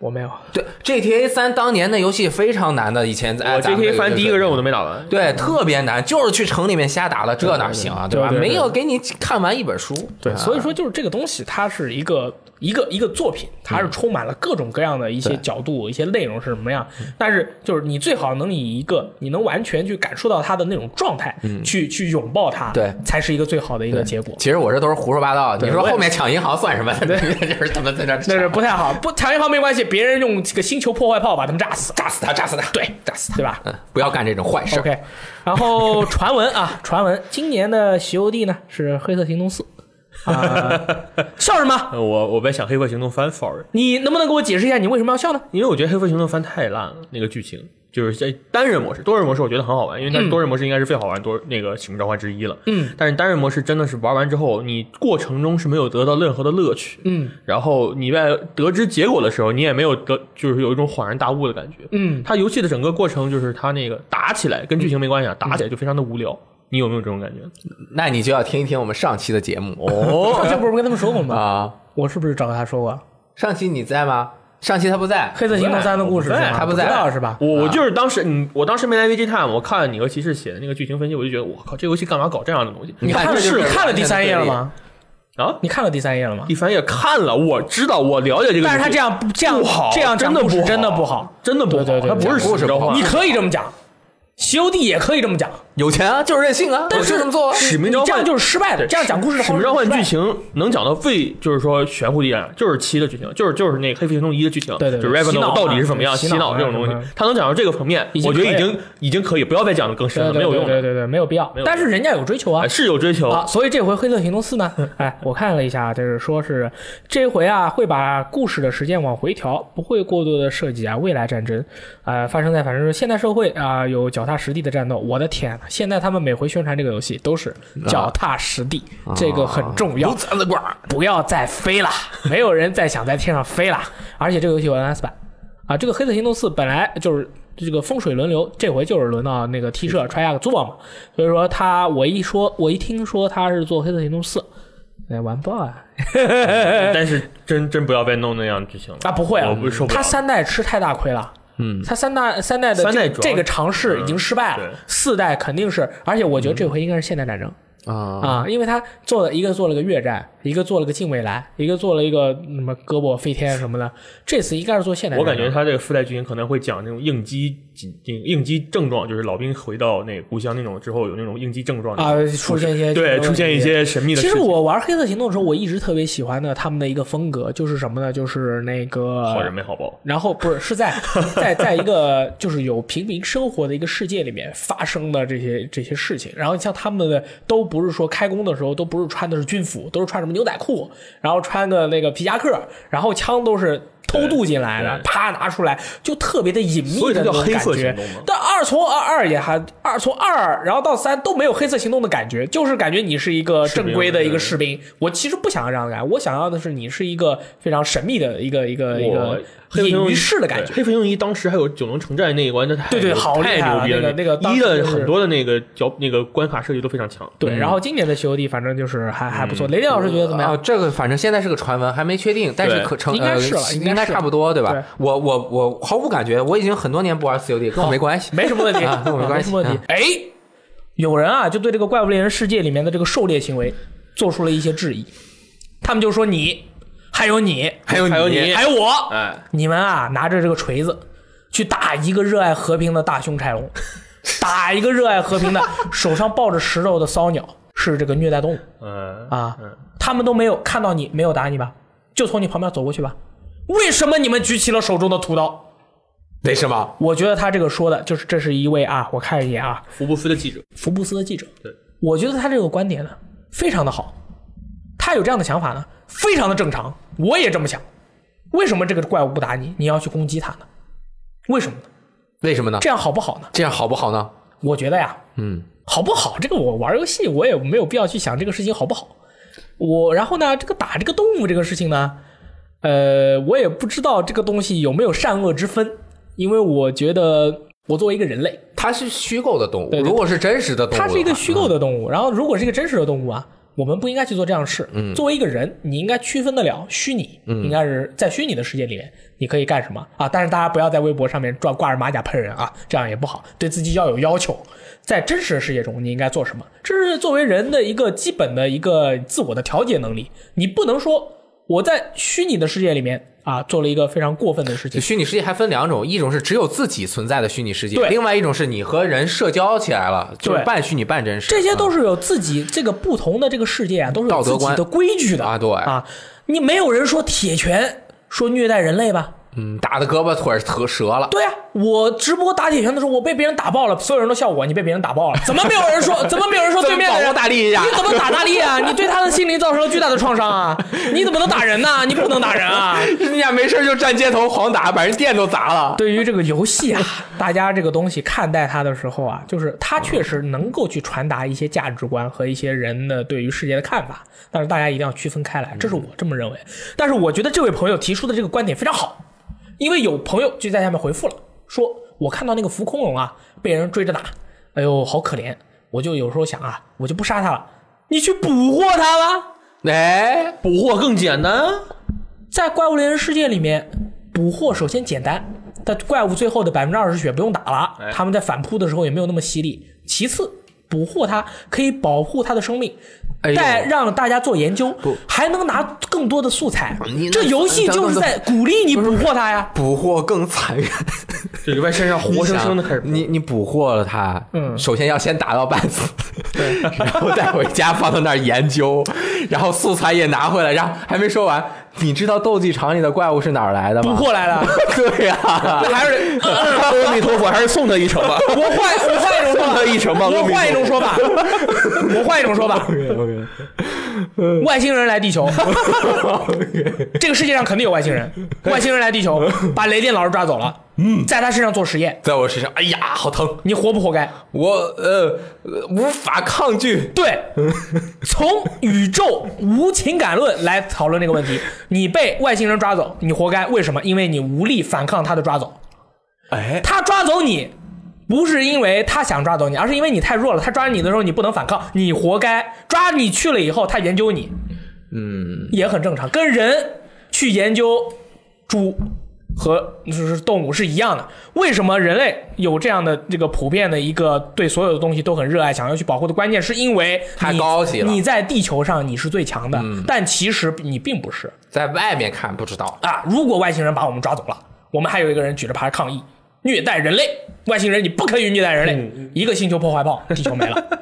[SPEAKER 2] 我没有，
[SPEAKER 1] 对，GTA 三当年那游戏非常难的，以前在
[SPEAKER 2] 哎
[SPEAKER 1] 哎
[SPEAKER 3] 我 GTA 翻第一个任务都没打完。
[SPEAKER 1] 对，特别难，就是去城里面瞎打的，这哪行啊，吧？
[SPEAKER 2] 对对对
[SPEAKER 1] 没有给你看完一本书，啊
[SPEAKER 2] 对，所以说就是这个东西，它是一个一个一个作品，它是
[SPEAKER 1] 嗯
[SPEAKER 2] 充满了各种各样的一些角度、一些内容是什么样，
[SPEAKER 1] 嗯
[SPEAKER 2] 但是就是你最好能以一个你能完全去感受到它的那种状态，去去拥抱它，
[SPEAKER 1] 嗯对
[SPEAKER 2] 才是一个最好的一个结果。
[SPEAKER 1] 其实我这都是胡说八道。啊你说
[SPEAKER 2] 我也
[SPEAKER 1] 后面抢银行算什么？ <laughs> 就是他们在那
[SPEAKER 2] 那是
[SPEAKER 1] 抢，
[SPEAKER 2] 不太好，不抢银行没关系，别人用这个星球破坏炮把他们炸死，
[SPEAKER 1] 炸死他，炸死他，
[SPEAKER 2] 对，炸死他，对吧
[SPEAKER 1] 嗯，不要干这种坏事。
[SPEAKER 2] ？OK，然后传闻啊，传闻今年的《西游记》呢是《黑色行动四》
[SPEAKER 1] <laughs>
[SPEAKER 2] 啊，笑什么？
[SPEAKER 3] 呃我我在想《黑客行动翻》sorry，
[SPEAKER 2] 你能不能给我解释一下你为什么要笑呢？
[SPEAKER 3] 因为我觉得《黑客行动翻》太烂了，那个剧情就是在单人模式，多人模式我觉得很好玩，因为它多人模式应该是最好玩多那个《使命召唤》之一了。
[SPEAKER 2] 嗯，
[SPEAKER 3] 但是单人模式真的是玩完之后，你过程中是没有得到任何的乐趣。
[SPEAKER 2] 嗯，
[SPEAKER 3] 然后你在得知结果的时候，你也没有得，就是有一种恍然大悟的感觉。
[SPEAKER 2] 嗯，
[SPEAKER 3] 它游戏的整个过程就是它那个打起来跟剧情没
[SPEAKER 2] 嗯
[SPEAKER 3] 关系啊，打起来就非常的无聊。你有没有这种感觉？
[SPEAKER 1] 那你就要听一听我们上期的节目
[SPEAKER 3] 哦哎
[SPEAKER 2] 我上期不是跟他们说过吗？
[SPEAKER 1] 啊。
[SPEAKER 2] 我是不是找他说过
[SPEAKER 1] 上期你在吗？上期他不在
[SPEAKER 2] 《黑色行动三》的故事是吗？
[SPEAKER 1] 他不在
[SPEAKER 2] 知道是吧？
[SPEAKER 3] 我我就是当时，你我当时没来 VG Time，我看你和骑士写的那个剧情分析，我就觉得我靠，这游戏干嘛搞这样的东西？
[SPEAKER 1] 你看
[SPEAKER 2] 看了
[SPEAKER 1] 这就是
[SPEAKER 2] 你看了第三页了吗？
[SPEAKER 3] 啊，
[SPEAKER 2] 你看了第三页了吗？
[SPEAKER 3] 第三页看了，我知道，我了解这个游戏，
[SPEAKER 2] 但是他这样这样
[SPEAKER 3] 不好
[SPEAKER 2] 这样讲
[SPEAKER 3] 真的
[SPEAKER 2] 故事
[SPEAKER 3] 不好啊
[SPEAKER 2] 真的不好，
[SPEAKER 3] 真的不好，
[SPEAKER 2] 对对对
[SPEAKER 3] 他不是
[SPEAKER 1] 讲故事
[SPEAKER 3] 使命召
[SPEAKER 1] 不好
[SPEAKER 3] 唤，
[SPEAKER 2] 你可以这么讲，《西游记》也可以这么讲，
[SPEAKER 1] 有钱啊，就是任性啊，
[SPEAKER 2] 但
[SPEAKER 1] 我就是这么做啊。
[SPEAKER 3] 使命召
[SPEAKER 2] 你这样
[SPEAKER 3] 唤
[SPEAKER 2] 就是失败的，这样讲故事的
[SPEAKER 3] 使
[SPEAKER 2] 方式
[SPEAKER 3] 命召唤
[SPEAKER 2] 是失败
[SPEAKER 3] 剧
[SPEAKER 2] 的。
[SPEAKER 3] 情能讲到最，就是说玄乎地带，就是七的剧情，就是就是那个黑飞行动一的剧情，
[SPEAKER 2] 对对对
[SPEAKER 3] 就是 r e v e
[SPEAKER 2] 洗
[SPEAKER 3] n
[SPEAKER 2] 脑
[SPEAKER 3] o
[SPEAKER 2] 啊
[SPEAKER 3] 到底是怎么样
[SPEAKER 2] 洗
[SPEAKER 3] 洗
[SPEAKER 2] 脑啊
[SPEAKER 3] 脑这种东
[SPEAKER 2] 什么
[SPEAKER 3] 西，他能讲到这个层面
[SPEAKER 2] 已，经
[SPEAKER 3] 我觉得
[SPEAKER 2] 可以
[SPEAKER 3] 已经已经可以，不要再讲的更深了，没有用
[SPEAKER 2] 对对
[SPEAKER 3] 的，
[SPEAKER 2] 对对，没有必要
[SPEAKER 3] 没。有
[SPEAKER 2] 但是人家有追求啊
[SPEAKER 3] 哎，是有追求
[SPEAKER 2] 啊，，所以这回《黑色行动四》呢，哎，我看了一下，就是说是这回啊，会把故事的时间往回调，不会过多的涉及啊未来战争，呃，发生在反正是现代社会啊、有脚踏实地的战斗。我的天呐，现在他们每回宣传这个游戏都是脚踏实地，
[SPEAKER 3] 啊
[SPEAKER 2] 这个很重要。
[SPEAKER 1] 咱的管儿
[SPEAKER 2] 不要再飞了，没有人再想在天上飞了。而且这个游戏有 NS 版啊，这个《黑色行动四》本来就是这个风水轮流，这回就是轮到那个 T 社 Treyarch 做嘛。所以说他，我一说，我一听说他是做《黑色行动四》，哎，完爆啊！哎
[SPEAKER 3] 但是真真不要再弄那样的剧情了
[SPEAKER 2] 啊，不会啊
[SPEAKER 3] 我不是受，不了
[SPEAKER 2] 他三代吃太大亏了。嗯，他三代三代的
[SPEAKER 3] 三代
[SPEAKER 2] 这
[SPEAKER 3] 主要
[SPEAKER 2] 这个尝试已经失败
[SPEAKER 3] 嗯
[SPEAKER 2] 了
[SPEAKER 3] 对，嗯
[SPEAKER 2] 四代肯定是，而且我觉得这回应该是现代战争。
[SPEAKER 1] 啊，
[SPEAKER 2] 啊，因为他做了一个做了个越战，一个做了个近未来，一个做了一个嗯什么胳膊飞天什么的。这次应该是做现代战
[SPEAKER 3] 我
[SPEAKER 2] 争。
[SPEAKER 3] 感觉他这个附带剧情可能会讲那种应激紧应应激症状，就是老兵回到那个故乡那种之后有那种应激症状
[SPEAKER 2] 啊，出现一些
[SPEAKER 3] 对，出现一。些神秘的
[SPEAKER 2] 其
[SPEAKER 3] 事
[SPEAKER 2] 实
[SPEAKER 3] 情。
[SPEAKER 2] 我玩黑色行动的时候，我一直特别喜欢的他们的一个风格就是什么呢？就是那个
[SPEAKER 3] 好人没好报，
[SPEAKER 2] 然后不是是
[SPEAKER 3] <laughs>
[SPEAKER 2] 在在在一个就是有平民生活的一个世界里面发生的这些这些事情，然后像他们的都不是说开工的时候都不是穿的是军服，都是穿什么牛仔裤，然后穿个那个皮夹克，然后枪都是偷渡进来的，
[SPEAKER 3] 对
[SPEAKER 2] 啪拿出来就特别的隐秘
[SPEAKER 3] 所以
[SPEAKER 2] 的
[SPEAKER 3] 它
[SPEAKER 2] 那
[SPEAKER 3] 叫
[SPEAKER 2] 种
[SPEAKER 3] 黑
[SPEAKER 2] 感
[SPEAKER 3] 色
[SPEAKER 2] 觉
[SPEAKER 3] 行动嘛。
[SPEAKER 2] 但二从二二也还二从二，然后到三都没有黑色行动的感觉，就是感觉你是一个
[SPEAKER 3] 兵
[SPEAKER 2] 正规的一个
[SPEAKER 3] 对
[SPEAKER 2] 士兵。我其实不想要这样的感觉，我想要的是你是一个非常神秘的一个一个一
[SPEAKER 3] 我
[SPEAKER 2] 个
[SPEAKER 3] 黑
[SPEAKER 2] 隐
[SPEAKER 3] 风
[SPEAKER 2] 于世的感觉。
[SPEAKER 3] 黑风一当时还有九龙城寨那一关，那太
[SPEAKER 2] 对对好厉害
[SPEAKER 3] 太
[SPEAKER 2] 啊
[SPEAKER 3] 牛逼了！
[SPEAKER 2] 那个那个
[SPEAKER 3] 一
[SPEAKER 2] 当时
[SPEAKER 3] 的
[SPEAKER 2] 就是
[SPEAKER 3] 很多的那个角那个关卡设计都非常强。
[SPEAKER 2] 对，然后今年的《西游记》反正就是还还不错。雷电老师觉得怎么
[SPEAKER 1] 嗯啊，
[SPEAKER 2] 样？
[SPEAKER 1] 这个反正现在是个传闻，还没确定，但是
[SPEAKER 3] 对
[SPEAKER 1] 可成
[SPEAKER 2] 应该是了
[SPEAKER 1] 呃、
[SPEAKER 2] 应
[SPEAKER 1] 应
[SPEAKER 2] 该是了
[SPEAKER 1] 差不多对吧？
[SPEAKER 2] 对
[SPEAKER 1] 我我我毫无感觉，我已经很多年不玩 COD，跟我没关系。
[SPEAKER 2] 哦没什么问题，
[SPEAKER 1] 啊跟我没
[SPEAKER 2] 啊
[SPEAKER 1] 关
[SPEAKER 2] 什
[SPEAKER 1] 系
[SPEAKER 2] 么问题。哎，有人啊，就对这个《怪物猎人世界》里面的这个狩猎行为做出了一些质疑，他们就说你，还有你，
[SPEAKER 1] 还有
[SPEAKER 3] 还有你
[SPEAKER 2] 还有我，
[SPEAKER 3] 哎，
[SPEAKER 2] 你们啊，拿着这个锤子去打一个热爱和平的大胸柴龙， <laughs> 打一个热爱和平的手上抱着石头的骚鸟，是这个虐待动物
[SPEAKER 3] 嗯
[SPEAKER 2] 啊
[SPEAKER 3] 嗯！
[SPEAKER 2] 他们都没有看到你，没有打你吧？就从你旁边走过去吧？为什么你们举起了手中的屠刀？
[SPEAKER 1] 为什么？
[SPEAKER 2] 我觉得他这个说的就是，这是一位啊，我看一眼啊，
[SPEAKER 3] 福布斯的记者，
[SPEAKER 2] 福布斯的记者。
[SPEAKER 3] 对，
[SPEAKER 2] 我觉得他这个观点呢，非常的好，他有这样的想法呢，非常的正常，我也这么想。为什么这个怪物不打你，你要去攻击它呢？为什么呢？
[SPEAKER 1] 为什么呢？
[SPEAKER 2] 这样好不好呢？
[SPEAKER 1] 这样好不好呢？
[SPEAKER 2] 我觉得呀，
[SPEAKER 1] 嗯，
[SPEAKER 2] 好不好？这个我玩游戏我也没有必要去想这个事情好不好。我然后呢，这个打这个动物这个事情呢，呃，我也不知道这个东西有没有善恶之分，因为我觉得我作为一个人类，
[SPEAKER 1] 它是虚构的动物，
[SPEAKER 2] 对对
[SPEAKER 1] 如果是真实的动物的话，嗯
[SPEAKER 2] 它是一个虚构的动物。然后，如果是一个真实的动物啊，我们不应该去做这样的事。嗯，作为一个人，你应该区分得了虚拟，
[SPEAKER 1] 嗯
[SPEAKER 2] 应该是在虚拟的世界里面你可以干什么啊？但是大家不要在微博上面挂挂着马甲喷人啊，这样也不好，对自己要有要求。在真实的世界中，你应该做什么？这是作为人的一个基本的一个自我的调节能力。你不能说我在虚拟的世界里面啊做了一个非常过分的事
[SPEAKER 1] 就，
[SPEAKER 2] 情
[SPEAKER 1] 虚拟世界还分两种，一种是只有自己存在的虚拟世界，
[SPEAKER 2] 对
[SPEAKER 1] 另外一种是你和人社交起来了，就是
[SPEAKER 2] 对
[SPEAKER 1] 半虚拟半真实。嗯
[SPEAKER 2] 这些都是有自己这个不同的这个世界啊，都是有自己
[SPEAKER 1] 啊道德
[SPEAKER 2] 的
[SPEAKER 1] 观
[SPEAKER 2] 规矩的
[SPEAKER 1] 啊对
[SPEAKER 2] 啊，你没有人说铁拳说虐待人类吧？
[SPEAKER 1] 嗯，打的胳膊腿儿折折了，
[SPEAKER 2] 对啊，我直播打铁拳的时候，我被别人打爆了，所有人都笑我，你被别人打爆了，
[SPEAKER 1] <laughs>
[SPEAKER 2] 怎么没有人说？怎么没有人说对面的
[SPEAKER 1] 保护
[SPEAKER 2] 人？
[SPEAKER 1] 大力一下
[SPEAKER 2] 你。怎么打大力啊？你对他的心灵造成了巨大的创伤啊！你怎么能打人呢、你不能打人啊！
[SPEAKER 1] 人家没事就站街头狂打，把人店都砸了。
[SPEAKER 2] 对于这个游戏啊，大家这个东西看待它的时候啊，就是它确实能够去传达一些价值观和一些人的对于世界的看法，但是大家一定要区分开来，这是我这么认为。但是我觉得这位朋友提出的这个观点非常好，因为有朋友就在下面回复了，说我看到那个浮空龙啊被人追着打，哎呦好可怜，我就有时候想啊，我就不杀它了，你去捕获它吧。
[SPEAKER 1] 哎，
[SPEAKER 3] 捕获更简单 <laughs> 啊。
[SPEAKER 2] 在怪物猎人世界里面，捕获首先简单，但怪物最后的百分之二十血不用打
[SPEAKER 1] 哎
[SPEAKER 2] 了，他们在反扑的时候也没有那么犀利。其次，捕获它可以保护它的生命，
[SPEAKER 1] 哎呦
[SPEAKER 2] 再让大家做研究，还能拿更多的素材
[SPEAKER 1] 你。那
[SPEAKER 2] 这游戏就是在鼓励你捕获它呀。
[SPEAKER 1] 捕获更残忍，
[SPEAKER 3] 这个外身上活生生的开始，
[SPEAKER 1] 你你捕获了它，嗯，首先要先打到半死，对， <laughs> 然后带回家放到那儿研究，然后素材也拿回来，然后还没说完，你知道斗技场里的怪物是哪儿来的吗？
[SPEAKER 2] 捕获来
[SPEAKER 1] <laughs>
[SPEAKER 2] 了，
[SPEAKER 1] 对呀、
[SPEAKER 3] 那
[SPEAKER 1] <laughs>
[SPEAKER 3] 还是得阿弥陀佛，还是送他一程吧。
[SPEAKER 2] 我换我换一种说法
[SPEAKER 3] 送他，一程吧，阿
[SPEAKER 2] 我
[SPEAKER 3] 弥陀佛
[SPEAKER 2] 换一种
[SPEAKER 1] <laughs>
[SPEAKER 2] 说法，我换一种说法，外星人来地球，这个世界上肯定有外
[SPEAKER 1] <laughs>
[SPEAKER 2] 星人，外星人来地球，把雷电老师抓走了，嗯，在他身上做实验，
[SPEAKER 1] 在我身上，哎呀，好疼！
[SPEAKER 2] 你活不活该？
[SPEAKER 1] 我呃呃无法抗拒。
[SPEAKER 2] 对，从宇宙无情感论来讨论这个问题，你被外星人抓走，你活该，为什么？因为你无力反抗他的抓走，
[SPEAKER 1] 哎，
[SPEAKER 2] 他抓走你，不是因为他想抓走你，而是因为你太弱了。他抓你的时候你不能反抗，你活该。抓你去了以后，他研究你，嗯，也很正常，跟人去研究猪和就是动物是一样的。为什么人类有这样的这个普遍的一个对所有的东西都很热爱，想要去保护的关键，是因为
[SPEAKER 1] 太
[SPEAKER 2] 你
[SPEAKER 1] 高级了嗯
[SPEAKER 2] 你在地球上你是最强的，但其实你并不是。
[SPEAKER 1] 在外面看不知道，
[SPEAKER 2] 啊，如果外星人把我们抓走了，我们还有一个人举着牌抗议虐待人类，外星人你不可以虐待人类，一个星球破坏暴，地球没了。 <laughs>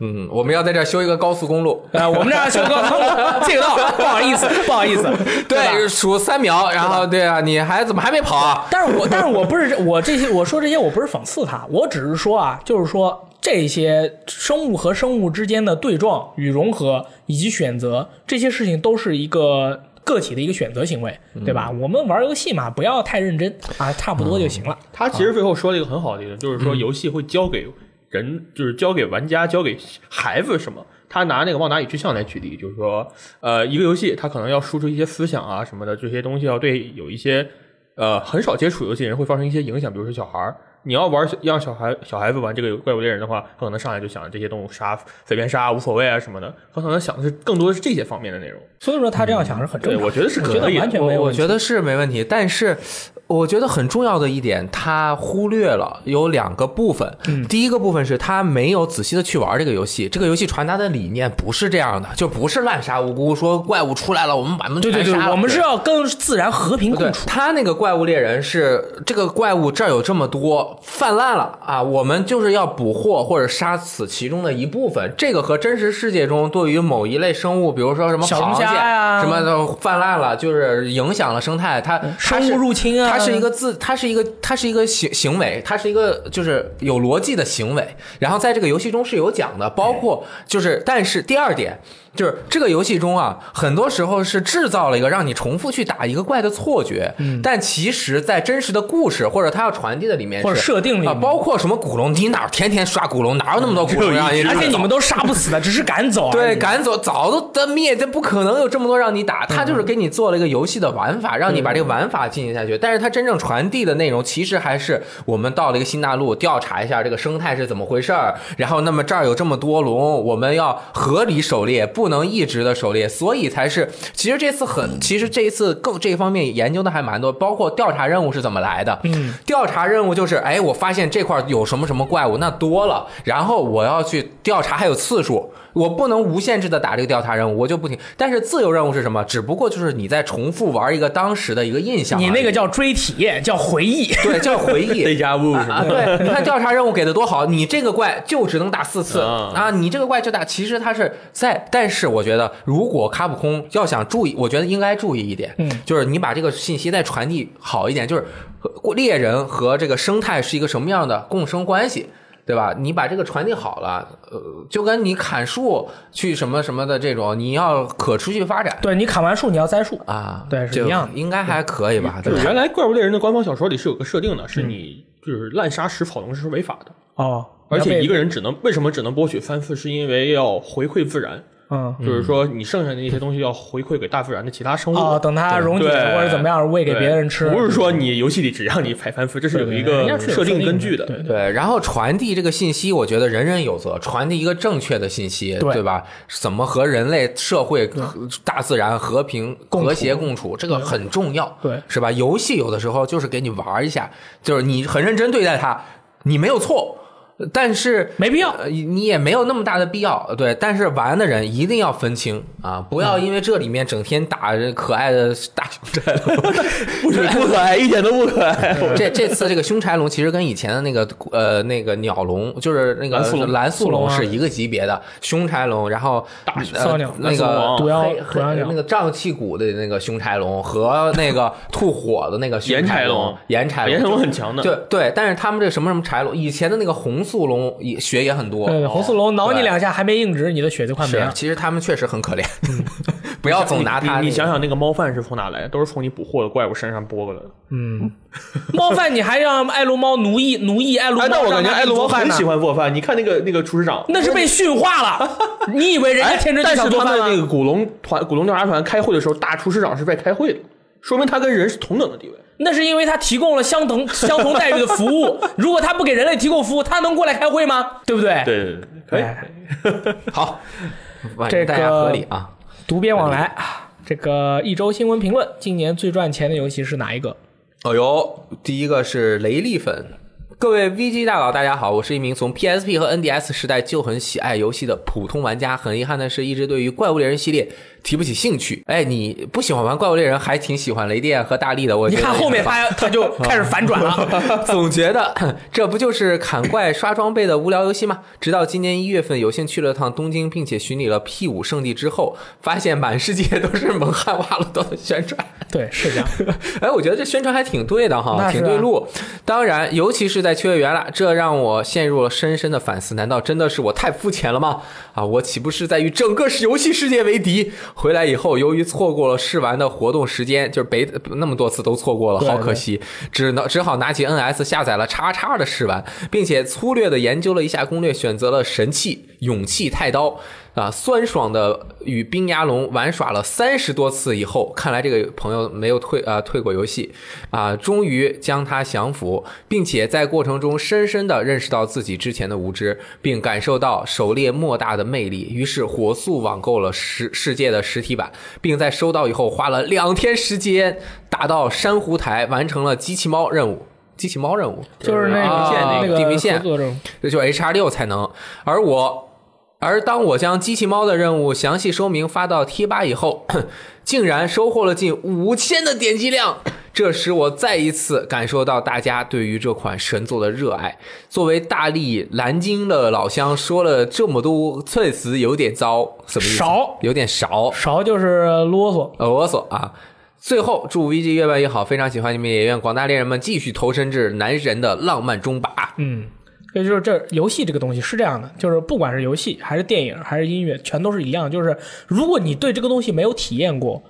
[SPEAKER 1] 嗯，我们要在这儿修一个高速公路。
[SPEAKER 2] 啊，我们这儿修高通了，借个道，不好意思，不好意思，吧
[SPEAKER 1] 对，数三秒，然后对啊，你还怎么还没跑啊？
[SPEAKER 2] 但是我但是我不是我这些我说这些我不是讽刺他，我只是说啊，就是说这些生物和生物之间的对撞与融合以及选择这些事情都是一个。个体的一个选择行为，对吧？我们玩游戏嘛，不要太认真啊，差不多就行了。
[SPEAKER 3] 他其实最后说了一个很好的理论，就是说游戏会教给人，就是教给玩家、教给孩子什么。他拿那个《旺达与巨像》来举例，就是说，呃，一个游戏它可能要输出一些思想啊什么的，这些东西要对有一些呃很少接触游戏的人会发生一些影响，比如说小孩儿。你要玩让小孩小孩子玩这个怪物猎人的话，他可能上来就想这些动物杀随便杀无所谓啊什么的，他可能想的是更多的是这些方面的内容。
[SPEAKER 2] 所以说他这样想是很正
[SPEAKER 3] 对，
[SPEAKER 2] 常的。
[SPEAKER 3] 我觉得是可以的，
[SPEAKER 2] 我觉得完全没有
[SPEAKER 1] 我
[SPEAKER 2] 问题
[SPEAKER 1] 觉得是没问题，但是我觉得很重要的一点，他忽略了有两个部分。
[SPEAKER 2] 嗯
[SPEAKER 1] 第一个部分是他没有仔细的去玩这个游戏，这个游戏传达的理念不是这样的，就不是滥杀无辜，说怪物出来了，我们把门
[SPEAKER 2] 对对
[SPEAKER 1] 全
[SPEAKER 2] 对
[SPEAKER 1] 杀，了
[SPEAKER 2] 我们是要跟自然和平
[SPEAKER 1] 对
[SPEAKER 2] 共处。
[SPEAKER 1] 他那个怪物猎人是这个怪物这儿有这么多泛滥了啊，我们就是要捕获或者杀死其中的一部分。这个和真实世界中对于某一类生物，比如说什么
[SPEAKER 2] 小
[SPEAKER 1] 螃
[SPEAKER 2] 龙
[SPEAKER 1] 蟹
[SPEAKER 2] 虾呀
[SPEAKER 1] 什么的泛滥了，就是影响了生态，它它
[SPEAKER 2] 生
[SPEAKER 1] 是
[SPEAKER 2] 物入侵啊，
[SPEAKER 1] 它是一个自，它是一个，它是一个行行为，它是一个就是有逻辑的行为。然后在这个游戏中是有讲的，包括就是，但是第二点就是这个游戏中啊，很多时候是制造了一个让你
[SPEAKER 2] 嗯
[SPEAKER 1] 重复去打一个怪的错觉，但其实，在真实的故事或者它要传递的里面
[SPEAKER 2] 或者设定里
[SPEAKER 1] 啊，
[SPEAKER 2] 面
[SPEAKER 1] 包括什么古龙，你哪儿天天刷古龙，哪有那么多古龙让你日
[SPEAKER 2] 而
[SPEAKER 1] 走？
[SPEAKER 2] 且你们都杀不死的，只是赶走而已。
[SPEAKER 1] 对，赶走早都的灭，这不可能有这么多让你打。他就是给你做了一个游戏的玩法，让你把这个玩法进行下去。但是它真正传递的内容，其实还是我们到了一个新大陆，调查一下这个生态是怎么回事儿。然后，那么这儿有这么多龙，我们要合理狩猎，不能一直的狩猎，所以才是。其实这次很，其实这一次更这方面研究的还蛮多，包括调查任务是怎么来的。嗯，调查任务就是，哎，我发现这块儿有什么什么怪物，那多了，然后我要去调查，还有次数。我不能无限制的打这个调查任务，我就不停。但是自由任务是什么？只不过就是你在重复玩一个当时的一个印象而已。
[SPEAKER 2] 你那个叫追体，叫回忆。 <laughs>
[SPEAKER 1] 对叫回忆。
[SPEAKER 3] 加 w
[SPEAKER 1] 啊，对，你看调查任务给的多好，你这个怪就只能打四次
[SPEAKER 2] 嗯
[SPEAKER 3] 啊
[SPEAKER 1] 啊，你这个怪就打。其实它是在，但是我觉得如果卡普空要想注意，我觉得应该注意一点，
[SPEAKER 2] 嗯
[SPEAKER 1] 就是你把这个信息再传递好一点，就是呃猎人和这个生态是一个什么样的共生关系。对吧？你把这个传递好了，呃，就跟你砍树去什么什么的这种，你要可持续发展
[SPEAKER 2] 对你砍完树，你要栽树。
[SPEAKER 1] 啊，
[SPEAKER 2] 对是
[SPEAKER 1] 就
[SPEAKER 2] 一样的嗯
[SPEAKER 1] 应该还可以吧？对
[SPEAKER 3] 就是
[SPEAKER 1] 吧？
[SPEAKER 3] 原来怪物猎人的官方小说里是有个设定的，是你就是滥杀食草农是违法的，
[SPEAKER 2] 哦，
[SPEAKER 3] 而且一
[SPEAKER 2] 个
[SPEAKER 3] 个人只能为什么只能剥取三次，是因为要回馈自然，
[SPEAKER 2] 嗯
[SPEAKER 3] 就是说你剩下的那些东西要回馈给大自然的其他生物。
[SPEAKER 2] 哦，等它溶解
[SPEAKER 3] 对
[SPEAKER 2] 或者怎么样，喂给
[SPEAKER 3] 对
[SPEAKER 2] 别人吃。
[SPEAKER 3] 不是说你游戏里只让你排三次，这是有一个
[SPEAKER 2] 人家是有
[SPEAKER 3] 设定根据
[SPEAKER 2] 的，对
[SPEAKER 3] 的。
[SPEAKER 1] 对，然后传递这个信息，我觉得人人有责，传递一个正确的信息，
[SPEAKER 2] 对
[SPEAKER 1] 对吧？怎么和人类社会、和大自然和平、和谐共处，这个很重要，
[SPEAKER 2] 对
[SPEAKER 1] 是吧？游戏有的时候就是给你玩一下，就是你很认真对待它，你没有错，但是
[SPEAKER 2] 没必要。
[SPEAKER 1] 呃，你也没有那么大的必要，对。但是玩的人一定要分清啊，不要因为这里面整天打着可爱的大熊宅 <laughs> 龙，
[SPEAKER 3] 不是不可爱，一点都不可爱。
[SPEAKER 1] <laughs> 这这次这个凶柴龙其实跟以前的那个呃那个鸟龙，就是那个
[SPEAKER 3] 蓝速龙
[SPEAKER 1] 蓝速
[SPEAKER 2] 速龙
[SPEAKER 1] 龙
[SPEAKER 2] 啊
[SPEAKER 1] 是一个级别的凶柴龙，然后
[SPEAKER 3] 大
[SPEAKER 1] 呃
[SPEAKER 2] 骚鸟
[SPEAKER 1] 那
[SPEAKER 3] 蓝速
[SPEAKER 1] 个
[SPEAKER 3] 龙啊
[SPEAKER 2] 毒
[SPEAKER 1] 黑
[SPEAKER 2] 药毒
[SPEAKER 1] 黑
[SPEAKER 2] 药
[SPEAKER 1] 那
[SPEAKER 2] 鸟。
[SPEAKER 1] 个瘴气谷的那个凶柴龙和那个吐火的那个凶
[SPEAKER 3] 岩
[SPEAKER 1] 柴
[SPEAKER 3] 柴
[SPEAKER 1] 龙
[SPEAKER 3] 龙，
[SPEAKER 1] 岩柴
[SPEAKER 3] 岩
[SPEAKER 1] 龙
[SPEAKER 3] 神龙很强的，
[SPEAKER 1] 对对，但是他们这什么什么柴龙，以前的那个红速龙也血也很多，
[SPEAKER 2] 对，红速龙挠你
[SPEAKER 1] 对
[SPEAKER 2] 两下还没硬直，你的血就快
[SPEAKER 1] 哦
[SPEAKER 2] 没
[SPEAKER 1] 是啊
[SPEAKER 2] 了，。
[SPEAKER 1] 其实他们确实很可怜， <laughs> 不要总拿
[SPEAKER 3] 嗯你
[SPEAKER 1] 它。
[SPEAKER 3] 你想，想那个猫饭是从哪来的？都是从你捕获的怪物身上剥过来的。
[SPEAKER 2] 嗯，猫饭你还让爱撸猫奴役奴役爱撸猫，
[SPEAKER 3] 哎，但我感觉
[SPEAKER 2] 让它
[SPEAKER 3] 艾伦
[SPEAKER 2] 做
[SPEAKER 3] 王
[SPEAKER 2] 饭
[SPEAKER 3] 很
[SPEAKER 2] 呢
[SPEAKER 3] 喜，欢做饭。你看那个那个厨师长，
[SPEAKER 2] 那是被驯化了。你以为人家
[SPEAKER 3] 哎，
[SPEAKER 2] 天真就
[SPEAKER 3] 但是
[SPEAKER 2] 想做
[SPEAKER 3] 他
[SPEAKER 2] 饭
[SPEAKER 3] 们
[SPEAKER 2] 吗
[SPEAKER 3] 那个古龙团、古龙调查团开会的时候，大厨师长是在开会的，说明他跟人是同等的地位。
[SPEAKER 2] 那是因为他提供了相同相同待遇的服务。如果他不给人类提供服务，他能过来开会吗？对不对？
[SPEAKER 3] 对对对，可以。
[SPEAKER 2] 哎
[SPEAKER 1] 好，万一
[SPEAKER 2] 这
[SPEAKER 1] 大家
[SPEAKER 2] 个
[SPEAKER 1] 合理啊。
[SPEAKER 2] 读编往来，啊这个一周新闻评论，今年最赚钱的游戏是哪一个？
[SPEAKER 1] 哦呦，第一个是雷利粉。各位 VG 大佬，大家好，我是一名从 PSP 和 NDS 时代就很喜爱游戏的普通玩家。很遗憾的是，一直对于怪物猎人系列提不起兴趣。哎，你不喜欢玩怪物猎人，还挺喜欢雷电和大力的。我
[SPEAKER 2] 你
[SPEAKER 1] 觉得
[SPEAKER 2] 看
[SPEAKER 1] 也
[SPEAKER 2] 后面
[SPEAKER 1] 很棒
[SPEAKER 2] 他他就开始反
[SPEAKER 1] <laughs>
[SPEAKER 2] 转了。
[SPEAKER 1] 总觉得这不就是砍怪刷装备的无聊游戏吗？直到今年一月份，有幸去了趟东京，并且巡礼了 P 五圣地之后，发现满世界都是蒙汉瓦鲁多的宣传。
[SPEAKER 2] 对，是这样。
[SPEAKER 1] <laughs> 哎，我觉得这宣传还挺对的哈，
[SPEAKER 2] 那是啊
[SPEAKER 1] 挺对路。当然，尤其是在秋叶原了，这让我陷入了深深的反思：难道真的是我太肤浅了吗？啊，我岂不是在与整个游戏世界为敌？回来以后，由于错过了试玩的活动时间，就是北那么多次都错过了，
[SPEAKER 2] 对
[SPEAKER 1] 好可惜，只能只好拿起 NS 下载了叉叉的试玩，并且粗略的研究了一下攻略，选择了神器勇气太刀。啊，酸爽的与冰牙龙玩耍了三十多次以后，看来这个朋友没有退啊、退过游戏啊，终于将它降服，并且在过程中深深的认识到自己之前的无知，并感受到狩猎莫大的魅力。于是火速网购了实世界的实体版，并在收到以后花了两天时间达到珊瑚台，完成了机器猫任务。机器猫任务
[SPEAKER 2] 就是那
[SPEAKER 1] 啊
[SPEAKER 2] 个那个
[SPEAKER 1] 地平线
[SPEAKER 2] 合作中
[SPEAKER 1] 这就 HR 六才能。而我，而当我将机器猫的任务详细说明发到贴吧以后， <clears throat> 竟然收获了近五千的点击量。这使我再一次感受到大家对于这款神作的热爱。作为大力蓝鲸的老乡，说了这么多措辞，有点糟，什么意思？
[SPEAKER 2] 少，
[SPEAKER 1] 有点少。
[SPEAKER 2] 勺就是啰嗦。
[SPEAKER 1] 啰嗦啊。最后，祝 VG 越办越好，非常喜欢你们，也愿广大猎人们继续投身至男神的浪漫中吧。
[SPEAKER 2] 嗯，所以就是这游戏这个东西是这样的，就是不管是游戏还是电影还是音乐，全都是一样。就是如果你对这个东西没有体验过，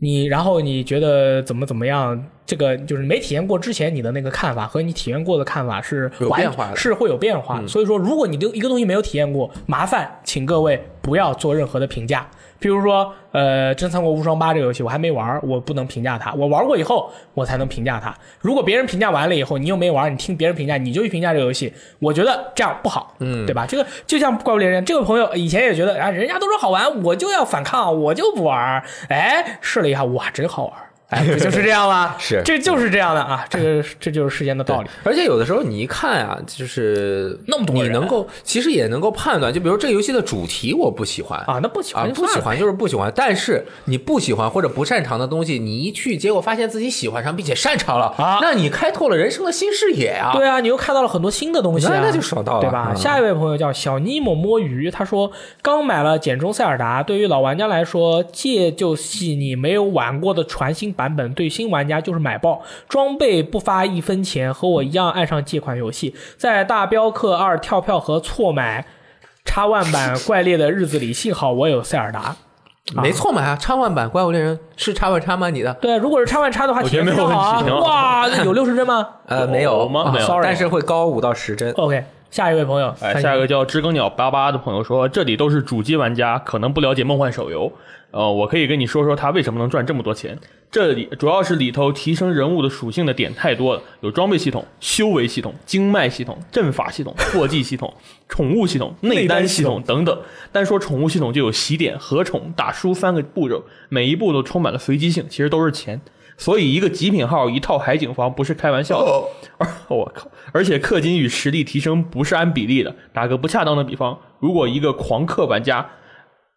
[SPEAKER 2] 你然后你觉得怎么怎么样，这个就是没体验过之前你的那个看法和你体验过的看法是
[SPEAKER 1] 有
[SPEAKER 2] 完
[SPEAKER 1] 变化的
[SPEAKER 2] 是会有变
[SPEAKER 1] 嗯
[SPEAKER 2] 化。所以说，如果你对一个东西没有体验过，麻烦请各位不要做任何的评价。比如说，呃，《真三国无双八》这个游戏我还没玩儿，我不能评价它。我玩过以后，我才能评价它。如果别人评价完了以后，你又没玩儿，你听别人评价，你就去评价这个游戏，我觉得这样不好，嗯，对吧？这个就像《怪物猎人》，这个朋友以前也觉得啊，人家都说好玩，我就要反抗，我就不玩儿。哎，试了一下，哇，真好玩儿！哎，不就是这样吗？
[SPEAKER 1] <laughs> 是
[SPEAKER 2] 这就是这样的啊，这个这就是世间的道理。
[SPEAKER 1] 而且有的时候你一看啊，就是
[SPEAKER 2] 那么多
[SPEAKER 1] 你
[SPEAKER 2] 人
[SPEAKER 1] 能够其实也能够判断，就比如这个游戏的主题我不喜欢
[SPEAKER 2] 啊，那不喜
[SPEAKER 1] 啊
[SPEAKER 2] 欢，就
[SPEAKER 1] 不喜
[SPEAKER 2] 算了
[SPEAKER 1] 欢就是不喜欢，但是你不喜欢或者不擅长的东西，你一去，结果发现自己喜欢上并且擅长了
[SPEAKER 2] 啊
[SPEAKER 1] 那你开拓了人生的新视野啊！
[SPEAKER 2] 对啊，你又看到了很多新的东西啊，
[SPEAKER 1] 那那就爽到了
[SPEAKER 2] 对吧？
[SPEAKER 1] 嗯
[SPEAKER 2] 下一位朋友叫小尼莫摸鱼，他说刚买了《简中塞尔达》，对于老玩家来说，借就是你没有玩过的全新版本，对新玩家就是买爆，装备不发一分钱，和我一样爱上这款游戏，在大镖客二跳票和错买。叉 One 版怪猎的日子里，幸好我有塞尔达。啊
[SPEAKER 1] 没错嘛，啊插万版怪物猎人是插万插吗？你的
[SPEAKER 2] 对，如果是叉 One 叉的话，
[SPEAKER 3] 我
[SPEAKER 2] 体验
[SPEAKER 3] 觉得
[SPEAKER 2] 非
[SPEAKER 3] 没有
[SPEAKER 2] 常好啊！
[SPEAKER 3] 问题挺好
[SPEAKER 2] 哇，有六十帧吗
[SPEAKER 1] 呃没
[SPEAKER 3] 有
[SPEAKER 1] 有
[SPEAKER 3] 吗
[SPEAKER 1] 啊
[SPEAKER 3] 没有
[SPEAKER 2] ，sorry
[SPEAKER 1] 但是会高五到十帧。
[SPEAKER 2] ？OK，下一位朋友，
[SPEAKER 3] 哎，
[SPEAKER 2] 三
[SPEAKER 3] 下一
[SPEAKER 2] 一
[SPEAKER 3] 个叫知更鸟八八的朋友说，这里都是主机玩家，可能不了解梦幻手游。呃，我可以跟你说说它为什么能赚这么多钱。这里主要是里头提升人物的属性的点太多了，有装备系统、修为系统、经脉系统、阵法系统、破技系统、宠物系统、内丹系统等等。单说宠物系统就有洗点、合宠、打输三个步骤，每一步都充满了随机性，其实都是钱。所以一个极品号一套海景房不是开玩笑的。而 <laughs> 我靠，而且氪金与实力提升不是按比例的。打个不恰当的比方，如果一个狂氪玩家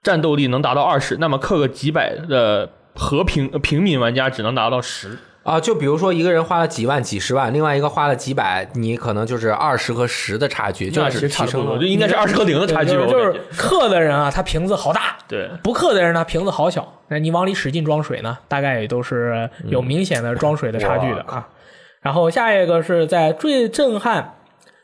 [SPEAKER 3] 战斗力能达到二十，那么氪个几百的和平呃平民玩家只能达到十。
[SPEAKER 1] 啊，就比如说一个人花了几万、几十万，另外一个花了几百，你可能就是二十和十的差距，就
[SPEAKER 3] 那其
[SPEAKER 1] 是
[SPEAKER 3] 实差
[SPEAKER 1] 提
[SPEAKER 3] 不
[SPEAKER 1] 升
[SPEAKER 3] 多，
[SPEAKER 1] 了
[SPEAKER 3] 就。应该是二十和零的差距
[SPEAKER 2] 对
[SPEAKER 3] 吧。我
[SPEAKER 2] 就
[SPEAKER 3] 感
[SPEAKER 2] 是
[SPEAKER 3] 觉
[SPEAKER 2] 就是克的人啊，他瓶子好大，
[SPEAKER 3] 对，
[SPEAKER 2] 不克的人呢，瓶子好小。那你往里使劲装水呢，大概也都是有明显的装水的差距的
[SPEAKER 3] 嗯
[SPEAKER 2] 啊。然后下一个是在最震撼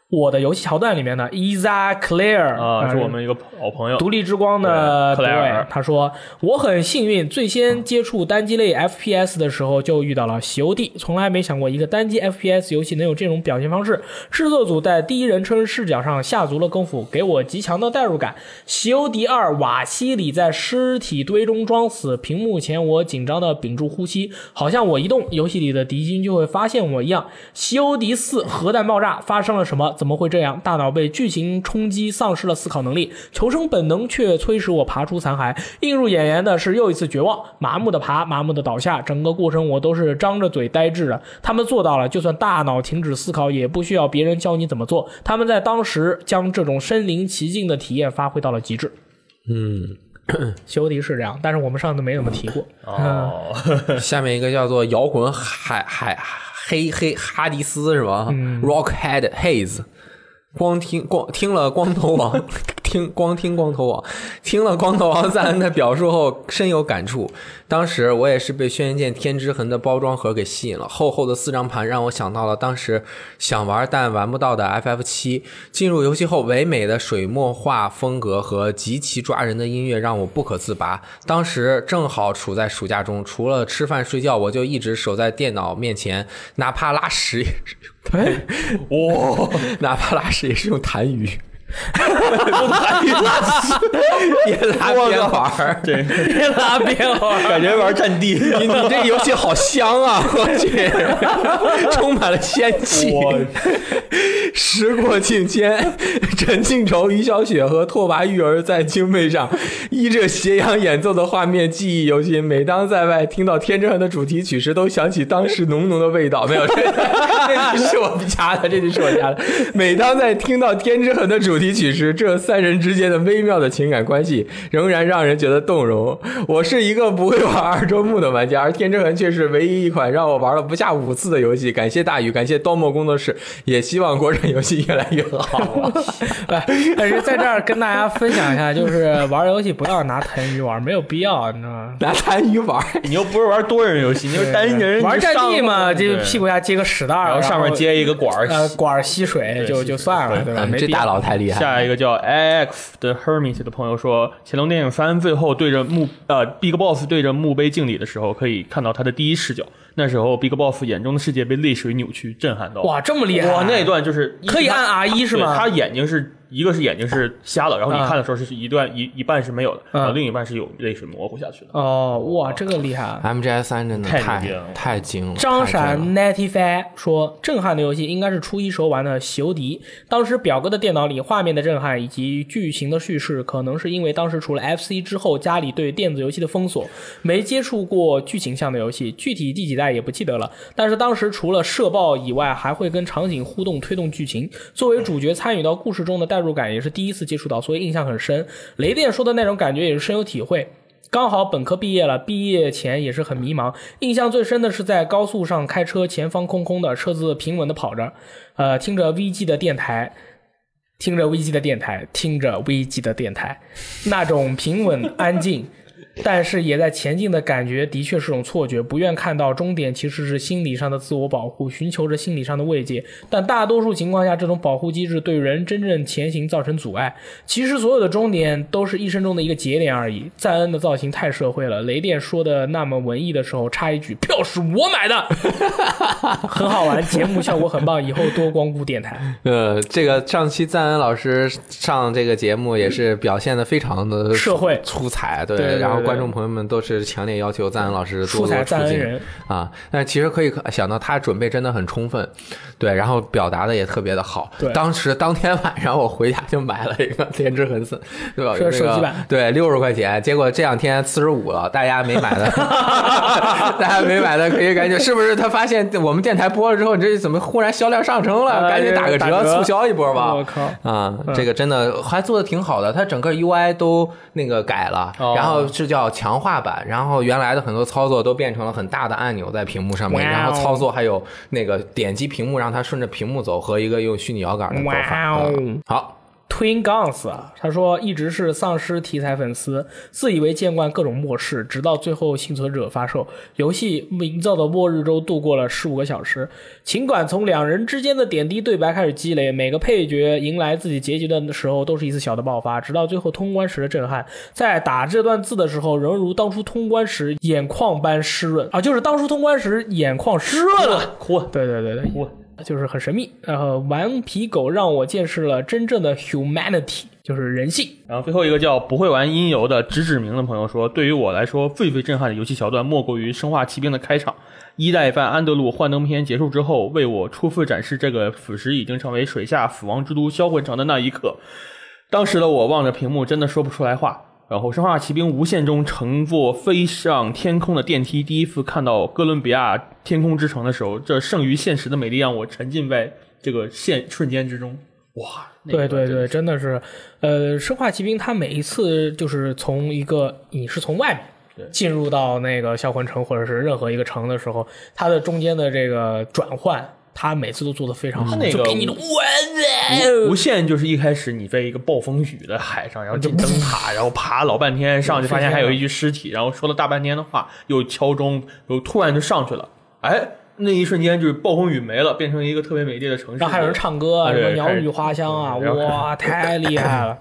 [SPEAKER 2] 我的游戏桥段里面呢，Isa Claire
[SPEAKER 3] 啊，是我们一个老朋友。
[SPEAKER 2] 独立之光的
[SPEAKER 3] 对克莱尔
[SPEAKER 2] 对他说：“我很幸运，最先接触单机类 FPS 的时候就遇到了《西游记》，从来没想过一个单机 FPS 游戏能有这种表现方式。制作组在第一人称视角上下足了功夫，给我极强的代入感。《西游记二》瓦西里在尸体堆中装死，屏幕前我紧张的屏住呼吸，好像我一动，游戏里的敌军就会发现我一样。《西游记四》核弹爆炸发生了什么？怎么会这样？大脑被剧情冲击，丧失了思考能力，求生本能却催使我爬出残骸。映入眼帘的是又一次绝望，麻木的爬，麻木的倒下，整个过程我都是张着嘴呆滞的。他们做到了，就算大脑停止思考，也不需要别人教你怎么做。他们在当时将这种身临其境的体验发挥到了极致。嗯。 <clears throat> 西游记是这样，但是我们上次没怎么提过。
[SPEAKER 3] 哦，
[SPEAKER 1] 下面一个叫做摇滚海海黑黑哈迪斯是吧、r o c k h e a d Haze，光听光听了光头王，听光听光头王，听了光头王赞恩的表述后深有感触。当时我也是被《轩辕剑天之痕》的包装盒给吸引了，厚厚的四张盘让我想到了当时想玩但玩不到的 FF 七。进入游戏后，唯美的水墨画风格和极其抓人的音乐让我不可自拔。当时正好处在暑假中，除了吃饭睡觉，我就一直守在电脑面前，哪怕拉屎也是， <laughs>
[SPEAKER 3] 哇，
[SPEAKER 1] 哪怕拉屎也是用痰盂。也拉边玩儿，
[SPEAKER 2] <laughs>
[SPEAKER 3] 对，
[SPEAKER 2] 别拉边玩
[SPEAKER 3] 感觉玩战地，
[SPEAKER 1] 你你这游戏好香啊！ <laughs> 我去，充满了仙气。
[SPEAKER 3] 我
[SPEAKER 1] 时过境迁，陈庆仇、于小雪和拓跋玉儿在京妹上依着斜阳演奏的画面记忆犹新。每当在外听到《天之痕》的主题曲时，都想起当时浓浓的味道。没有，这 <laughs> 这句是我加的，这句是我加的。每当在听到《天之痕》的主题曲时，这三人之间的微妙的情感关系仍然让人觉得动容。我是一个不会玩二周目的玩家，而《天之痕》却是唯一一款让我玩了不下五次的游戏。感谢大宇，感谢刀墨工作室，也希望国产游戏越来越好啊。
[SPEAKER 2] 哎，但是在这儿跟大家分享一下，就是玩游戏不要拿痰盂玩，没有必要，你知道吗？
[SPEAKER 1] 拿痰盂玩，
[SPEAKER 3] <laughs> 你又不是玩多人游戏，你就是单人，
[SPEAKER 2] 玩战地嘛，
[SPEAKER 3] 就
[SPEAKER 2] 就屁股下接个屎蛋儿，
[SPEAKER 3] 然后上面接一个管儿，
[SPEAKER 2] 呃管儿吸水
[SPEAKER 3] 对
[SPEAKER 2] 就
[SPEAKER 3] 吸
[SPEAKER 2] 就
[SPEAKER 3] 水
[SPEAKER 2] 算了，
[SPEAKER 3] 对
[SPEAKER 2] 对吧？没
[SPEAKER 1] 这
[SPEAKER 2] 必要
[SPEAKER 1] 大佬太厉害了。
[SPEAKER 3] 下一个叫 IX 的 Hermit 的朋友说，《乾隆电影三》最后对着墓呃 Big Boss 对着墓碑敬礼的时候，可以看到他的第一视角，那时候 Big Boss 眼中的世界被泪水扭曲震撼到。
[SPEAKER 2] 哇，这么厉害！
[SPEAKER 3] 哇，那一段就是
[SPEAKER 2] 可以按 R 一是吗？
[SPEAKER 3] 对他眼睛是一个是眼睛是瞎了，然后你
[SPEAKER 2] 啊
[SPEAKER 3] 看的时候是一段一一半是没有的，
[SPEAKER 2] 嗯
[SPEAKER 3] 然后另一半是有泪水模糊下去的。
[SPEAKER 2] 哦，哇，这个厉害！
[SPEAKER 1] MGS 三真的
[SPEAKER 3] 太
[SPEAKER 1] 太
[SPEAKER 3] 牛逼了
[SPEAKER 1] 太精了。
[SPEAKER 2] 张闪
[SPEAKER 1] 太
[SPEAKER 2] <laughs>
[SPEAKER 1] 精了 <laughs>
[SPEAKER 2] ninety five 说：“震撼的游戏应该是初一时候玩的《席迪》，当时表哥的电脑里画面的震撼以及剧情的叙事，可能是因为当时除了 FC 之后，家里对电子游戏的封锁，没接触过剧情向的游戏，具体第几代也不记得了。但是当时除了社爆以外，还会跟场景互动推动剧情，作为主角参与到故事中的代入感也是第一次接触到，所以印象很深。雷电说的那种感觉也是深有体会。”刚好本科毕业了，毕业前也是很迷茫。印象最深的是在高速上开车，前方空空的，车子平稳的跑着，呃，听着 VG 的电台，听着 VG 的电台，听着 VG 的电台，那种平稳安静，但是也在前进的感觉，的确是种错觉。不愿看到终点，其实是心理上的自我保护，寻求着心理上的慰藉。但大多数情况下，这种保护机制对人真正前行造成阻碍。其实所有的终点都是一生中的一个节点而已。赞恩的造型太社会了，雷电说的那么文艺的时候，插一句：票是我买的， <laughs> 很好玩，节目效果很棒，以后多光顾电台。
[SPEAKER 1] 呃，这个上期赞恩老师上这个节目也是表现的非常的
[SPEAKER 2] 社会
[SPEAKER 1] 出彩，对
[SPEAKER 2] 对对对
[SPEAKER 1] 然后观众朋友们都是强烈要求赞恩老师
[SPEAKER 2] 出
[SPEAKER 1] 多多
[SPEAKER 2] 彩
[SPEAKER 1] 出
[SPEAKER 2] 赞恩
[SPEAKER 1] 镜
[SPEAKER 2] 人
[SPEAKER 1] 啊。但是其实可以想到他准备真的很充分，对，然后表达的也特别的好。
[SPEAKER 2] 对
[SPEAKER 1] 当时当天晚上我回家就买了一个天之痕四，对吧？
[SPEAKER 2] 是手
[SPEAKER 1] 那
[SPEAKER 2] 机
[SPEAKER 1] 个
[SPEAKER 2] 版
[SPEAKER 1] 对，六十块钱，结果这两天四十五了，大家没买的， <laughs> 大家没买的可以赶紧，是不是？他发现我们电台播了之后，你这怎么忽然销量上升了？
[SPEAKER 2] 呃
[SPEAKER 1] 赶紧打个
[SPEAKER 2] 打
[SPEAKER 1] 折，
[SPEAKER 2] 折
[SPEAKER 1] 促销一波吧。
[SPEAKER 2] 我靠！
[SPEAKER 1] 啊、这个真的还做的挺好的，它整个 UI 都那个改了，
[SPEAKER 4] 哦
[SPEAKER 1] 然后是叫强化版，然后原来的很多操作都变成了很大的按钮在屏幕上面，
[SPEAKER 2] 哇哦
[SPEAKER 1] 然后操作还有那个点击屏幕让它顺着屏幕走和一个用虚拟摇杆的走法。
[SPEAKER 2] 哇哦
[SPEAKER 1] 嗯好，
[SPEAKER 2] Twin Guns 啊，他说一直是丧尸题材粉丝，自以为见惯各种末世，直到最后幸存者发售，游戏营造的末日中度过了十五个小时。尽管从两人之间的点滴对白开始积累，每个配角迎来自己结局的时候都是一次小的爆发，直到最后通关时的震撼，在打这段字的时候，仍如当初通关时眼眶般湿润啊，就是当初通关时眼眶湿润了。
[SPEAKER 3] 哭啊，
[SPEAKER 2] 对对对对，
[SPEAKER 3] 我
[SPEAKER 2] 就是很神秘。然后顽皮狗让我见识了真正的 humanity，就是人性。
[SPEAKER 3] 然后最后一个叫不会玩音游的直指明的朋友说，对于我来说最最震撼的游戏桥段莫过于《生化奇兵》的开场。一代范安德鲁幻灯片结束之后，为我初次展示这个此时已经成为水下死亡之都销魂城的那一刻，当时的我望着屏幕，真的说不出来话。然后《生化奇兵：无限》中乘坐飞上天空的电梯，第一次看到哥伦比亚天空之城的时候，这胜于现实的美丽让我沉浸在这个现瞬间之中。哇，那
[SPEAKER 2] 对
[SPEAKER 3] 个
[SPEAKER 2] 对
[SPEAKER 3] 真
[SPEAKER 2] 对，真的是，呃，生化奇兵它每一次就是从一个你是从外面进入到那个销魂城或者是任何一个城的时候，它的中间的这个转换，它每次都做得非常好，
[SPEAKER 3] 那个嗯
[SPEAKER 2] 就给你的
[SPEAKER 3] 无无
[SPEAKER 2] 哇
[SPEAKER 3] 限就是一开始你在一个暴风雨的海上，然 <laughs> 后进灯塔，然后爬老半天上去，发现还有一具尸体，然后说了大半天的话，又敲钟，又突然就上去了，哎，那一瞬间就是暴风雨没了，变成一个特别美丽的城市，
[SPEAKER 2] 然后还有人唱歌啊，
[SPEAKER 3] 哎
[SPEAKER 2] 什么
[SPEAKER 3] 对嗯
[SPEAKER 2] 鸟语花香啊，
[SPEAKER 3] 开始嗯对
[SPEAKER 2] 哇，太厉害了！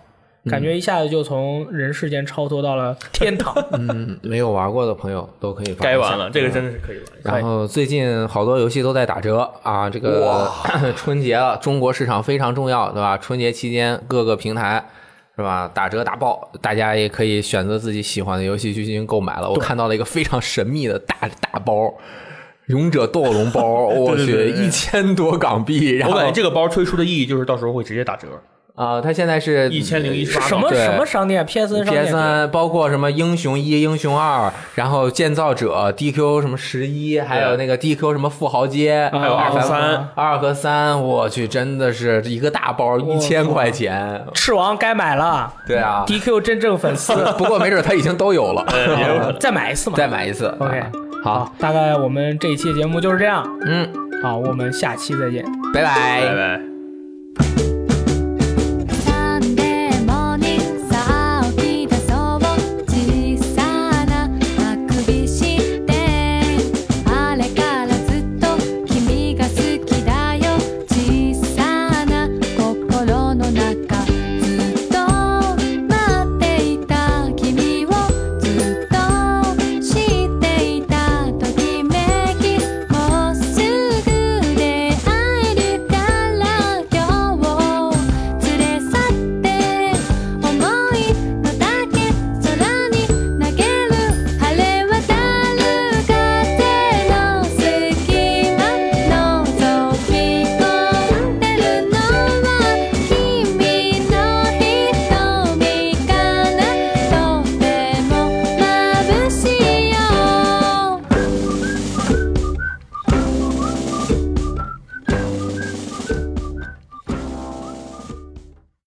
[SPEAKER 2] 感觉一下子就从人世间超脱到了天
[SPEAKER 3] <laughs>
[SPEAKER 2] 堂。
[SPEAKER 1] 嗯，没有玩过的朋友都可以玩
[SPEAKER 3] 该
[SPEAKER 1] 一下
[SPEAKER 3] 玩了，这个真的是可以玩。
[SPEAKER 1] 然后最近好多游戏都在打折啊，这个 <clears throat> 春节了，中国市场非常重要，对吧？春节期间各个平台是吧打折打爆，大家也可以选择自己喜欢的游戏去进行购买了。我看到了一个非常神秘的大大包。勇者斗龙
[SPEAKER 3] <laughs>
[SPEAKER 1] 包，我
[SPEAKER 3] 对
[SPEAKER 1] 去
[SPEAKER 3] 对对对
[SPEAKER 1] 一千多港币，然
[SPEAKER 3] 我
[SPEAKER 1] 后
[SPEAKER 3] 感觉这个包推出的意义就是到时候会直接打折，
[SPEAKER 1] 啊，它现在是
[SPEAKER 3] 一千零一十八。
[SPEAKER 2] 什么
[SPEAKER 1] 对
[SPEAKER 2] 什么商店？PSN 商
[SPEAKER 1] PS
[SPEAKER 2] 店。
[SPEAKER 1] 三包括什么英雄一、英雄二，然后建造者 DQ 什么十一，还有那个 DQ 什么富豪街，
[SPEAKER 3] 啊
[SPEAKER 2] 还有
[SPEAKER 1] 二
[SPEAKER 2] 二
[SPEAKER 1] 和
[SPEAKER 2] 和
[SPEAKER 1] 三
[SPEAKER 3] 三，
[SPEAKER 1] 二和三，我去，真的是一个大包一千块钱，
[SPEAKER 2] 赤王该买了
[SPEAKER 1] 对啊，
[SPEAKER 2] ，DQ 真正粉 <laughs> 丝啊
[SPEAKER 1] 不过没准他已经都有了，
[SPEAKER 3] <laughs> 也有可能
[SPEAKER 2] 再买一次嘛。
[SPEAKER 1] 再买一次。
[SPEAKER 2] OK
[SPEAKER 1] 好，
[SPEAKER 2] 大概我们这一期节目就是这样，
[SPEAKER 1] 嗯，
[SPEAKER 2] 好，我们下期再见。
[SPEAKER 1] 拜拜
[SPEAKER 3] 拜拜。